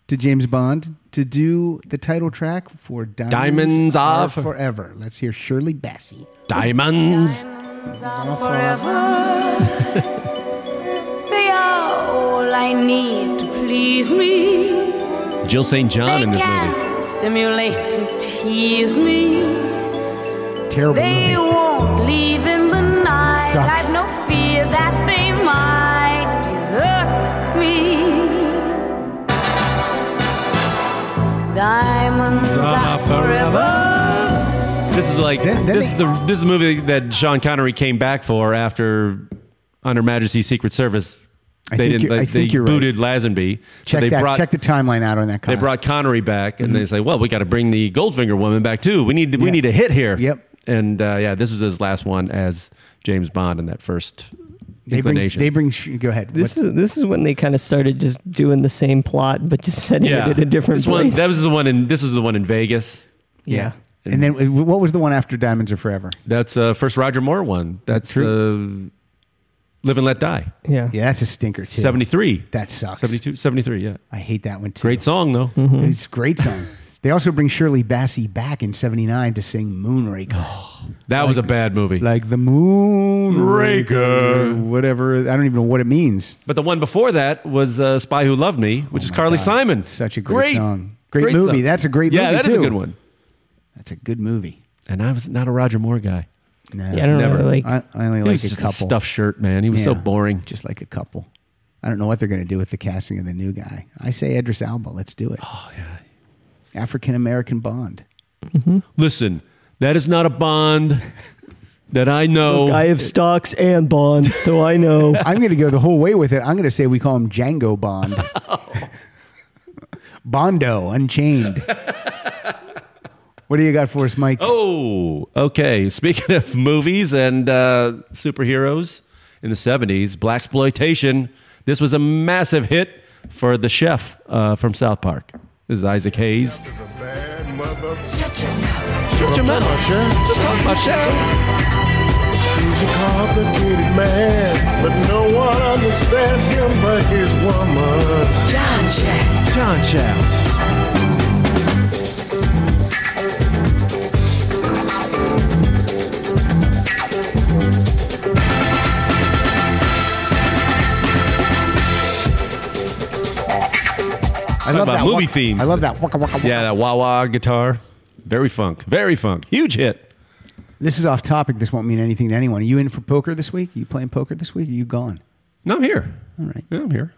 [SPEAKER 2] to James Bond to do the title track for Diamonds,
[SPEAKER 3] Diamonds
[SPEAKER 2] Are
[SPEAKER 3] Are Fo-
[SPEAKER 2] Forever. Let's hear Shirley Bassey.
[SPEAKER 3] Diamonds.
[SPEAKER 9] They are all I need to please me.
[SPEAKER 3] Jill St. John in
[SPEAKER 9] They
[SPEAKER 3] this
[SPEAKER 9] can
[SPEAKER 3] movie.
[SPEAKER 9] stimulate and tease me.
[SPEAKER 2] Terrible
[SPEAKER 9] They
[SPEAKER 2] movie.
[SPEAKER 9] won't leave in the night.
[SPEAKER 2] Sucks.
[SPEAKER 9] I've no fear that they might desert me. Diamonds are forever.
[SPEAKER 3] This is like
[SPEAKER 2] Then- then
[SPEAKER 3] this
[SPEAKER 2] they-
[SPEAKER 3] is the this is the movie that Sean Connery came back for after Under Majesty's Secret Service.
[SPEAKER 2] I think you're- I
[SPEAKER 3] they
[SPEAKER 2] think you're right.
[SPEAKER 3] booted Lazenby. so
[SPEAKER 2] Check
[SPEAKER 3] they
[SPEAKER 2] that.
[SPEAKER 3] brought
[SPEAKER 2] check the timeline out on that.
[SPEAKER 3] they
[SPEAKER 2] Kyle.
[SPEAKER 3] brought Connery back, and they say, "Well, we got to bring the Goldfinger woman back too. We need we
[SPEAKER 2] Yeah.
[SPEAKER 3] need a hit here."
[SPEAKER 2] Yep.
[SPEAKER 3] And uh, yeah, this was his last one as James Bond in that first
[SPEAKER 2] They bring-
[SPEAKER 3] inclination.
[SPEAKER 2] they bring. sh- Go ahead.
[SPEAKER 4] This is this is when they kind of started just doing the same plot, but just setting it in a different
[SPEAKER 3] this
[SPEAKER 4] place.
[SPEAKER 3] One, that was the one in. This is the one in Vegas.
[SPEAKER 2] Yeah. And then uh, what was the one after Diamonds Are Forever?
[SPEAKER 3] That's uh, first Roger Moore one. That's uh, Live and Let Die.
[SPEAKER 4] Yeah.
[SPEAKER 2] Yeah, that's a stinker too.
[SPEAKER 3] 73.
[SPEAKER 2] That sucks.
[SPEAKER 3] 72, 73, yeah.
[SPEAKER 2] I Mm-hmm. hate that one too.
[SPEAKER 3] Great song though.
[SPEAKER 2] It's a great song. they also bring Shirley Bassey back in 79 to sing Moonraker.
[SPEAKER 3] Oh, That was a bad movie.
[SPEAKER 2] Like the Moonraker. Whatever. I don't even know what it means.
[SPEAKER 3] But the one before that was uh, Spy Who Loved Me, which is
[SPEAKER 2] Oh
[SPEAKER 3] Carly Simon. Such
[SPEAKER 2] a great song. Great movie. That's a great
[SPEAKER 3] yeah,
[SPEAKER 2] movie,
[SPEAKER 3] that is
[SPEAKER 2] too.
[SPEAKER 3] a good one.
[SPEAKER 2] That's a good movie.
[SPEAKER 3] And I was not a Roger Moore guy.
[SPEAKER 2] No,
[SPEAKER 3] Yeah, I don't Never. really like-
[SPEAKER 2] I, I only
[SPEAKER 3] He
[SPEAKER 2] like
[SPEAKER 3] was
[SPEAKER 2] a
[SPEAKER 3] just a
[SPEAKER 2] couple.
[SPEAKER 3] stuffed shirt, man. He was so boring.
[SPEAKER 2] Just like a couple. I don't know what they're going to do with the casting of the new guy. I say Edris Alba. Let's do it. Oh yeah. African American Bond.
[SPEAKER 3] Listen, that is not a bond that I know.
[SPEAKER 4] Look, I have stocks and bonds, so I know.
[SPEAKER 2] I'm going to go the whole way with it. I'm going to say we call him Django Bond. Bondo Unchained. what do you got for us, Mike?
[SPEAKER 3] Oh, okay. Speaking of movies and uh, superheroes in the 70s, Black Exploitation. This was a massive hit for the chef uh, from South Park. This is Isaac Hayes.
[SPEAKER 6] Shut your mouth. Just talk about Sharon. He's a complicated man, but no one understands him but his woman. John Chow. John Chow.
[SPEAKER 2] I
[SPEAKER 3] about movie
[SPEAKER 2] waka-
[SPEAKER 3] themes.
[SPEAKER 2] I love that. Waka, waka, waka.
[SPEAKER 3] Yeah, that wah wah guitar. Very funk. Very funk. Huge hit.
[SPEAKER 2] This is off topic. This won't mean anything to anyone. Are you in for poker this week? Are you playing poker this week? Are you gone?
[SPEAKER 3] No, I'm here.
[SPEAKER 2] All right.
[SPEAKER 3] Yeah, I'm here.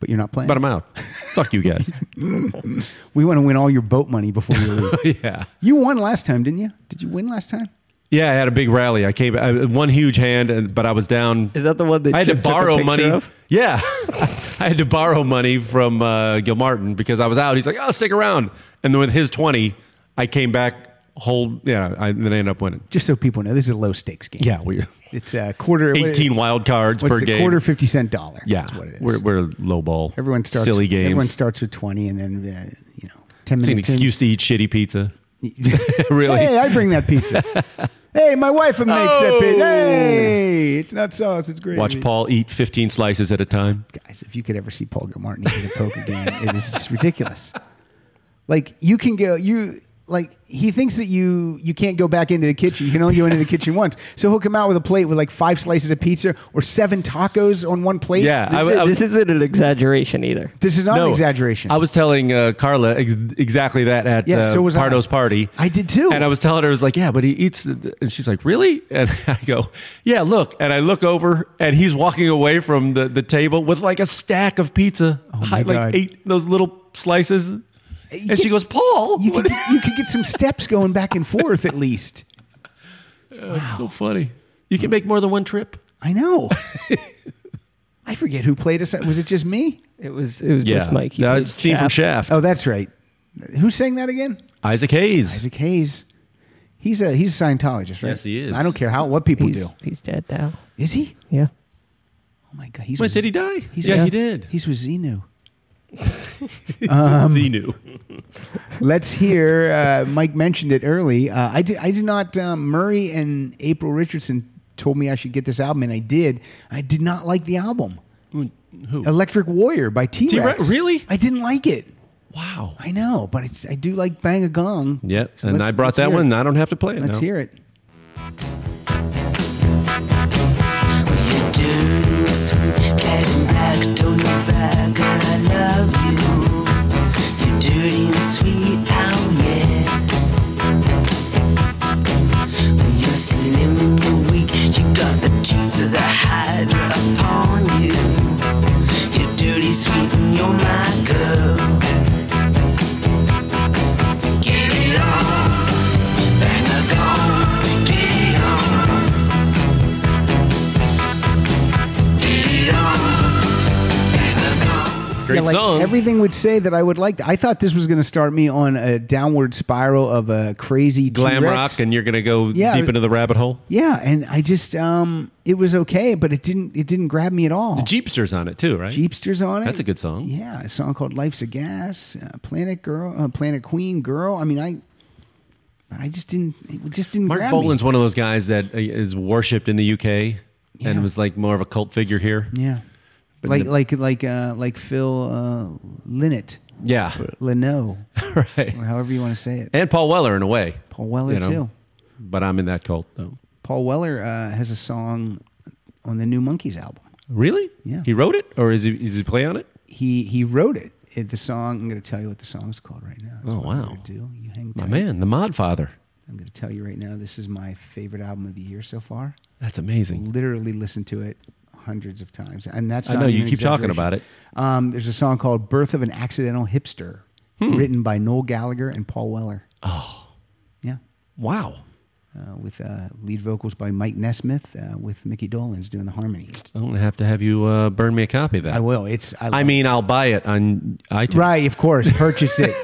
[SPEAKER 2] But you're not playing.
[SPEAKER 3] But I'm out. Fuck you guys.
[SPEAKER 2] we want to win all your boat money before you leave.
[SPEAKER 3] yeah.
[SPEAKER 2] You won last time, didn't you? Did you win last time?
[SPEAKER 3] Yeah, I had a big rally. I came I, one huge hand, and but I was down.
[SPEAKER 4] Is that the one that
[SPEAKER 3] I had
[SPEAKER 4] Chip
[SPEAKER 3] to
[SPEAKER 4] took a
[SPEAKER 3] borrow
[SPEAKER 4] picture
[SPEAKER 3] money?
[SPEAKER 4] of?
[SPEAKER 3] Yeah, I had to borrow money from uh, Gil Martin because I was out. He's like, "Oh, stick around," and then with his twenty, I came back whole. Yeah, I, and then I ended up winning.
[SPEAKER 2] Just so people know, this is a low stakes game.
[SPEAKER 3] Yeah, we
[SPEAKER 2] It's a quarter. what-
[SPEAKER 3] eighteen wild cards
[SPEAKER 2] what's
[SPEAKER 3] per
[SPEAKER 2] it,
[SPEAKER 3] game.
[SPEAKER 2] Quarter fifty cent dollar.
[SPEAKER 3] Yeah,
[SPEAKER 2] That's what it is.
[SPEAKER 3] we're we're low ball.
[SPEAKER 2] Everyone starts
[SPEAKER 3] silly games.
[SPEAKER 2] Everyone starts with twenty, and then uh, you know ten
[SPEAKER 3] it's an
[SPEAKER 2] minutes. in-
[SPEAKER 3] excuse to eat shitty pizza. really? Oh!
[SPEAKER 2] Hey, I bring that pizza. hey, my wife makes that pizza. Hey, it's not sauce. It's great.
[SPEAKER 3] Watch Paul eat fifteen slices at a time.
[SPEAKER 2] Guys, if you could ever see Paul Gilmartin in a poker game, it is just ridiculous. Like you can go you like he thinks that you you can't go back into the kitchen. You can only go into the kitchen once. So he'll come out with a plate with like five slices of pizza or seven tacos on one plate.
[SPEAKER 3] Yeah,
[SPEAKER 4] This,
[SPEAKER 3] I-
[SPEAKER 4] is,
[SPEAKER 3] I-
[SPEAKER 4] this isn't an exaggeration either.
[SPEAKER 2] This is not
[SPEAKER 3] No,
[SPEAKER 2] an exaggeration.
[SPEAKER 3] I was telling uh, Carla ex- exactly that at
[SPEAKER 2] Yeah,
[SPEAKER 3] uh,
[SPEAKER 2] so was I.
[SPEAKER 3] Pardo's party.
[SPEAKER 2] I did too.
[SPEAKER 3] And I was telling her, I was like, yeah, but he eats. the- the-" And she's like, really? And I go, yeah, look. And I look over and he's walking away from the, the table with like a stack of pizza. I, like
[SPEAKER 2] Oh God.
[SPEAKER 3] eight those little slices.
[SPEAKER 2] Uh,
[SPEAKER 3] and she goes, Paul,
[SPEAKER 2] you could, get- you could get some steps going back and forth at least.
[SPEAKER 3] that's so funny. You
[SPEAKER 2] Oh.
[SPEAKER 3] can make more than one trip.
[SPEAKER 2] I know. I forget who played us. Was it just me?
[SPEAKER 4] It was it was just Mike. He
[SPEAKER 3] That's
[SPEAKER 4] played
[SPEAKER 3] Steve from
[SPEAKER 4] Shaft.
[SPEAKER 3] Shaft.
[SPEAKER 2] Oh, that's right. Who sang that again?
[SPEAKER 3] Isaac Hayes.
[SPEAKER 2] Oh. Isaac Hayes. He's a he's a Scientologist, right?
[SPEAKER 3] Yes, he is.
[SPEAKER 2] I don't care how what people
[SPEAKER 4] He's,
[SPEAKER 2] do.
[SPEAKER 4] he's dead now.
[SPEAKER 2] Is he?
[SPEAKER 4] Yeah.
[SPEAKER 2] Oh my god. He's
[SPEAKER 3] Wait,
[SPEAKER 2] with-
[SPEAKER 3] did he die?
[SPEAKER 2] He's
[SPEAKER 3] Yeah,
[SPEAKER 2] with-
[SPEAKER 3] he did.
[SPEAKER 2] He's with Xenu.
[SPEAKER 3] Um, knew.
[SPEAKER 2] Let's hear. Uh, Mike mentioned it early. Uh, I did. I did not. Um, Murray and April Richardson told me I should get this album, and I did. I did not like the album.
[SPEAKER 3] Who?
[SPEAKER 2] Electric Warrior by T Rex.
[SPEAKER 3] T-Rex? Really?
[SPEAKER 2] I didn't like it.
[SPEAKER 3] Wow.
[SPEAKER 2] I know, but it's, I do like Bang a Gong.
[SPEAKER 3] Yep.
[SPEAKER 2] So
[SPEAKER 3] and
[SPEAKER 2] let's-
[SPEAKER 3] I
[SPEAKER 2] let's
[SPEAKER 3] brought
[SPEAKER 2] hear
[SPEAKER 3] that
[SPEAKER 2] it.
[SPEAKER 3] one. and I don't have to play it.
[SPEAKER 2] Let's
[SPEAKER 3] now.
[SPEAKER 2] hear it.
[SPEAKER 16] dues. Getting back, don't look back, and I love you. You're dirty and sweet, oh yeah. When you're slim and weak, you got the teeth of the Hydra upon you. You're dirty, sweet, and you're my girl. Give it all, bang a gong, get it on.
[SPEAKER 2] Yeah, like
[SPEAKER 3] song.
[SPEAKER 2] everything would say that I would like. I thought this was going to start me on a downward spiral of a crazy
[SPEAKER 3] glam
[SPEAKER 2] T-Rex.
[SPEAKER 3] rock, and you're gonna go
[SPEAKER 2] Yeah.
[SPEAKER 3] deep into the rabbit hole.
[SPEAKER 2] Yeah, and I just um, it was okay, but it didn't it didn't grab me at all.
[SPEAKER 3] The Jeepsters on it too, right?
[SPEAKER 2] Jeepsters on it.
[SPEAKER 3] That's a good song.
[SPEAKER 2] Yeah, a song called "Life's a Gas," uh, Planet Girl, uh, Planet Queen Girl. I mean, I, but I just didn't. It just didn't
[SPEAKER 3] Mark
[SPEAKER 2] grab
[SPEAKER 3] Bolan's one of those guys that uh, is worshipped in the UK and was like more of a cult figure here.
[SPEAKER 2] me. Yeah,
[SPEAKER 3] But
[SPEAKER 2] like
[SPEAKER 3] the-
[SPEAKER 2] like like uh, like Phil uh, Lynott,
[SPEAKER 3] Yeah,
[SPEAKER 2] Leno,
[SPEAKER 3] right?
[SPEAKER 2] Or however you want to say it.
[SPEAKER 3] and Paul Weller in a way.
[SPEAKER 2] Paul Weller, too.
[SPEAKER 3] But I'm in that cult though.
[SPEAKER 2] Paul Weller uh, has a song on the new Monkeys album.
[SPEAKER 3] Really?
[SPEAKER 2] Yeah.
[SPEAKER 3] He wrote it, or is he is he play on it?
[SPEAKER 2] He he wrote it. It- The song. I'm going to tell you what the song's called right now.
[SPEAKER 3] Oh wow,
[SPEAKER 2] Do you hang
[SPEAKER 3] my
[SPEAKER 2] tight.
[SPEAKER 3] Oh, man, the Mod Father.
[SPEAKER 2] I'm going to tell you right now. This is my favorite album of the year so far.
[SPEAKER 3] That's amazing.
[SPEAKER 2] Literally listened to it hundreds of times, and that's.
[SPEAKER 3] I
[SPEAKER 2] Not
[SPEAKER 3] know,
[SPEAKER 2] even
[SPEAKER 3] you
[SPEAKER 2] an
[SPEAKER 3] keep talking
[SPEAKER 2] exaggeration.
[SPEAKER 3] about it. Hmm.
[SPEAKER 2] Um, there's a song called "Birth of an Accidental Hipster," written by Noel Gallagher and Paul Weller.
[SPEAKER 3] Oh,
[SPEAKER 2] yeah.
[SPEAKER 3] Wow.
[SPEAKER 2] Uh, with uh, lead vocals by Mike Nesmith, uh, with Mickey Dolenz doing the harmonies.
[SPEAKER 3] I'm gonna have to have you uh, burn me a copy of that. I
[SPEAKER 2] will. It's. I,
[SPEAKER 3] mean, I'll buy it on iTunes.
[SPEAKER 2] Right, of course. Purchase it.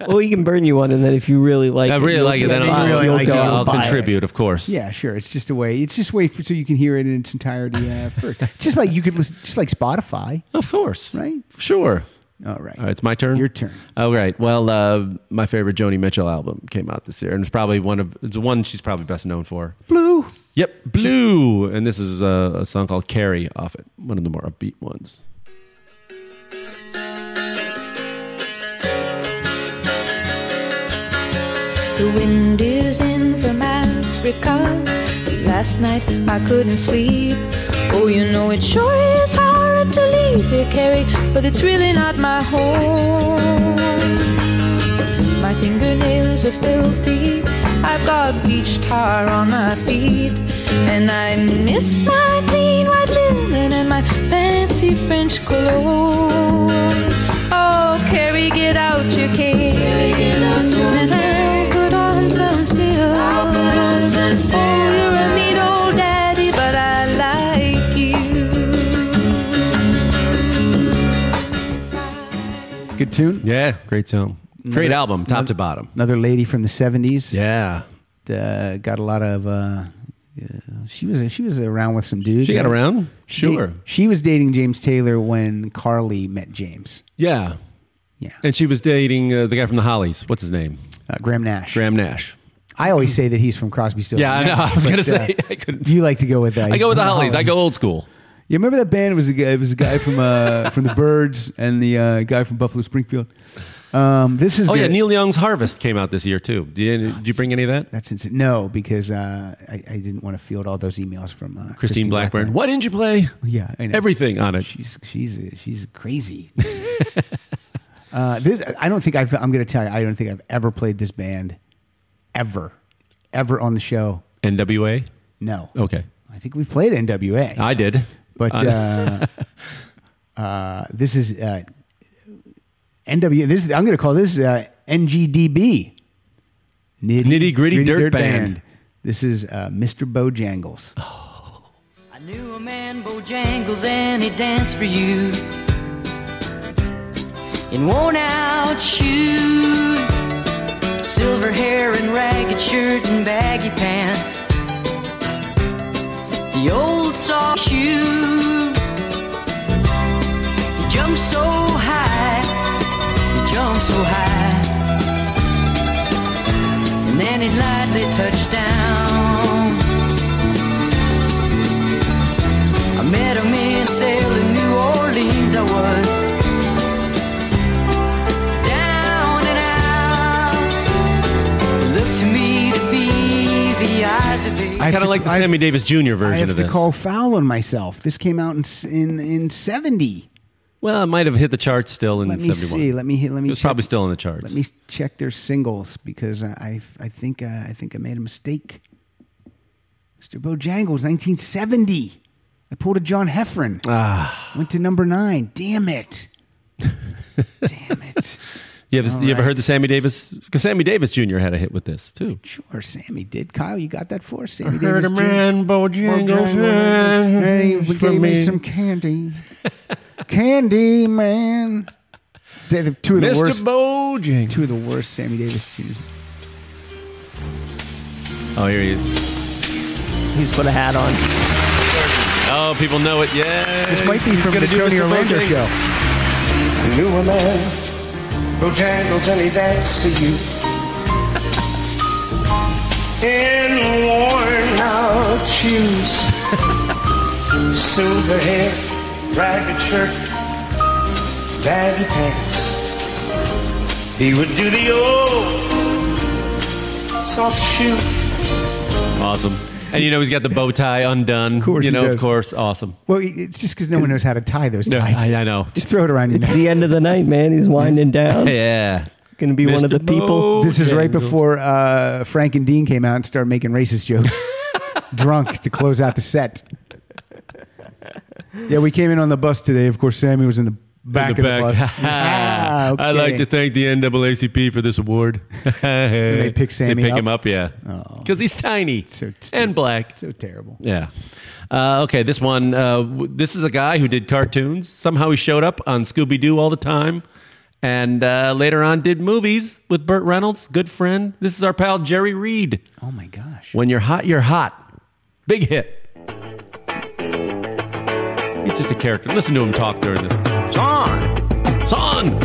[SPEAKER 4] well, we can burn you one, and then if you really like,
[SPEAKER 3] I
[SPEAKER 4] it,
[SPEAKER 3] really
[SPEAKER 4] you'll
[SPEAKER 3] like it.
[SPEAKER 4] just
[SPEAKER 3] Then
[SPEAKER 4] buy
[SPEAKER 3] I'll,
[SPEAKER 4] You'll go and
[SPEAKER 3] I'll
[SPEAKER 4] buy it.
[SPEAKER 3] contribute, of course.
[SPEAKER 2] Yeah, sure. It's just a way. It's just a way for so you can hear it in its entirety. Uh, first. just like you could listen, just like Spotify.
[SPEAKER 3] Of course.
[SPEAKER 2] Right.
[SPEAKER 3] Sure.
[SPEAKER 2] All right.
[SPEAKER 3] All right, it's my turn. Your
[SPEAKER 2] turn.
[SPEAKER 3] All right. Well, uh, my favorite Joni Mitchell album came out this year, and it's probably one of it's the one she's probably best known for.
[SPEAKER 2] Blue.
[SPEAKER 3] Yep, Blue, and this is uh, a, a song called "Carrie" off it, one of the more upbeat ones.
[SPEAKER 10] The wind is in from Africa. Last night I couldn't sleep. Oh, you know it sure is hard to leave here, Carrie, but it's really not my home. My fingernails are filthy. I've got beach tar on my feet, and I miss my clean white linen and my fancy French cologne. Oh, Carrie, get out, you can. And I'll put on some silk. Oh, you're a mean old daddy, but I like you.
[SPEAKER 2] Good tune.
[SPEAKER 3] Yeah, great tune. Great album, top to bottom.
[SPEAKER 2] Another lady from the seventies.
[SPEAKER 3] Yeah.
[SPEAKER 2] Uh, got a lot of. Uh, yeah, she was she was around with some dudes.
[SPEAKER 3] She got around?
[SPEAKER 2] She date-
[SPEAKER 3] Sure.
[SPEAKER 2] she was dating James Taylor when Carly met James.
[SPEAKER 3] Yeah,
[SPEAKER 2] yeah.
[SPEAKER 3] And she was dating uh, the guy from the Hollies. What's his name?
[SPEAKER 2] Uh, Graham Nash.
[SPEAKER 3] Graham Nash.
[SPEAKER 2] I always say that he's from Crosby, Still.
[SPEAKER 3] Yeah, I know. I was gonna say, I
[SPEAKER 2] uh, you like to go with that?
[SPEAKER 3] I go with the Hollies. I go old school.
[SPEAKER 2] You remember that band? It was a guy, it was a guy from uh, from the Birds and the uh, guy from Buffalo Springfield. Um, this is
[SPEAKER 3] Oh yeah,
[SPEAKER 2] gonna-
[SPEAKER 3] Neil Young's Harvest came out this year too. Did you, did you bring any of that?
[SPEAKER 2] That's insane. No, because uh, I, I didn't want to field all those emails from uh, Christine,
[SPEAKER 3] Christine Blackburn. Why didn't you play?
[SPEAKER 2] Yeah, I know.
[SPEAKER 3] everything on it.
[SPEAKER 2] She's she's she's crazy. uh, this I don't think I've, I'm going to tell you. I don't think I've ever played this band, ever, ever on the show.
[SPEAKER 3] NWA.
[SPEAKER 2] No,
[SPEAKER 3] Okay,
[SPEAKER 2] I think we played NWA.
[SPEAKER 3] I did.
[SPEAKER 2] But uh, uh, this is uh, NW. This is, I'm going to call this uh, NGDB. Nitty,
[SPEAKER 3] Nitty Gritty Dirt Band.
[SPEAKER 2] This is uh, Mr. Bojangles.
[SPEAKER 11] I knew a man Bojangles and he danced for you in worn out shoes, silver hair and ragged shirt and baggy pants. The old soft shoe. He jumped so high, he jumped so high, and then he lightly touched down. I met a man sailing New Orleans, I was down and out. It looked to me to be the eyes of a
[SPEAKER 3] I kind of like the Sammy Davis Jr. version
[SPEAKER 2] I have
[SPEAKER 3] of
[SPEAKER 2] to
[SPEAKER 3] this.
[SPEAKER 2] call foul on myself. This came out in s- in, in 70.
[SPEAKER 3] well, it might have hit the charts still in
[SPEAKER 2] Let me
[SPEAKER 3] 71.
[SPEAKER 2] see. Let me hit. Let me.
[SPEAKER 3] it was
[SPEAKER 2] check-
[SPEAKER 3] probably still in the charts.
[SPEAKER 2] Let me check their singles because I I've- I think uh, I think I made a mistake. Mr. Bojangles, 1970. I pulled a John Heffron.
[SPEAKER 3] Ah.
[SPEAKER 2] Went to number nine. Damn it.
[SPEAKER 3] You, ever,
[SPEAKER 2] All
[SPEAKER 3] you ever
[SPEAKER 2] right.
[SPEAKER 3] heard the Sammy Davis? Because Sammy Davis Jr. had a hit with this too.
[SPEAKER 2] Sure, Sammy did. Kyle, you got that for us? Sammy
[SPEAKER 3] heard
[SPEAKER 2] Davis
[SPEAKER 3] a
[SPEAKER 2] Jr.
[SPEAKER 3] man, Bojangles, man,
[SPEAKER 2] and
[SPEAKER 3] for
[SPEAKER 2] he gave me
[SPEAKER 3] me.
[SPEAKER 2] some candy. candy, man. They're the- Two of the
[SPEAKER 3] Mr.
[SPEAKER 2] worst.
[SPEAKER 3] Bojang.
[SPEAKER 2] Two of the worst Sammy Davis Jr.'s.
[SPEAKER 3] Oh, here he is.
[SPEAKER 4] He's put a hat on.
[SPEAKER 3] Oh, people know it. Yeah.
[SPEAKER 2] This might be from the Tony Orlando show.
[SPEAKER 17] knew a man who jangles and he danced for you. In worn out shoes, silver hair, ragged shirt, baggy pants. He would do the old soft shoe.
[SPEAKER 3] Awesome. And you know he's got the bow tie undone. Of
[SPEAKER 2] course
[SPEAKER 3] you
[SPEAKER 2] he
[SPEAKER 3] know, of
[SPEAKER 2] does.
[SPEAKER 3] course, awesome.
[SPEAKER 2] Well, it's just because no one knows how to tie those
[SPEAKER 3] No,
[SPEAKER 2] ties.
[SPEAKER 3] I, I know.
[SPEAKER 2] Just throw it around your
[SPEAKER 4] It's
[SPEAKER 2] neck.
[SPEAKER 4] the end of the night, man. He's winding down.
[SPEAKER 3] Yeah.
[SPEAKER 4] Gonna be one of the people.
[SPEAKER 2] This is right before uh, Frank and Dean came out and started making racist jokes, drunk to close out the set. Yeah, we came in on the bus today. Of course, Sammy was in the back
[SPEAKER 3] In the
[SPEAKER 2] of
[SPEAKER 3] back.
[SPEAKER 2] the bus. Ah,
[SPEAKER 3] I'd like
[SPEAKER 2] okay.
[SPEAKER 3] to thank the NAACP for this award. they
[SPEAKER 2] pick Sammy
[SPEAKER 3] They pick
[SPEAKER 2] up? Oh.
[SPEAKER 3] him up, yeah. Because he's tiny and black.
[SPEAKER 2] So terrible.
[SPEAKER 3] Yeah. Uh, okay, this one. Uh, w- this is a guy who did cartoons. Somehow he showed up on Scooby Doo all the time. And uh, later on, did movies with Burt Reynolds, good friend. This is our pal Jerry Reed.
[SPEAKER 2] Oh my gosh!
[SPEAKER 3] When you're hot, you're hot. Big hit. He's just a character. Listen to him talk during this. Son, son.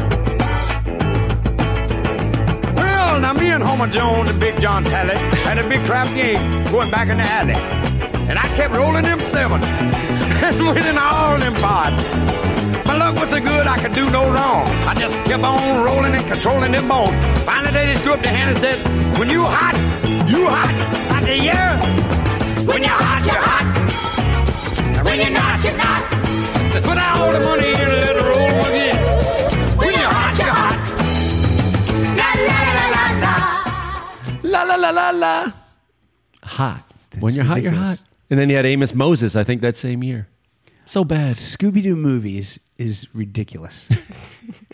[SPEAKER 15] Well, now me and Homer Jones and Big John Talley had a big crap game going back in the alley. And I kept rolling them seven and winning all them pots. My luck was so good I could do no wrong. I just kept on rolling and controlling them bones. Finally, they just threw up their hand and said, When you hot, you hot. I said, Yeah. When you're hot, you're hot. And when you're not, you're not. Put all the money in and let it roll again. When you're hot, you're hot. La la la la la.
[SPEAKER 3] La la la la la. Hot. when you're hot, you're hot. And then you had Amos Moses, I think that same year. So bad.
[SPEAKER 2] Scooby Doo movies is ridiculous.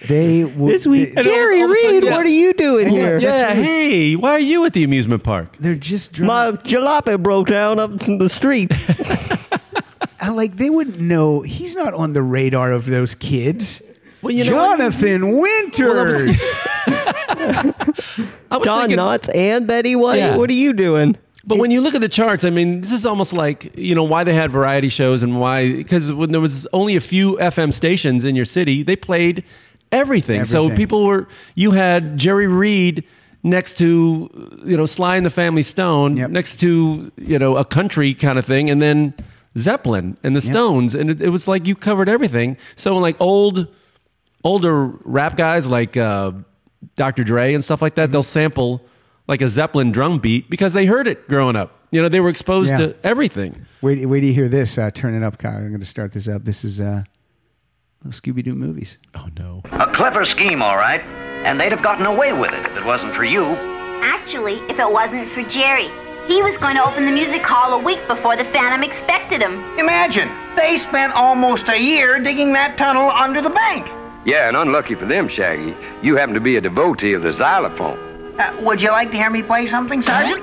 [SPEAKER 2] they were,
[SPEAKER 4] This week,
[SPEAKER 2] they-
[SPEAKER 4] Jerry Reed, what are you doing
[SPEAKER 2] And
[SPEAKER 4] here?
[SPEAKER 2] that's-
[SPEAKER 3] Yeah,
[SPEAKER 2] that's really-
[SPEAKER 3] hey, why are you at the amusement park?
[SPEAKER 2] They're just drunk.
[SPEAKER 4] My Uh, jalopy broke down up in the street.
[SPEAKER 2] I like they wouldn't know he's not on the radar of those kids.
[SPEAKER 3] Well, you know what?
[SPEAKER 2] Jonathan Winters.
[SPEAKER 3] I was
[SPEAKER 4] Don
[SPEAKER 3] thinking-
[SPEAKER 4] Knotts and Betty White.
[SPEAKER 3] Yeah.
[SPEAKER 4] What are you doing?
[SPEAKER 3] But when you look at the charts, I mean, this is almost like you know why they had variety shows and why because when there was only a few FM stations in your city, they played everything. So
[SPEAKER 2] Everything.
[SPEAKER 3] people were you had Jerry Reed next to you know Sly and the Family Stone next to you know a country kind of thing, and then Zeppelin and the Stones, and it, it was like you covered everything. So like old older rap guys like uh, Dr. Dre and stuff like
[SPEAKER 2] Mm-hmm.
[SPEAKER 3] that, they'll sample like a Zeppelin drum beat because they heard it growing up. You know, they were exposed
[SPEAKER 2] Yeah.
[SPEAKER 3] to everything.
[SPEAKER 2] wait, wait till you hear this. Uh, turn it up, Kyle. I'm going to start this up. This is uh, Scooby Doo movies.
[SPEAKER 3] Oh no!
[SPEAKER 18] A clever scheme, all right. And they'd have gotten away with it if it wasn't for you.
[SPEAKER 19] Actually, if it wasn't for Jerry, he was going to open the music hall a week before the Phantom expected him.
[SPEAKER 20] Imagine, they spent almost a year digging that tunnel under the bank.
[SPEAKER 21] Yeah, and unlucky for them, Shaggy, you happen to be a devotee of the xylophone.
[SPEAKER 20] Uh, would you like to hear me play something, Sergeant?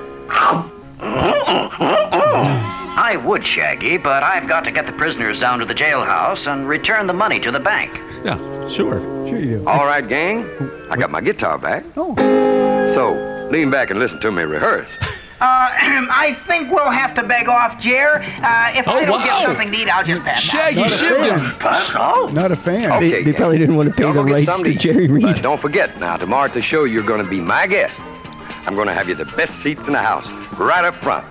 [SPEAKER 18] I would, Shaggy, but I've got to get the prisoners down to the jailhouse and return the money to the bank.
[SPEAKER 3] Yeah, sure.
[SPEAKER 2] Sure you do.
[SPEAKER 21] All right, gang, I got my guitar back.
[SPEAKER 2] Oh.
[SPEAKER 21] So, lean back and listen to me rehearse.
[SPEAKER 20] Uh, I think we'll have to beg off, Jer. Uh, if I
[SPEAKER 21] Oh,
[SPEAKER 20] don't
[SPEAKER 21] wow.
[SPEAKER 20] get something to eat, I'll just pass out.
[SPEAKER 3] Shaggy Shivden.
[SPEAKER 2] Not a fan.
[SPEAKER 21] Okay,
[SPEAKER 4] they, they
[SPEAKER 21] gang.
[SPEAKER 4] probably didn't want to pay
[SPEAKER 21] Y'all
[SPEAKER 4] the
[SPEAKER 21] go get
[SPEAKER 4] rights
[SPEAKER 21] something
[SPEAKER 4] to
[SPEAKER 21] eat.
[SPEAKER 4] Jerry Reed.
[SPEAKER 21] But don't forget, now, tomorrow at the show, you're going to be my guest. I'm going to have you the best seats in the house, right up front.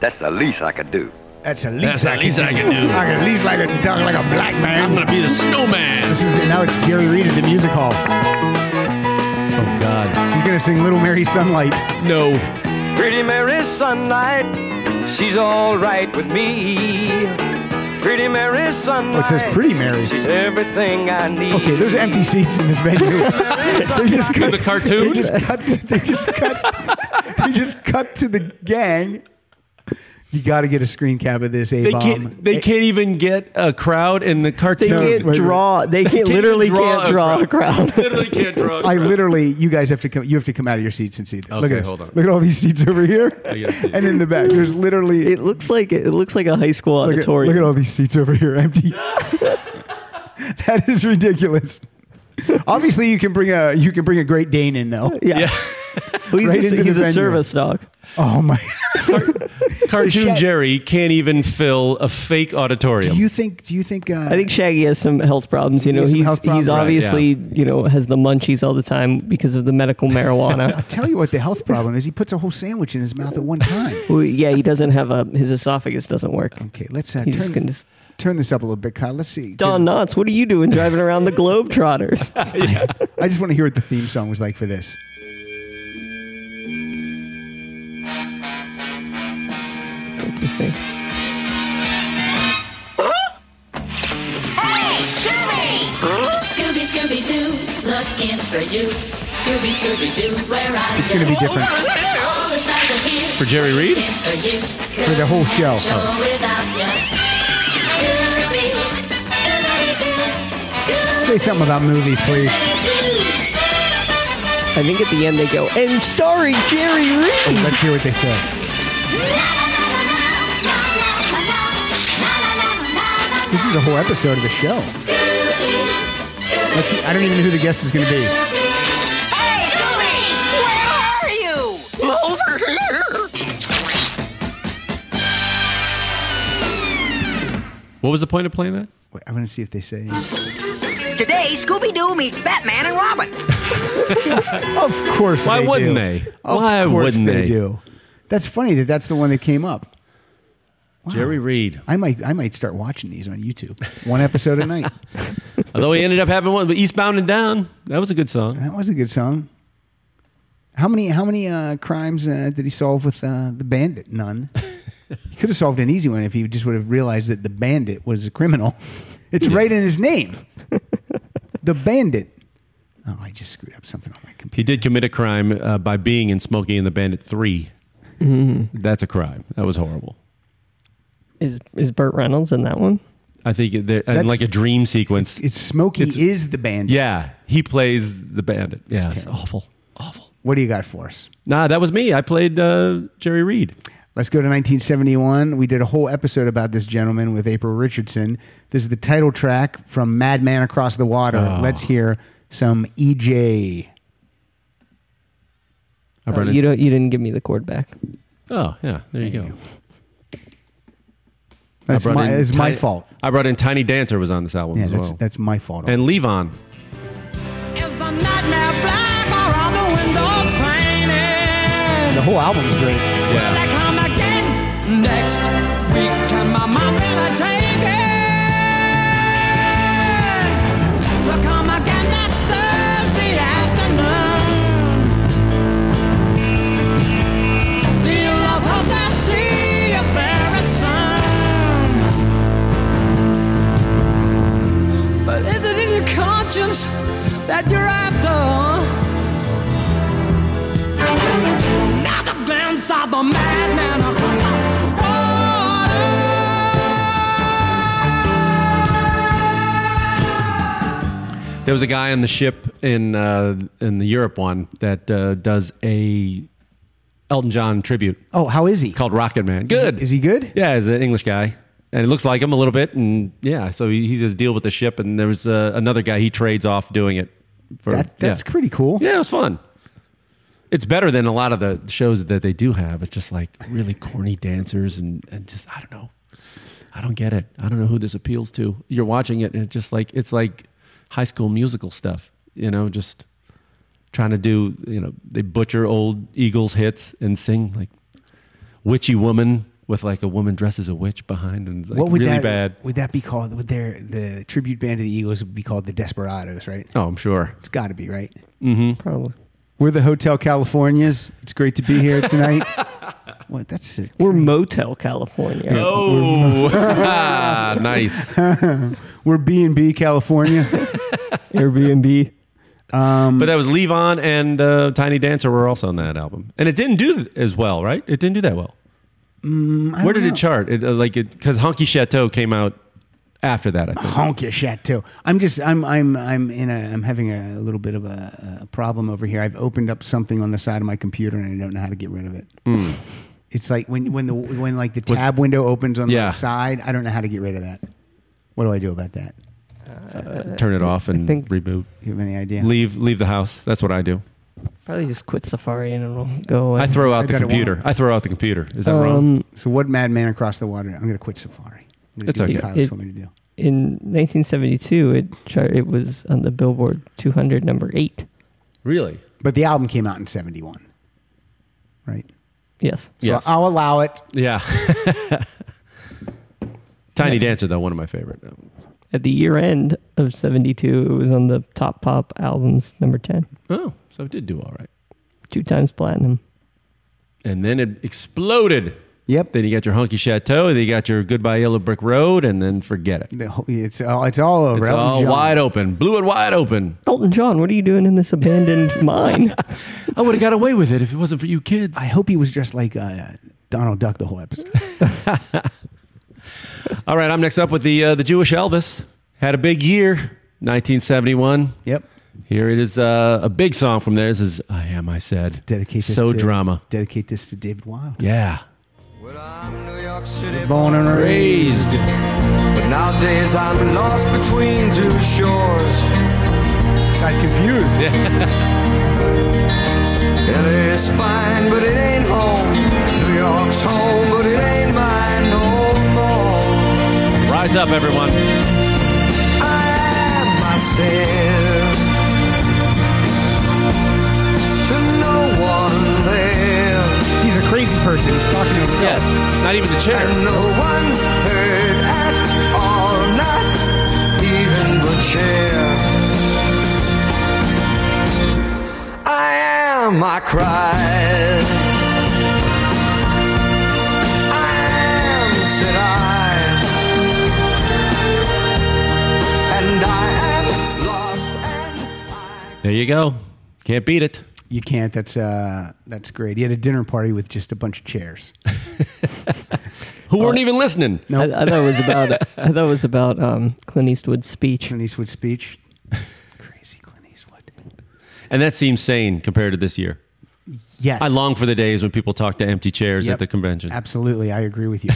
[SPEAKER 21] That's the least I could do.
[SPEAKER 2] That's at
[SPEAKER 21] That's
[SPEAKER 2] least
[SPEAKER 21] the
[SPEAKER 2] I can
[SPEAKER 21] least
[SPEAKER 2] do.
[SPEAKER 21] I can do.
[SPEAKER 2] I can at least like a dog, like a black man.
[SPEAKER 21] I'm gonna be the
[SPEAKER 3] snowman.
[SPEAKER 2] This is the, now it's Jerry Reed at the music hall.
[SPEAKER 3] Oh God!
[SPEAKER 2] He's gonna sing Little Mary Sunlight.
[SPEAKER 3] No.
[SPEAKER 21] Pretty Mary Sunlight, she's all right with me. Pretty Mary Sunlight.
[SPEAKER 2] Oh, it says Pretty Mary.
[SPEAKER 21] She's everything I need.
[SPEAKER 2] Okay, there's empty seats in this venue. they just cut
[SPEAKER 3] The cartoon?
[SPEAKER 2] They just cut. To, they just cut. they just cut to the gang. You got to get a screen cap of this a
[SPEAKER 3] They
[SPEAKER 2] bomb.
[SPEAKER 3] can't. They can't even get a crowd in the cartoon.
[SPEAKER 2] can't Wait, draw-
[SPEAKER 4] they can't-
[SPEAKER 3] even
[SPEAKER 4] literally can't draw a crowd.
[SPEAKER 3] literally can't draw. a
[SPEAKER 2] I
[SPEAKER 3] crowd.
[SPEAKER 2] literally, you guys have to come. You have to come out of your seats and see this. Look
[SPEAKER 3] Okay,
[SPEAKER 2] at this.
[SPEAKER 3] hold on.
[SPEAKER 2] Look at all these seats over here, and in the back, there's literally.
[SPEAKER 4] It looks like it looks like a high school
[SPEAKER 2] Look at,
[SPEAKER 4] auditorium.
[SPEAKER 2] look at all these seats over here empty. that is ridiculous. Obviously, you can bring a you can bring a Great Dane in though.
[SPEAKER 4] Yeah. Well, he's a- he's a service
[SPEAKER 2] dog. Oh my!
[SPEAKER 3] Cartoon Jerry can't even fill a fake auditorium.
[SPEAKER 2] Do you think? Do you think? Uh,
[SPEAKER 4] I think Shaggy has some health problems. You
[SPEAKER 2] He
[SPEAKER 4] know,
[SPEAKER 2] has some
[SPEAKER 4] he's
[SPEAKER 2] health problems.
[SPEAKER 4] he's
[SPEAKER 2] Right,
[SPEAKER 4] obviously you know has the munchies all the time because of the medical
[SPEAKER 2] I'll
[SPEAKER 4] marijuana.
[SPEAKER 2] tell you what the health problem is. He puts a whole sandwich in his mouth at one time.
[SPEAKER 4] Well, yeah, he doesn't have a his esophagus doesn't work.
[SPEAKER 2] Okay, let's uh,
[SPEAKER 4] He just
[SPEAKER 2] turn,
[SPEAKER 4] can just-
[SPEAKER 2] turn this up a little bit, Kyle. Let's see. 'cause
[SPEAKER 4] Don Knotts, what are you doing driving around the Globetrotters?
[SPEAKER 2] I just want to hear what the theme song was like for this.
[SPEAKER 22] Hey, Scooby! Scooby, Scooby Doo, looking for you. Scooby, Scooby Doo, where are
[SPEAKER 2] It's
[SPEAKER 22] you?
[SPEAKER 2] gonna be different.
[SPEAKER 22] All the stars are here.
[SPEAKER 3] For Jerry Reed?
[SPEAKER 22] waiting For, you.
[SPEAKER 2] For the whole show.
[SPEAKER 22] Show without you. Scooby, Scooby Doo, Scooby
[SPEAKER 2] Say something about movies, please.
[SPEAKER 22] Doo.
[SPEAKER 4] I think at the end they go and starring Jerry Reed.
[SPEAKER 2] Let's hear what they say. This is a whole episode of the show. Let's, I don't even know who the guest is going to be.
[SPEAKER 22] Hey, Scooby! Where are you? Over here.
[SPEAKER 3] What was the point of playing that?
[SPEAKER 2] Wait, I want to see if they say.
[SPEAKER 1] Today, Scooby Doo meets Batman and Robin.
[SPEAKER 2] Of course,
[SPEAKER 3] Why
[SPEAKER 2] they
[SPEAKER 3] wouldn't
[SPEAKER 2] do.
[SPEAKER 3] they?
[SPEAKER 2] Of
[SPEAKER 3] Why
[SPEAKER 2] course
[SPEAKER 3] wouldn't they?
[SPEAKER 2] do. That's funny that that's the one that came up.
[SPEAKER 3] Jerry Reed.
[SPEAKER 2] I might I might start watching these on YouTube. One episode a night.
[SPEAKER 3] Although he ended up having one, but Eastbound and Down. That was a good song.
[SPEAKER 2] That was a good song. How many how many uh, crimes uh, did he solve with uh, the bandit? None. he could have solved an easy one if he just would have realized that the bandit was a criminal. It's right in his name. the bandit. Oh, I just screwed up something on my computer.
[SPEAKER 3] He did commit a crime uh, by being in Smokey and the Bandit 3.
[SPEAKER 2] Mm-hmm.
[SPEAKER 3] That's a crime. That was horrible.
[SPEAKER 4] Is is Burt Reynolds in that one?
[SPEAKER 3] I think it- there-
[SPEAKER 4] That's-
[SPEAKER 3] and like a dream sequence.
[SPEAKER 2] It's Smokey is the bandit.
[SPEAKER 3] Yeah, he plays the bandit. Yeah, it's
[SPEAKER 2] terrible.
[SPEAKER 3] awful.
[SPEAKER 2] What do you got for us?
[SPEAKER 3] Nah, that was me. I played uh, Jerry Reed.
[SPEAKER 2] Let's go to 1971. We did a whole episode about this gentleman with April Richardson. This is the title track from Madman Across the Water.
[SPEAKER 3] Oh.
[SPEAKER 2] Let's hear some E EJ. Uh,
[SPEAKER 4] Oh, you don't. You didn't give me the cord back.
[SPEAKER 3] Oh, yeah. There you go. I
[SPEAKER 2] That's
[SPEAKER 3] brought
[SPEAKER 2] my,
[SPEAKER 3] in
[SPEAKER 2] it's my
[SPEAKER 3] Tiny-
[SPEAKER 2] fault.
[SPEAKER 3] I brought in Tiny Dancer was on this album
[SPEAKER 2] Yeah,
[SPEAKER 3] as
[SPEAKER 2] that's,
[SPEAKER 3] well.
[SPEAKER 2] that's my fault.
[SPEAKER 3] and Levon.
[SPEAKER 6] Nightmare black around the windows painted.
[SPEAKER 2] The whole album's great.
[SPEAKER 6] Will they come again next week? Can my mom really take it? They'll come again next Thursday afternoon. The in-laws hope they'll see you very soon. But is it in your conscience that you're after? Now the glance of the madman across the
[SPEAKER 3] There was a guy on the ship in uh, in the Europe one that uh, does a Elton John tribute.
[SPEAKER 2] Oh, how is he?
[SPEAKER 3] It's called Rocket Man. Good.
[SPEAKER 2] Is he good?
[SPEAKER 3] Yeah, he's an English guy, and it looks like him a little bit. And yeah, so he, he does deal with the ship. And there was uh, another guy he trades off doing it. For,
[SPEAKER 2] That, that's
[SPEAKER 3] yeah.
[SPEAKER 2] pretty cool.
[SPEAKER 3] Yeah, it was fun. It's better than a lot of the shows that they do have. It's just like really corny dancers and, and just I don't know. I don't get it. I don't know who this appeals to. You're watching it and it's just like it's like high school musical stuff, you know, just trying to do, you know, they butcher old Eagles hits and sing like witchy woman with like a woman dressed as a witch behind and it's, like
[SPEAKER 2] what would
[SPEAKER 3] really
[SPEAKER 2] that
[SPEAKER 3] bad.
[SPEAKER 2] would that be called? Would their the tribute band to the Eagles would be called the Desperados, right?
[SPEAKER 3] Oh, I'm sure.
[SPEAKER 2] It's got to be right.
[SPEAKER 3] Mhm.
[SPEAKER 4] Probably.
[SPEAKER 2] We're the Hotel Californias. It's great to be here tonight. what? That's it.
[SPEAKER 4] We're Motel California.
[SPEAKER 3] Oh, Ah, nice.
[SPEAKER 2] We're B and B California.
[SPEAKER 4] Airbnb.
[SPEAKER 2] Um,
[SPEAKER 3] But that was Levon and uh, Tiny Dancer were also on that album, and it didn't do as well, right? It didn't do that well.
[SPEAKER 2] mm, I
[SPEAKER 3] Where
[SPEAKER 2] don't
[SPEAKER 3] did
[SPEAKER 2] know.
[SPEAKER 3] it chart? It, uh, like it because Honky Chateau came out after that. I think.
[SPEAKER 2] honk your shit too. I'm just I'm I'm I'm in a I'm having a little bit of a, a problem over here. I've opened up something on the side of my computer and I don't know how to get rid of it.
[SPEAKER 3] Mm.
[SPEAKER 2] It's like when when the when like the
[SPEAKER 3] Was-
[SPEAKER 2] tab window opens on
[SPEAKER 3] Yeah.
[SPEAKER 2] the side. I don't know how to get rid of that. What do I do about that?
[SPEAKER 4] I
[SPEAKER 3] uh, turn it off and reboot.
[SPEAKER 2] You have any idea?
[SPEAKER 3] Leave leave the house. That's what I do.
[SPEAKER 4] Probably just quit Safari and it'll go away.
[SPEAKER 3] I throw out the computer. I throw out the computer. Is that
[SPEAKER 4] Um,
[SPEAKER 3] wrong?
[SPEAKER 2] So what madman across the water? I'm going to quit Safari. I'm gonna
[SPEAKER 3] It's
[SPEAKER 2] do what
[SPEAKER 3] okay.
[SPEAKER 2] Kyle
[SPEAKER 4] It-
[SPEAKER 2] told me to do.
[SPEAKER 4] In 1972, it char- it was on the Billboard 200 number eight.
[SPEAKER 3] Really?
[SPEAKER 2] But the album came out in 71. Right?
[SPEAKER 4] Yes.
[SPEAKER 2] So I'll allow it.
[SPEAKER 3] Yeah. Tiny Dancer, though, one of my favorite.
[SPEAKER 4] At the year end of 72, it was on the top pop albums number 10,
[SPEAKER 3] Oh, so it did do all right.
[SPEAKER 4] two times platinum.
[SPEAKER 3] And then it exploded.
[SPEAKER 2] Yep.
[SPEAKER 3] Then you got your Hunky Chateau. Then you got your Goodbye Yellow Brick Road. And then forget it.
[SPEAKER 2] The whole- It's all, it's all over.
[SPEAKER 3] It's
[SPEAKER 2] Elton
[SPEAKER 3] all
[SPEAKER 2] John.
[SPEAKER 3] wide open. Blew it wide open.
[SPEAKER 4] Elton John, what are you doing in this abandoned mine?
[SPEAKER 3] I would have got away with it if it wasn't for you kids.
[SPEAKER 2] I hope he was just like uh, Donald Duck the whole episode.
[SPEAKER 3] All right, I'm next up with the uh, the Jewish Elvis. Had a big year, 1971.
[SPEAKER 2] Yep.
[SPEAKER 3] Here it is, uh, a big song from there. This is "I Am." I said,
[SPEAKER 2] dedicate this
[SPEAKER 3] so
[SPEAKER 2] to-
[SPEAKER 3] drama.
[SPEAKER 2] Dedicate this to David Wilde.
[SPEAKER 3] Yeah.
[SPEAKER 6] Born and
[SPEAKER 3] raised.
[SPEAKER 6] But nowadays I'm lost between two shores.
[SPEAKER 2] Guy's confused.
[SPEAKER 6] LA's fine, but it ain't home. New York's home, but it ain't mine no more.
[SPEAKER 3] Rise up, everyone.
[SPEAKER 6] I am myself to no one there.
[SPEAKER 2] He's a crazy person. He's talking to himself.
[SPEAKER 3] Not even the chair.
[SPEAKER 6] And no one heard at all, not even the chair. I am, I cried. I am, said I. And I am lost.
[SPEAKER 3] There you go. Can't beat it.
[SPEAKER 2] You can't. That's uh, that's great. He had a dinner party with just a bunch of chairs.
[SPEAKER 3] Who weren't
[SPEAKER 2] Oh.
[SPEAKER 3] even listening?
[SPEAKER 4] I, I thought it was about I thought it was about um, Clint Eastwood's speech.
[SPEAKER 2] Clint Eastwood's speech.
[SPEAKER 3] And that seems sane compared to this year.
[SPEAKER 2] Yes.
[SPEAKER 3] I long for the days when people talk to empty chairs
[SPEAKER 2] Yep.
[SPEAKER 3] at the convention.
[SPEAKER 2] Absolutely, I agree with you.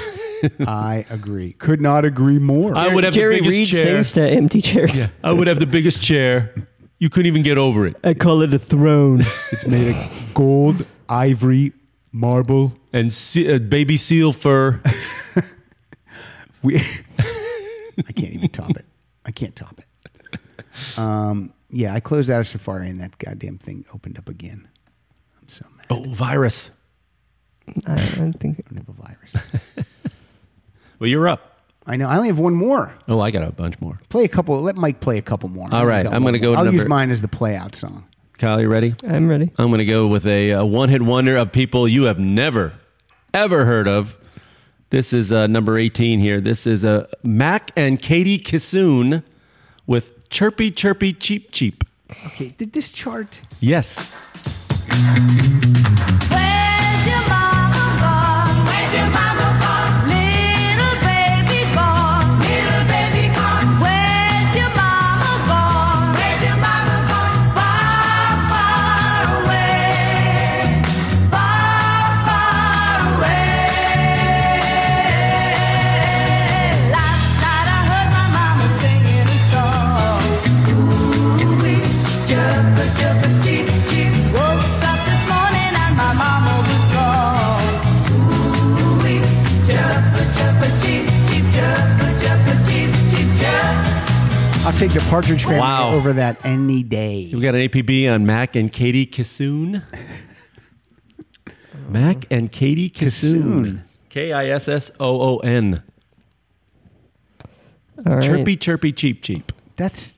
[SPEAKER 2] I agree. Could not agree more.
[SPEAKER 3] I would have
[SPEAKER 4] Jerry
[SPEAKER 3] the biggest
[SPEAKER 4] Reed
[SPEAKER 3] chair.
[SPEAKER 4] sings to empty chairs.
[SPEAKER 3] Yeah, I would have the biggest chair. You couldn't even get over it.
[SPEAKER 4] I call it a throne.
[SPEAKER 2] It's made of gold, ivory, marble,
[SPEAKER 3] and se- uh, baby seal fur.
[SPEAKER 2] we. I can't even top it. I can't top it. Um, yeah, I closed out a safari and that goddamn thing opened up again. I'm so mad.
[SPEAKER 3] Oh, virus.
[SPEAKER 4] I, I think
[SPEAKER 2] I don't have a virus.
[SPEAKER 3] Well, you're up.
[SPEAKER 2] I know. I only have one more.
[SPEAKER 3] Oh, I got a bunch more.
[SPEAKER 2] Play a couple. Let Mike play a couple more.
[SPEAKER 3] All right,
[SPEAKER 2] Got
[SPEAKER 3] I'm
[SPEAKER 2] one
[SPEAKER 3] gonna go
[SPEAKER 2] more. I'll
[SPEAKER 3] number-
[SPEAKER 2] use mine as the play out song.
[SPEAKER 3] Kyle, you ready?
[SPEAKER 4] I'm ready.
[SPEAKER 3] I'm going to go with a, a one hit wonder of people you have never, ever heard of. This is uh, number 18 here. This is uh, Mac and Katie Kissoon with Chirpy Chirpy Cheep Cheep.
[SPEAKER 2] Okay. Did this chart?
[SPEAKER 3] Yes.
[SPEAKER 11] Cheep, cheep, woke up this morning and my mama was gone. Ooh-wee, chirpa, chirpa, cheep, cheep, chirpa, chirpa, cheep, cheep, chirp.
[SPEAKER 2] I'll take the Partridge Family
[SPEAKER 3] Wow.
[SPEAKER 2] over that any day.
[SPEAKER 3] We got an APB on Mac and Katie Kissoon. Mac and Katie Kissoon. K I S S O O N.
[SPEAKER 4] All right.
[SPEAKER 3] Chirpy Chirpy Cheep Cheep.
[SPEAKER 2] That's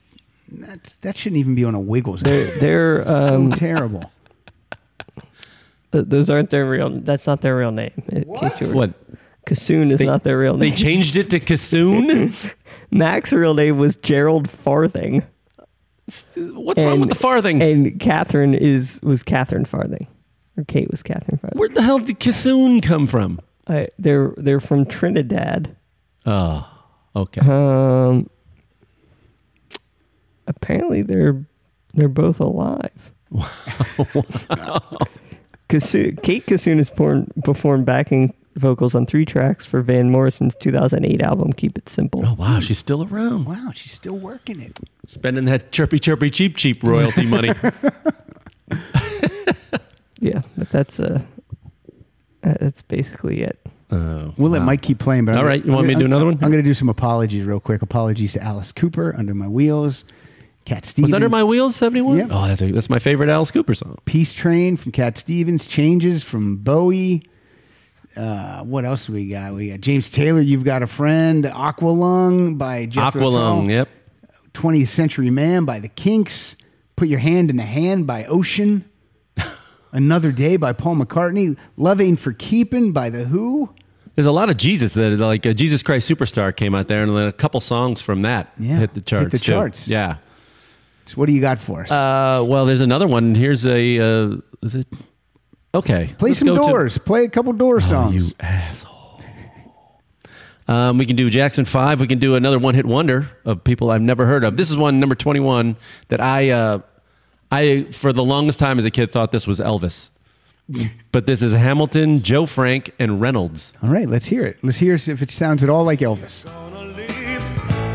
[SPEAKER 2] that's that shouldn't even be on a Wiggles.
[SPEAKER 4] They're- they're, um,
[SPEAKER 2] so terrible.
[SPEAKER 4] Th- those aren't their real. That's not their real name. in case you were-
[SPEAKER 3] What?
[SPEAKER 4] Kassoon is not their real
[SPEAKER 3] They
[SPEAKER 4] name.
[SPEAKER 3] changed it to Kissoon?
[SPEAKER 4] Mac's real name was Gerald Farthing.
[SPEAKER 3] What's wrong with the farthings?
[SPEAKER 4] And Catherine is was Catherine Farthing, or Kate was Catherine Farthing.
[SPEAKER 3] Where the hell did Kissoon come from?
[SPEAKER 4] I, they're they're from Trinidad.
[SPEAKER 3] Oh, okay.
[SPEAKER 4] Um, apparently they're they're both alive. Wow. Kate Kassoon is born, performed backing vocals on three tracks for Van Morrison's 2008 album Keep It Simple.
[SPEAKER 3] Oh wow, she's still around.
[SPEAKER 2] Wow, she's still working it.
[SPEAKER 3] Spending that chirpy chirpy cheap cheap royalty money.
[SPEAKER 4] Yeah, but that's uh, uh, that's basically it.
[SPEAKER 2] We'll let Mike keep playing. But
[SPEAKER 4] All
[SPEAKER 2] I'm
[SPEAKER 4] right, you want me to do another one?
[SPEAKER 2] I'm going to do some apologies real quick. Apologies to Alice Cooper, Under My Wheels, Cat Stevens.
[SPEAKER 3] Was Under My Wheels 71? Oh, that's, a, that's my favorite Alice Cooper song.
[SPEAKER 2] Peace Train from Cat Stevens, Changes from Bowie. Uh, what else do we got? We got James Taylor, You've Got a Friend, Aqualung by Jeff
[SPEAKER 3] Aqualung,
[SPEAKER 2] Rotel,
[SPEAKER 3] yep.
[SPEAKER 2] 20th Century Man by The Kinks, Put Your Hand in the Hand by Ocean, Another Day by Paul McCartney, Love Ain't for Keeping by The Who.
[SPEAKER 3] There's a lot of Jesus that like uh, Jesus Christ Superstar came out there, and then a couple songs from that
[SPEAKER 2] Yeah,
[SPEAKER 3] hit the
[SPEAKER 2] hit
[SPEAKER 3] charts.
[SPEAKER 2] the
[SPEAKER 3] too.
[SPEAKER 2] charts.
[SPEAKER 3] Yeah.
[SPEAKER 2] So what do you got for us?
[SPEAKER 3] Uh, well, there's another one. Here's a. Uh, is it? Okay.
[SPEAKER 2] Play
[SPEAKER 3] let's
[SPEAKER 2] some
[SPEAKER 3] go to- Oh,
[SPEAKER 2] doors. Play a couple door songs.
[SPEAKER 3] Um, we can do Jackson Five. We can do another one hit wonder of people I've never heard of. This is one number twenty one that I uh, I for the longest time as a kid thought this was Elvis, but this is Hamilton, Joe Frank, and Reynolds.
[SPEAKER 2] All right, let's hear it. Let's hear if it sounds at all like Elvis.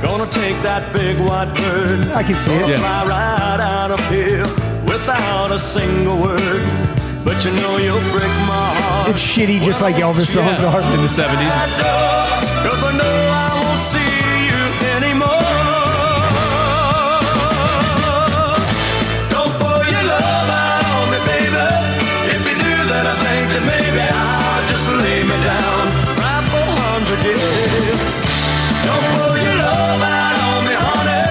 [SPEAKER 7] Gonna take that big white bird.
[SPEAKER 2] I can see it.
[SPEAKER 7] Gonna
[SPEAKER 2] Yeah.
[SPEAKER 7] fly right out of here without a single word. But you know you'll break my heart.
[SPEAKER 2] It's shitty, just like Elvis songs are.
[SPEAKER 3] in the seventies.
[SPEAKER 7] That door, 'cause I know I won't see you anymore. Don't pour your love out on me, baby. If you do that, I think that maybe I'll just lay me down right for arms again. Don't pour your love out on me, honey.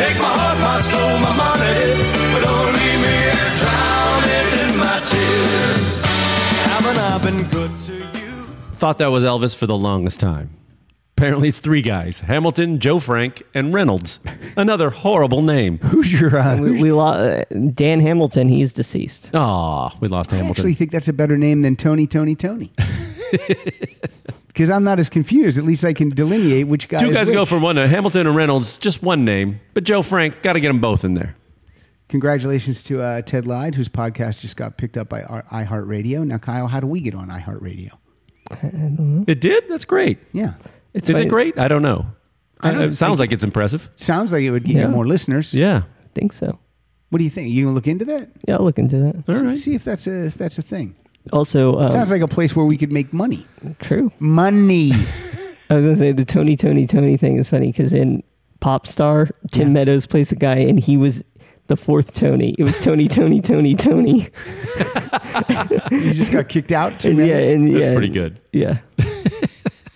[SPEAKER 7] Take my heart, my soul, my money, but don't leave me here drowning in my tears. Haven't I been good to you?
[SPEAKER 3] Thought that was Elvis for the longest time. Apparently, it's three guys: Hamilton, Joe Frank, and Reynolds. Another horrible name.
[SPEAKER 2] Who's your? Uh,
[SPEAKER 4] we we lo- uh, Dan Hamilton. He's deceased.
[SPEAKER 3] Oh, we lost
[SPEAKER 2] I
[SPEAKER 3] Hamilton.
[SPEAKER 2] actually think that's a better name than Tony, Tony, Tony. Because I'm not as confused. At least I can delineate which guy.
[SPEAKER 3] Two
[SPEAKER 2] is
[SPEAKER 3] guys
[SPEAKER 2] which.
[SPEAKER 3] go from one. uh, Hamilton and Reynolds, just one name. But Joe Frank, got to get them both in there.
[SPEAKER 2] Congratulations to uh, Ted Lyde, whose podcast just got picked up by our- iHeartRadio. Now, Kyle, how do we get on iHeartRadio?
[SPEAKER 3] It did. That's great.
[SPEAKER 2] Yeah. It's
[SPEAKER 3] Is
[SPEAKER 2] funny.
[SPEAKER 3] it great? I don't know.
[SPEAKER 2] I don't
[SPEAKER 3] it sounds like it's impressive.
[SPEAKER 2] Sounds like it would get you
[SPEAKER 3] Yeah.
[SPEAKER 2] more listeners.
[SPEAKER 3] Yeah. I
[SPEAKER 4] think so.
[SPEAKER 2] What do you think? You gonna look into that?
[SPEAKER 4] Yeah, I'll look into that.
[SPEAKER 2] All right. See, if that's a if that's a thing.
[SPEAKER 4] Also, um,
[SPEAKER 2] sounds like a place where we could make money.
[SPEAKER 4] True.
[SPEAKER 2] Money.
[SPEAKER 4] I was gonna say the Tony Tony Tony thing is funny because in Pop Star, Tim Meadows plays a guy and he was the fourth Tony. It was Tony Tony Tony Tony.
[SPEAKER 2] you just got kicked out. Too
[SPEAKER 4] And yeah, and
[SPEAKER 2] That's
[SPEAKER 4] yeah,
[SPEAKER 2] pretty
[SPEAKER 3] good.
[SPEAKER 4] Yeah,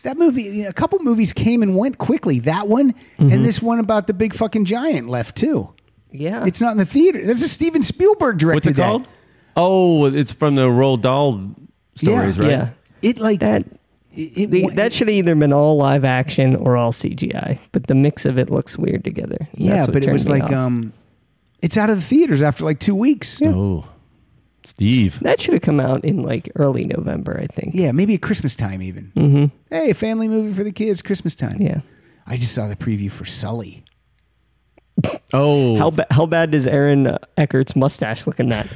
[SPEAKER 2] That movie, you know, a couple movies came and went quickly. That one
[SPEAKER 3] Mm-hmm.
[SPEAKER 2] and this one about the big fucking giant left too.
[SPEAKER 4] Yeah.
[SPEAKER 2] It's not in the theater. That's a Steven Spielberg directed.
[SPEAKER 3] What's it
[SPEAKER 2] that.
[SPEAKER 3] called? Oh, it's from the Roald Dahl stories, right?
[SPEAKER 4] Yeah,
[SPEAKER 2] it like
[SPEAKER 4] that. the- that should have either been all live action or all CGI, but the mix of it looks weird together. That's
[SPEAKER 2] Yeah,
[SPEAKER 4] what
[SPEAKER 2] but it
[SPEAKER 4] turned
[SPEAKER 2] was
[SPEAKER 4] me
[SPEAKER 2] like
[SPEAKER 4] off.
[SPEAKER 2] um it's out of the theaters after like 2 weeks.
[SPEAKER 3] Oh. Steve.
[SPEAKER 4] That should have come out in like early November, I think.
[SPEAKER 2] Yeah, maybe at Christmas time even.
[SPEAKER 4] hmm
[SPEAKER 2] Hey, family movie for the kids Christmas time.
[SPEAKER 4] Yeah.
[SPEAKER 2] I just saw the preview for Sully.
[SPEAKER 3] Oh,
[SPEAKER 4] how ba- how bad does Aaron Eckert's mustache look in that?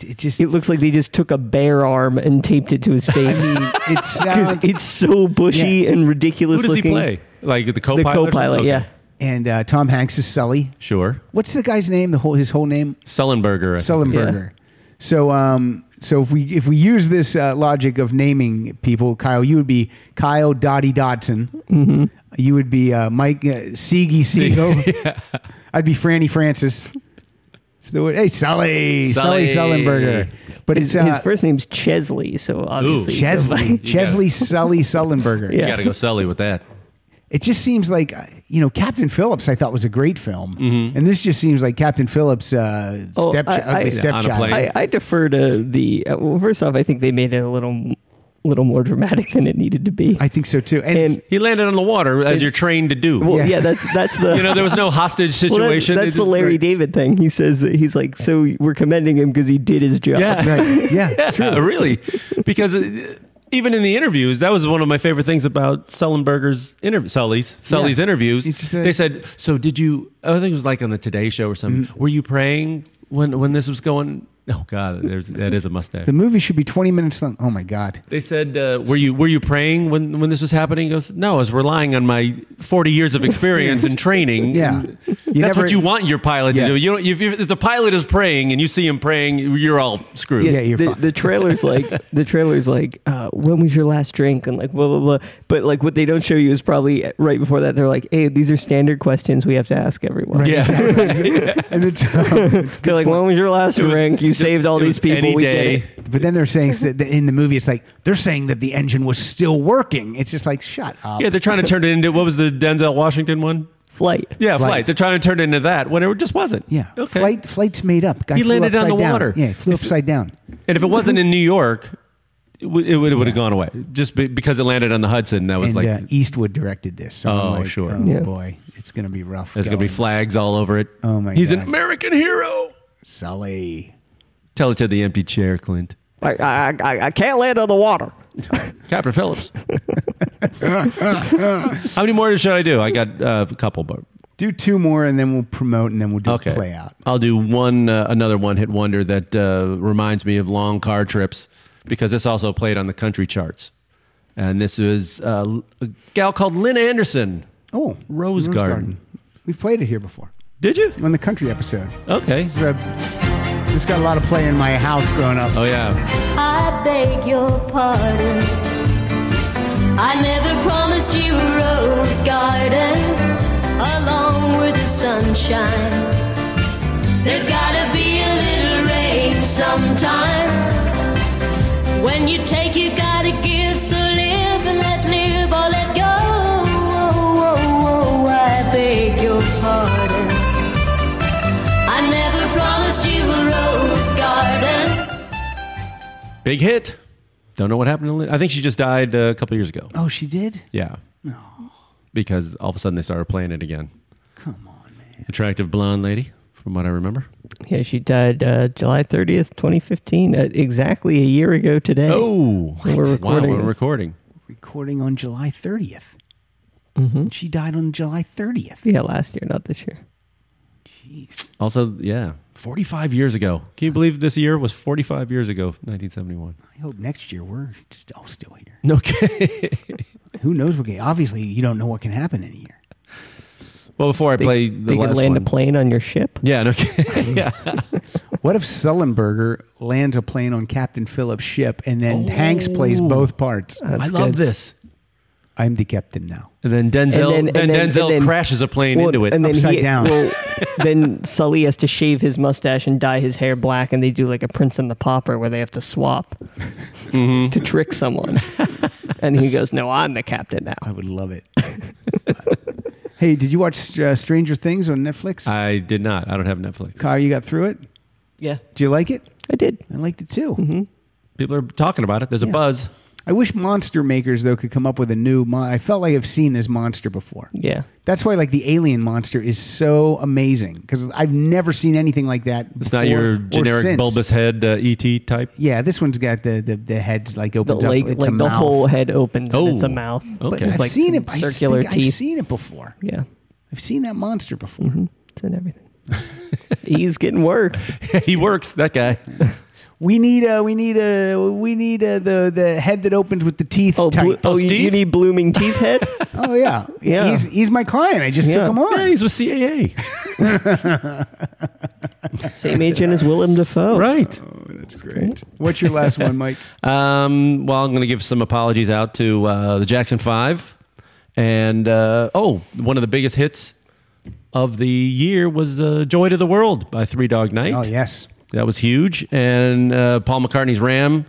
[SPEAKER 2] It just
[SPEAKER 4] it looks like they just took a bear arm and taped it to his face.
[SPEAKER 2] mean, it
[SPEAKER 4] 'Cause
[SPEAKER 2] sounds-
[SPEAKER 4] it's so bushy
[SPEAKER 2] Yeah.
[SPEAKER 4] and ridiculous.
[SPEAKER 3] Who does he
[SPEAKER 4] looking.
[SPEAKER 3] play? Like the co-pilot?
[SPEAKER 4] The
[SPEAKER 3] or something?
[SPEAKER 4] co-pilot,
[SPEAKER 3] Okay.
[SPEAKER 4] yeah.
[SPEAKER 2] And uh, Tom Hanks is Sully.
[SPEAKER 3] Sure.
[SPEAKER 2] What's the guy's name? The whole his whole name?
[SPEAKER 3] Sullenberger. I think.
[SPEAKER 2] Sullenberger. So um so if we if we use this uh, logic of naming people, Kyle, you would be Kyle Dottie Dodson.
[SPEAKER 4] hmm
[SPEAKER 2] You would be uh, Mike uh, Seagy Siegel. I'd be Franny Francis. It's the word- hey, Sully, Sully,
[SPEAKER 4] Sully.
[SPEAKER 2] Sullenberger. But
[SPEAKER 4] his,
[SPEAKER 2] it's uh,
[SPEAKER 4] his first name's Chesley, so obviously he goes by-
[SPEAKER 2] Chesley, Chesley Sully Sullenberger.
[SPEAKER 3] You got to go Sully with that.
[SPEAKER 2] It just seems like uh, you know Captain Phillips. I thought was a great film,
[SPEAKER 3] Mm-hmm.
[SPEAKER 2] and this just seems like Captain Phillips' uh,
[SPEAKER 4] Oh,
[SPEAKER 2] stepch-
[SPEAKER 4] I,
[SPEAKER 2] ugly
[SPEAKER 4] I,
[SPEAKER 2] stepchild.
[SPEAKER 4] I, I defer to the. uh, Well, first off, I think they made it a little, little more dramatic than it needed to be.
[SPEAKER 2] I think so too. And,
[SPEAKER 3] He landed on the water as you're trained to do.
[SPEAKER 4] Well, yeah. that's that's the.
[SPEAKER 3] You know, there was no hostage
[SPEAKER 4] Well, that-
[SPEAKER 3] situation.
[SPEAKER 4] that's
[SPEAKER 3] It
[SPEAKER 4] the
[SPEAKER 3] just-
[SPEAKER 4] Larry David thing. He says that he's like, so we're commending him because he did his job.
[SPEAKER 3] Yeah.
[SPEAKER 2] Yeah.
[SPEAKER 3] really. Because uh, even in the interviews, that was one of my favorite things about Sullenberger's interview, Sully's, Sully's
[SPEAKER 8] Yeah.
[SPEAKER 3] interviews. they said,
[SPEAKER 4] Mm-hmm.
[SPEAKER 3] "So did you? I think it was like on the Today Show or something. Were you praying when when this was going Oh God, there's that is a mustache.
[SPEAKER 2] The movie should be 20 minutes long. Oh my God.
[SPEAKER 3] They said, uh, "Were you were you praying when when this was happening?" He goes, "No, I was relying on my 40 years of experience and training."
[SPEAKER 2] Yeah. You
[SPEAKER 3] that's
[SPEAKER 2] never-
[SPEAKER 3] what you want your pilot
[SPEAKER 2] Yeah.
[SPEAKER 3] to do. You don't, if, if the pilot is praying and you see him praying, you're all screwed.
[SPEAKER 4] the, the trailer's like the trailer's like uh, when was your last drink and like blah blah blah. But like what they don't show you is probably right before that they're like, hey, these are standard questions we have to ask everyone.
[SPEAKER 2] Right, Yeah. exactly. And it's,
[SPEAKER 4] they're like, when was your last drink? You saved all these people. we get it."
[SPEAKER 2] But then they're saying so that in the movie, it's like they're saying that the engine was still working. It's just like shut up.
[SPEAKER 3] Yeah, they're trying to turn it into what was the Denzel Washington one?
[SPEAKER 4] Flight.
[SPEAKER 3] Yeah, flight.
[SPEAKER 2] Flight.
[SPEAKER 3] They're trying to turn it into that when it just wasn't.
[SPEAKER 2] Yeah. Flight, flight's made up. Guy
[SPEAKER 3] He
[SPEAKER 2] flew
[SPEAKER 3] landed on
[SPEAKER 2] upside
[SPEAKER 3] the
[SPEAKER 2] down.
[SPEAKER 3] water.
[SPEAKER 2] Yeah, flew upside down.
[SPEAKER 3] And if it wasn't in New York, it, w- it would have gone away just be, because it landed on the Hudson. That was
[SPEAKER 2] And,
[SPEAKER 3] like
[SPEAKER 2] uh, Eastwood directed this. So I'm
[SPEAKER 3] Oh,
[SPEAKER 2] like,
[SPEAKER 3] sure.
[SPEAKER 2] Oh
[SPEAKER 3] Yeah.
[SPEAKER 2] boy, it's gonna be rough.
[SPEAKER 3] there's gonna be flags all over it. Oh
[SPEAKER 2] my
[SPEAKER 3] He's
[SPEAKER 2] God.
[SPEAKER 3] an American hero.
[SPEAKER 2] Sully.
[SPEAKER 3] Tell it to the empty chair, Clint.
[SPEAKER 4] Like I, I I can't land on the water.
[SPEAKER 3] Captain Phillips. How many more should I do? I got uh, a couple, but
[SPEAKER 2] Do two more, and then we'll promote, and then we'll do
[SPEAKER 3] okay.
[SPEAKER 2] play out.
[SPEAKER 3] I'll do one uh, another one hit wonder that uh, reminds me of long car trips because this also played on the country charts, and this is uh, a gal called Lynn Anderson.
[SPEAKER 2] Oh,
[SPEAKER 3] Rose, Garden.
[SPEAKER 2] We've played it here before.
[SPEAKER 3] Did you
[SPEAKER 2] on the country episode?
[SPEAKER 3] Okay.
[SPEAKER 2] This, is a, this got a lot of play in my house growing up.
[SPEAKER 3] Oh yeah.
[SPEAKER 8] I beg your pardon. I never promised you a rose garden along with the sunshine. There's gotta be a little rain sometime. When you take, you gotta give. So live and let live or let go. Oh, oh, oh, I beg your pardon. I never promised you a rose garden.
[SPEAKER 3] Big hit. Don't know what happened to Lynn. I think she just died uh, a couple years ago.
[SPEAKER 2] Oh, she did.
[SPEAKER 3] Yeah.
[SPEAKER 2] No.
[SPEAKER 3] Because all of a sudden they started playing it again. Come on, man. Attractive blonde lady, from what I remember.
[SPEAKER 4] Yeah, she died uh, July 30th, 2015, uh, exactly a year ago today.
[SPEAKER 3] Oh,
[SPEAKER 4] When we're recording.
[SPEAKER 3] wow, we're
[SPEAKER 4] this.
[SPEAKER 3] recording.
[SPEAKER 2] Recording on July 30th. And She died on July 30th.
[SPEAKER 4] Yeah, last year, not this year.
[SPEAKER 3] Also, yeah, 45 years ago. Can you believe this year was 45 years ago, 1971?
[SPEAKER 2] I hope next year we're still still here.
[SPEAKER 3] No kidding.
[SPEAKER 2] Who knows what? can- Obviously, you don't know what can happen in a year.
[SPEAKER 3] Well, before I play the
[SPEAKER 4] they could
[SPEAKER 3] last
[SPEAKER 4] land
[SPEAKER 3] one.
[SPEAKER 4] a plane on your ship.
[SPEAKER 3] yeah, no kidding.
[SPEAKER 2] What if Sullenberger lands a plane on Captain Phillips' ship and then Hanks plays both parts?
[SPEAKER 3] I love this.
[SPEAKER 2] I'm the captain now.
[SPEAKER 3] And then Denzel, then, Denzel crashes a plane
[SPEAKER 4] well,
[SPEAKER 3] into it.
[SPEAKER 4] and then
[SPEAKER 2] Upside
[SPEAKER 4] he,
[SPEAKER 2] down.
[SPEAKER 4] Well, then Sully has to shave his mustache and dye his hair black, and they do like a Prince and the Popper where they have to swap
[SPEAKER 3] Mm-hmm.
[SPEAKER 4] to trick someone. and he goes, "No, I'm the captain now." I
[SPEAKER 2] would love it. Hey, did you watch uh, Stranger Things on Netflix?
[SPEAKER 3] I did not. I don't have Netflix.
[SPEAKER 2] Kyle, you got through it?
[SPEAKER 4] Yeah.
[SPEAKER 2] Did you like it?
[SPEAKER 4] I did.
[SPEAKER 2] I liked it too.
[SPEAKER 3] People are talking about it. There's a buzz.
[SPEAKER 2] I wish monster makers though could come up with a new. Mon- I felt like I've seen this monster before.
[SPEAKER 4] Yeah.
[SPEAKER 2] That's why like the alien monster is so amazing because I've never seen anything like that.
[SPEAKER 3] It's
[SPEAKER 2] before
[SPEAKER 3] not your
[SPEAKER 2] or
[SPEAKER 3] generic
[SPEAKER 2] since.
[SPEAKER 3] bulbous head uh, ET type.
[SPEAKER 2] Yeah, this one's got the the, the head's like
[SPEAKER 4] The
[SPEAKER 2] opens
[SPEAKER 4] like,
[SPEAKER 2] up. It's a
[SPEAKER 4] like the
[SPEAKER 2] mouth.
[SPEAKER 4] whole head opens and
[SPEAKER 3] Oh,
[SPEAKER 4] it's a mouth.
[SPEAKER 2] But
[SPEAKER 4] With,
[SPEAKER 2] I've
[SPEAKER 4] like,
[SPEAKER 2] seen
[SPEAKER 4] some
[SPEAKER 2] it. I just
[SPEAKER 4] Circular
[SPEAKER 2] think
[SPEAKER 4] teeth. Mm-hmm.
[SPEAKER 2] I've seen it before.
[SPEAKER 4] Yeah.
[SPEAKER 2] I've seen that monster before.
[SPEAKER 4] It's in everything. He's getting work.
[SPEAKER 3] he works. That guy.
[SPEAKER 2] We need a we need a we need a, the the head that opens with the teeth. Oh,
[SPEAKER 4] Blo- oh, you, you need blooming teeth head.
[SPEAKER 2] oh yeah,
[SPEAKER 4] Yeah.
[SPEAKER 2] He's he's my client. I just
[SPEAKER 4] Yeah.
[SPEAKER 2] took him on.
[SPEAKER 3] Yeah, he's with CAA.
[SPEAKER 4] Same agent as Willem Dafoe.
[SPEAKER 3] Right.
[SPEAKER 2] That's great. What's your last one, Mike?
[SPEAKER 3] Um, well, I'm going to give some apologies out to uh, the Jackson Five, and uh, oh, one of the biggest hits of the year was uh, "Joy to the World" by Three Dog Night. Oh
[SPEAKER 2] yes,
[SPEAKER 3] that was huge. And uh, Paul McCartney's "Ram,"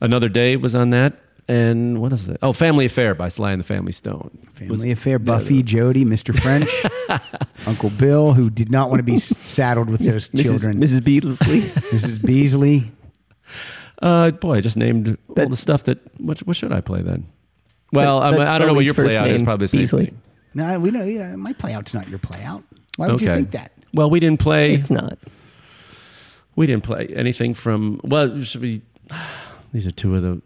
[SPEAKER 3] another day was on that. And what is it? Oh, "Family Affair" by Sly and the Family Stone.
[SPEAKER 2] Family Affair, Buffy, Jody, Mr. French, Uncle Bill, who did not want to be s- saddled with those
[SPEAKER 4] Mrs.
[SPEAKER 2] children.
[SPEAKER 4] Mrs. Beasley.
[SPEAKER 2] Mrs. Beasley.
[SPEAKER 3] Uh, boy, I just named all the stuff that. What, what should I play then? Well,
[SPEAKER 2] That-
[SPEAKER 3] I'm-
[SPEAKER 2] that's
[SPEAKER 3] I don't know what
[SPEAKER 2] Sully's
[SPEAKER 3] your play
[SPEAKER 2] first
[SPEAKER 3] out is.
[SPEAKER 2] name,
[SPEAKER 3] Probably the same
[SPEAKER 2] Beasley.
[SPEAKER 3] thing.
[SPEAKER 2] No, we know yeah, my playout's not your playout. Why would you
[SPEAKER 3] Okay.
[SPEAKER 2] think that?
[SPEAKER 3] Well, we didn't play. It's
[SPEAKER 4] not.
[SPEAKER 3] We didn't play anything from. Well, should we? These are two of the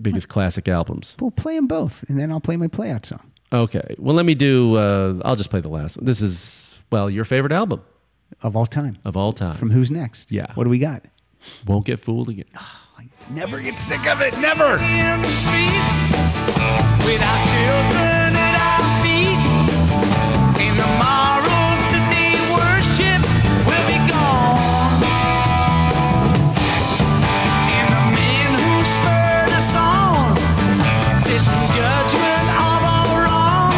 [SPEAKER 3] biggest classic albums.
[SPEAKER 2] We'll play them both, and then I'll play my playout song.
[SPEAKER 3] Okay. Well, let me do. Uh, I'll just play the last one. This is well your favorite album
[SPEAKER 2] Of all time.
[SPEAKER 3] of all time.
[SPEAKER 2] From who's next?
[SPEAKER 3] Yeah.
[SPEAKER 2] What do we got?
[SPEAKER 3] Won't get fooled again.
[SPEAKER 2] Never get sick of it. Never.
[SPEAKER 6] In the streets with our children at our feet. In the morals that they worship will be gone. And the men who spurred us on sit in judgment of our wrong.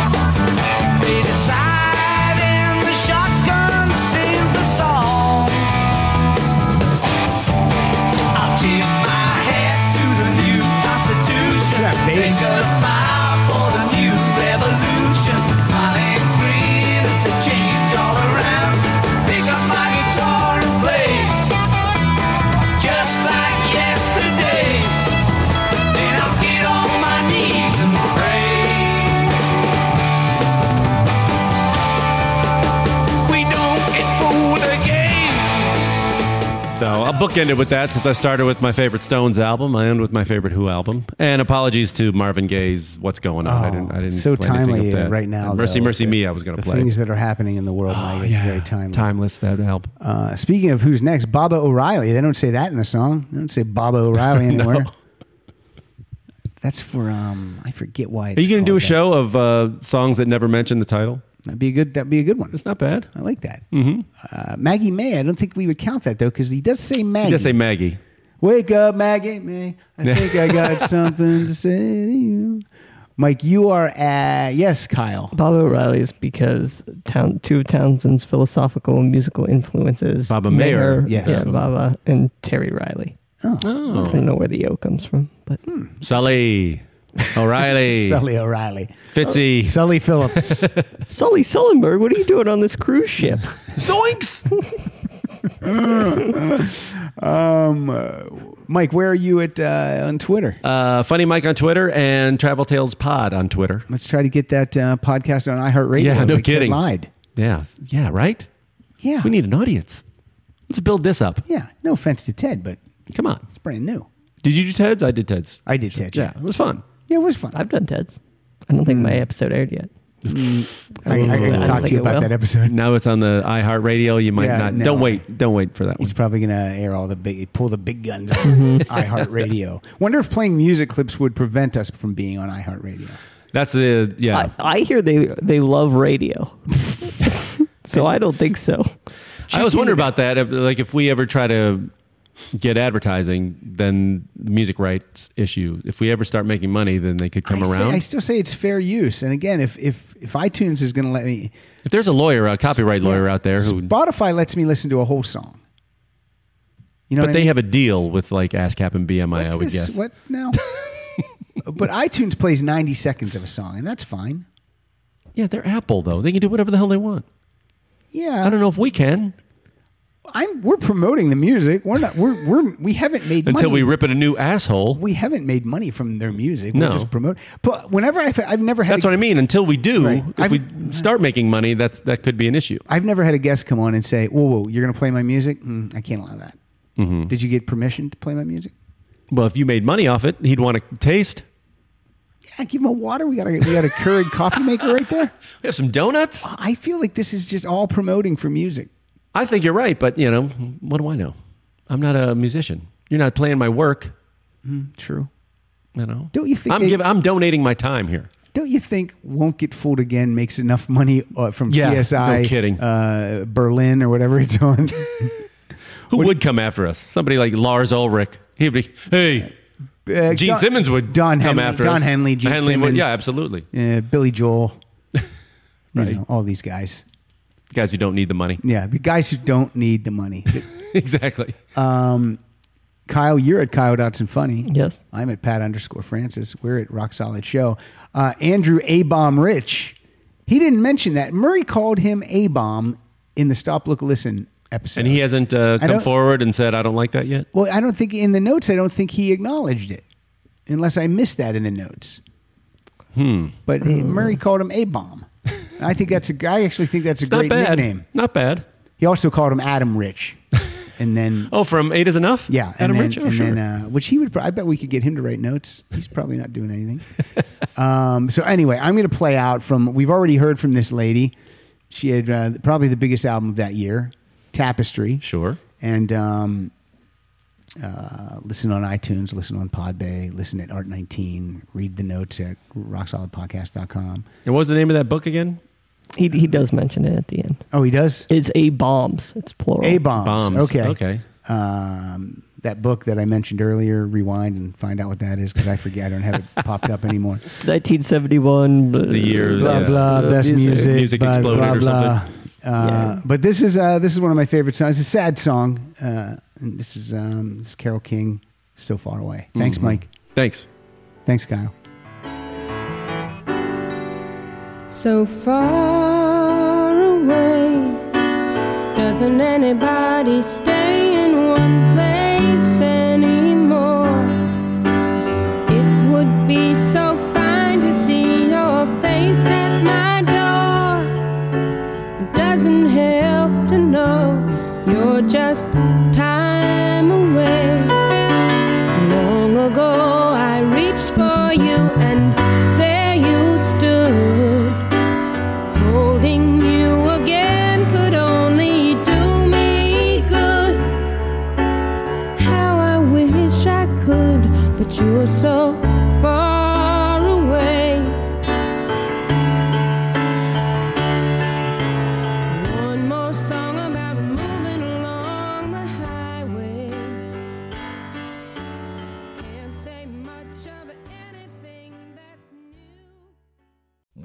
[SPEAKER 6] They decide and the shotgun sings the song. I'll tip my hat to the new Constitution. Take a bow for the new revolution. Smile and grin at the change all around. Pick up my guitar and play, just like yesterday. Then I'll get on my knees and pray. We don't get fooled again.
[SPEAKER 3] So I'll bookend it with that since I started with my favorite Stones album. I end with my favorite Who album. And apologies to Marvin Gaye's What's Going On. I didn't. I didn't
[SPEAKER 2] Oh, so
[SPEAKER 3] play anything of
[SPEAKER 2] timely
[SPEAKER 3] that.
[SPEAKER 2] right now,
[SPEAKER 3] Mercy,
[SPEAKER 2] though,
[SPEAKER 3] mercy me. I was going to
[SPEAKER 2] The
[SPEAKER 3] play. Ah,
[SPEAKER 2] things that are happening in the world, Mike, it's very timely.
[SPEAKER 3] Timeless. That help.
[SPEAKER 2] Uh, speaking of who's next, Baba O'Reilly. They don't say that in the song. They don't say Baba O'Reilly
[SPEAKER 3] No.
[SPEAKER 2] anywhere. That's for um, I forget why.
[SPEAKER 3] Are
[SPEAKER 2] It's
[SPEAKER 3] you going to do a show
[SPEAKER 2] called that.
[SPEAKER 3] of uh, songs that never mention the title?
[SPEAKER 2] That'd be a good. That'd be a good one.
[SPEAKER 3] It's not bad.
[SPEAKER 2] I like that. Mm-hmm. Uh, Maggie May. I don't think we would count that though, because he does say Maggie.
[SPEAKER 3] Just say Maggie.
[SPEAKER 2] Wake up, Maggie May. I think I got something to say to you. Mike, you are at yes, Kyle.
[SPEAKER 4] Bob O'Reilly is because town, two of Townsend's philosophical and musical influences.
[SPEAKER 3] Baba Mayer.
[SPEAKER 4] Yes.
[SPEAKER 3] Yes.
[SPEAKER 4] Yeah, Baba and Terry Riley.
[SPEAKER 3] Oh. Hmm.
[SPEAKER 4] I don't know where the O comes from, but
[SPEAKER 3] Sully. O'Reilly.
[SPEAKER 2] Sully O'Reilly.
[SPEAKER 3] Fitzy.
[SPEAKER 2] Sully Phillips.
[SPEAKER 4] Sully Sullenberg, what are you doing on this cruise ship?
[SPEAKER 3] Zoinks!
[SPEAKER 2] um, uh, Mike, where are you at uh, on Twitter?
[SPEAKER 3] Uh, Funny Mike on Twitter and Travel Tales Pod on Twitter.
[SPEAKER 2] Let's try to get that uh, podcast on iHeartRadio.
[SPEAKER 3] Yeah, no
[SPEAKER 2] like Ted
[SPEAKER 3] kidding.
[SPEAKER 2] Lied.
[SPEAKER 3] Yeah. Yeah, right?
[SPEAKER 2] Yeah.
[SPEAKER 3] We need an audience. Let's build this up.
[SPEAKER 2] Yeah. No offense to Ted, but
[SPEAKER 3] Come on.
[SPEAKER 2] it's brand new.
[SPEAKER 3] Did you do Ted's? I did Ted's.
[SPEAKER 2] I did Ted.
[SPEAKER 3] Yeah, it was fun.
[SPEAKER 2] Yeah, it was fun.
[SPEAKER 4] I've done Ted's. I don't think my
[SPEAKER 3] Hmm.
[SPEAKER 4] episode aired yet.
[SPEAKER 2] I, I, can
[SPEAKER 4] don't
[SPEAKER 2] talk to
[SPEAKER 4] think
[SPEAKER 2] you
[SPEAKER 4] it
[SPEAKER 2] about
[SPEAKER 4] will.
[SPEAKER 2] that episode.
[SPEAKER 3] Now it's on the iHeartRadio. You might
[SPEAKER 2] Yeah,
[SPEAKER 3] not.
[SPEAKER 2] no.
[SPEAKER 3] Don't wait. Don't wait for that one.
[SPEAKER 2] He's probably going to air all the big, pull the big guns on iHeartRadio. Wonder if playing music clips would prevent us from being on iHeartRadio.
[SPEAKER 3] That's the yeah.
[SPEAKER 4] I, I hear they they love radio, so I don't think so.
[SPEAKER 3] I, always wonder about that. if- Like if we ever try to get advertising, then the music rights issue. If we ever start making money, then they could come
[SPEAKER 2] I say-
[SPEAKER 3] around.
[SPEAKER 2] I still say it's fair use. And again, if if if iTunes is going to let me,
[SPEAKER 3] if there's a lawyer, a copyright lawyer out there who,
[SPEAKER 2] Spotify lets me listen to a whole song. You know,
[SPEAKER 3] but
[SPEAKER 2] what I
[SPEAKER 3] they
[SPEAKER 2] mean?
[SPEAKER 3] have a deal with like ASCAP and BMI. I
[SPEAKER 2] What's
[SPEAKER 3] would
[SPEAKER 2] this-
[SPEAKER 3] guess.
[SPEAKER 2] What now? but iTunes plays ninety seconds of a song, and that's fine.
[SPEAKER 3] Yeah, they're Apple though. They can do whatever the hell they want.
[SPEAKER 2] Yeah,
[SPEAKER 3] I don't know if we can
[SPEAKER 2] I'm we're promoting the music. We're not. We're we're we haven't made
[SPEAKER 3] until
[SPEAKER 2] money.
[SPEAKER 3] we rip in a new asshole.
[SPEAKER 2] we haven't made money from their music.
[SPEAKER 3] No.
[SPEAKER 2] We're just promote. But whenever I've, I've never had
[SPEAKER 3] That's
[SPEAKER 2] a,
[SPEAKER 3] what I mean. Until we do,
[SPEAKER 2] Right.
[SPEAKER 3] if
[SPEAKER 2] I've-
[SPEAKER 3] we start making money, that that could be an issue.
[SPEAKER 2] I've never had a guest come on and say, "Whoa, whoa, you're going to play my music? Mm, I can't allow that."
[SPEAKER 3] Mm-hmm.
[SPEAKER 2] Did you get permission to play my music?
[SPEAKER 3] Well, if you made money off it, he'd want to taste.
[SPEAKER 2] Yeah, give him a water. We got a we got a Keurig coffee maker right there.
[SPEAKER 3] We have some donuts.
[SPEAKER 2] I feel like this is just all promoting for music.
[SPEAKER 3] I think you're right, but you know, what do I know? I'm not a musician. You're not playing my work.
[SPEAKER 2] True.
[SPEAKER 3] You know,
[SPEAKER 2] Don't you think
[SPEAKER 3] I'm
[SPEAKER 2] they-
[SPEAKER 3] giving? I'm donating my time here.
[SPEAKER 2] Don't you think "Won't Get Fooled Again" makes enough money uh, from
[SPEAKER 3] Yeah,
[SPEAKER 2] CSI,
[SPEAKER 3] no kidding.
[SPEAKER 2] Uh, Berlin or whatever it's on?
[SPEAKER 3] Who would come after us? Somebody like Lars Ulrich. He'd be, hey,
[SPEAKER 2] Uh,
[SPEAKER 3] Gene
[SPEAKER 2] Don-
[SPEAKER 3] Simmons would
[SPEAKER 2] Don
[SPEAKER 3] come
[SPEAKER 2] Henley,
[SPEAKER 3] after
[SPEAKER 2] Don
[SPEAKER 3] us.
[SPEAKER 2] Henley, Gene
[SPEAKER 3] would-
[SPEAKER 2] Simmons,
[SPEAKER 3] yeah, absolutely.
[SPEAKER 2] uh, Billy Joel, you
[SPEAKER 3] Right.
[SPEAKER 2] know, all these guys.
[SPEAKER 3] Guys who don't need the money.
[SPEAKER 2] Yeah, the guys who don't need the money.
[SPEAKER 3] exactly.
[SPEAKER 2] um, Kyle, you're at Kyle Dotson Funny.
[SPEAKER 4] Yes.
[SPEAKER 2] I'm at Pat underscore Francis. We're at Rock Solid Show. Uh, Andrew A Bomb Rich. He didn't mention that. Murray called him A Bomb in the Stop Look Listen episode.
[SPEAKER 3] And he hasn't uh,
[SPEAKER 2] I
[SPEAKER 3] come
[SPEAKER 2] don't-
[SPEAKER 3] forward and said, I don't like that yet.
[SPEAKER 2] Well, I don't think in the notes, I don't think he acknowledged it, unless I missed that in the notes.
[SPEAKER 3] Hmm.
[SPEAKER 2] But eh, Murray called him A Bomb. I think that's a. I actually think that's a
[SPEAKER 3] It's not
[SPEAKER 2] great
[SPEAKER 3] bad.
[SPEAKER 2] nickname.
[SPEAKER 3] Not bad.
[SPEAKER 2] He also called him Adam Rich, and then
[SPEAKER 3] Oh, from Eight is Enough?
[SPEAKER 2] Yeah,
[SPEAKER 3] Adam
[SPEAKER 2] and then,
[SPEAKER 3] Rich? Oh,
[SPEAKER 2] and
[SPEAKER 3] sure.
[SPEAKER 2] then, uh, which he would. pro- I bet we could get him to write notes. He's probably not doing anything. um, so anyway, I'm going to play out from. We've already heard from this lady. She had uh, probably the biggest album of that year, Tapestry,
[SPEAKER 3] sure.
[SPEAKER 2] and um, Uh, listen on iTunes, listen on Podbay, listen at Art 19, read the notes at rocksolidpodcast.com.
[SPEAKER 3] And what was the name of that book again?
[SPEAKER 4] He, he does mention it at the end.
[SPEAKER 2] Oh, he does?
[SPEAKER 4] It's A Bombs. It's plural.
[SPEAKER 2] A bombs.
[SPEAKER 3] Bombs.
[SPEAKER 2] Okay.
[SPEAKER 3] Okay.
[SPEAKER 2] Um, that book that I mentioned earlier, rewind and find out what that is because I forget. I don't have it popped up anymore.
[SPEAKER 4] It's 1971.
[SPEAKER 3] The year
[SPEAKER 2] Blah
[SPEAKER 3] yeah.
[SPEAKER 2] blah. Best music.
[SPEAKER 3] music
[SPEAKER 2] blah,
[SPEAKER 3] exploded
[SPEAKER 2] blah,
[SPEAKER 3] or
[SPEAKER 2] blah.
[SPEAKER 3] something.
[SPEAKER 2] Uh, But this is uh, this is one of my favorite songs. It's a sad song. Uh, and this is um, this is Carol King. So far away. Thanks,
[SPEAKER 3] Mhm.
[SPEAKER 2] Mike.
[SPEAKER 3] Thanks.
[SPEAKER 2] Thanks, Kyle.
[SPEAKER 10] So far away, doesn't anybody stay in one place anymore? It would be so fine to see your face at my door. It doesn't help to know you're just time away. Long ago, I reached for you, and there you stood. Holding you again could only do me good. How I wish I could, but you were so far away. One more song about moving along the highway. Can't say much of anything that's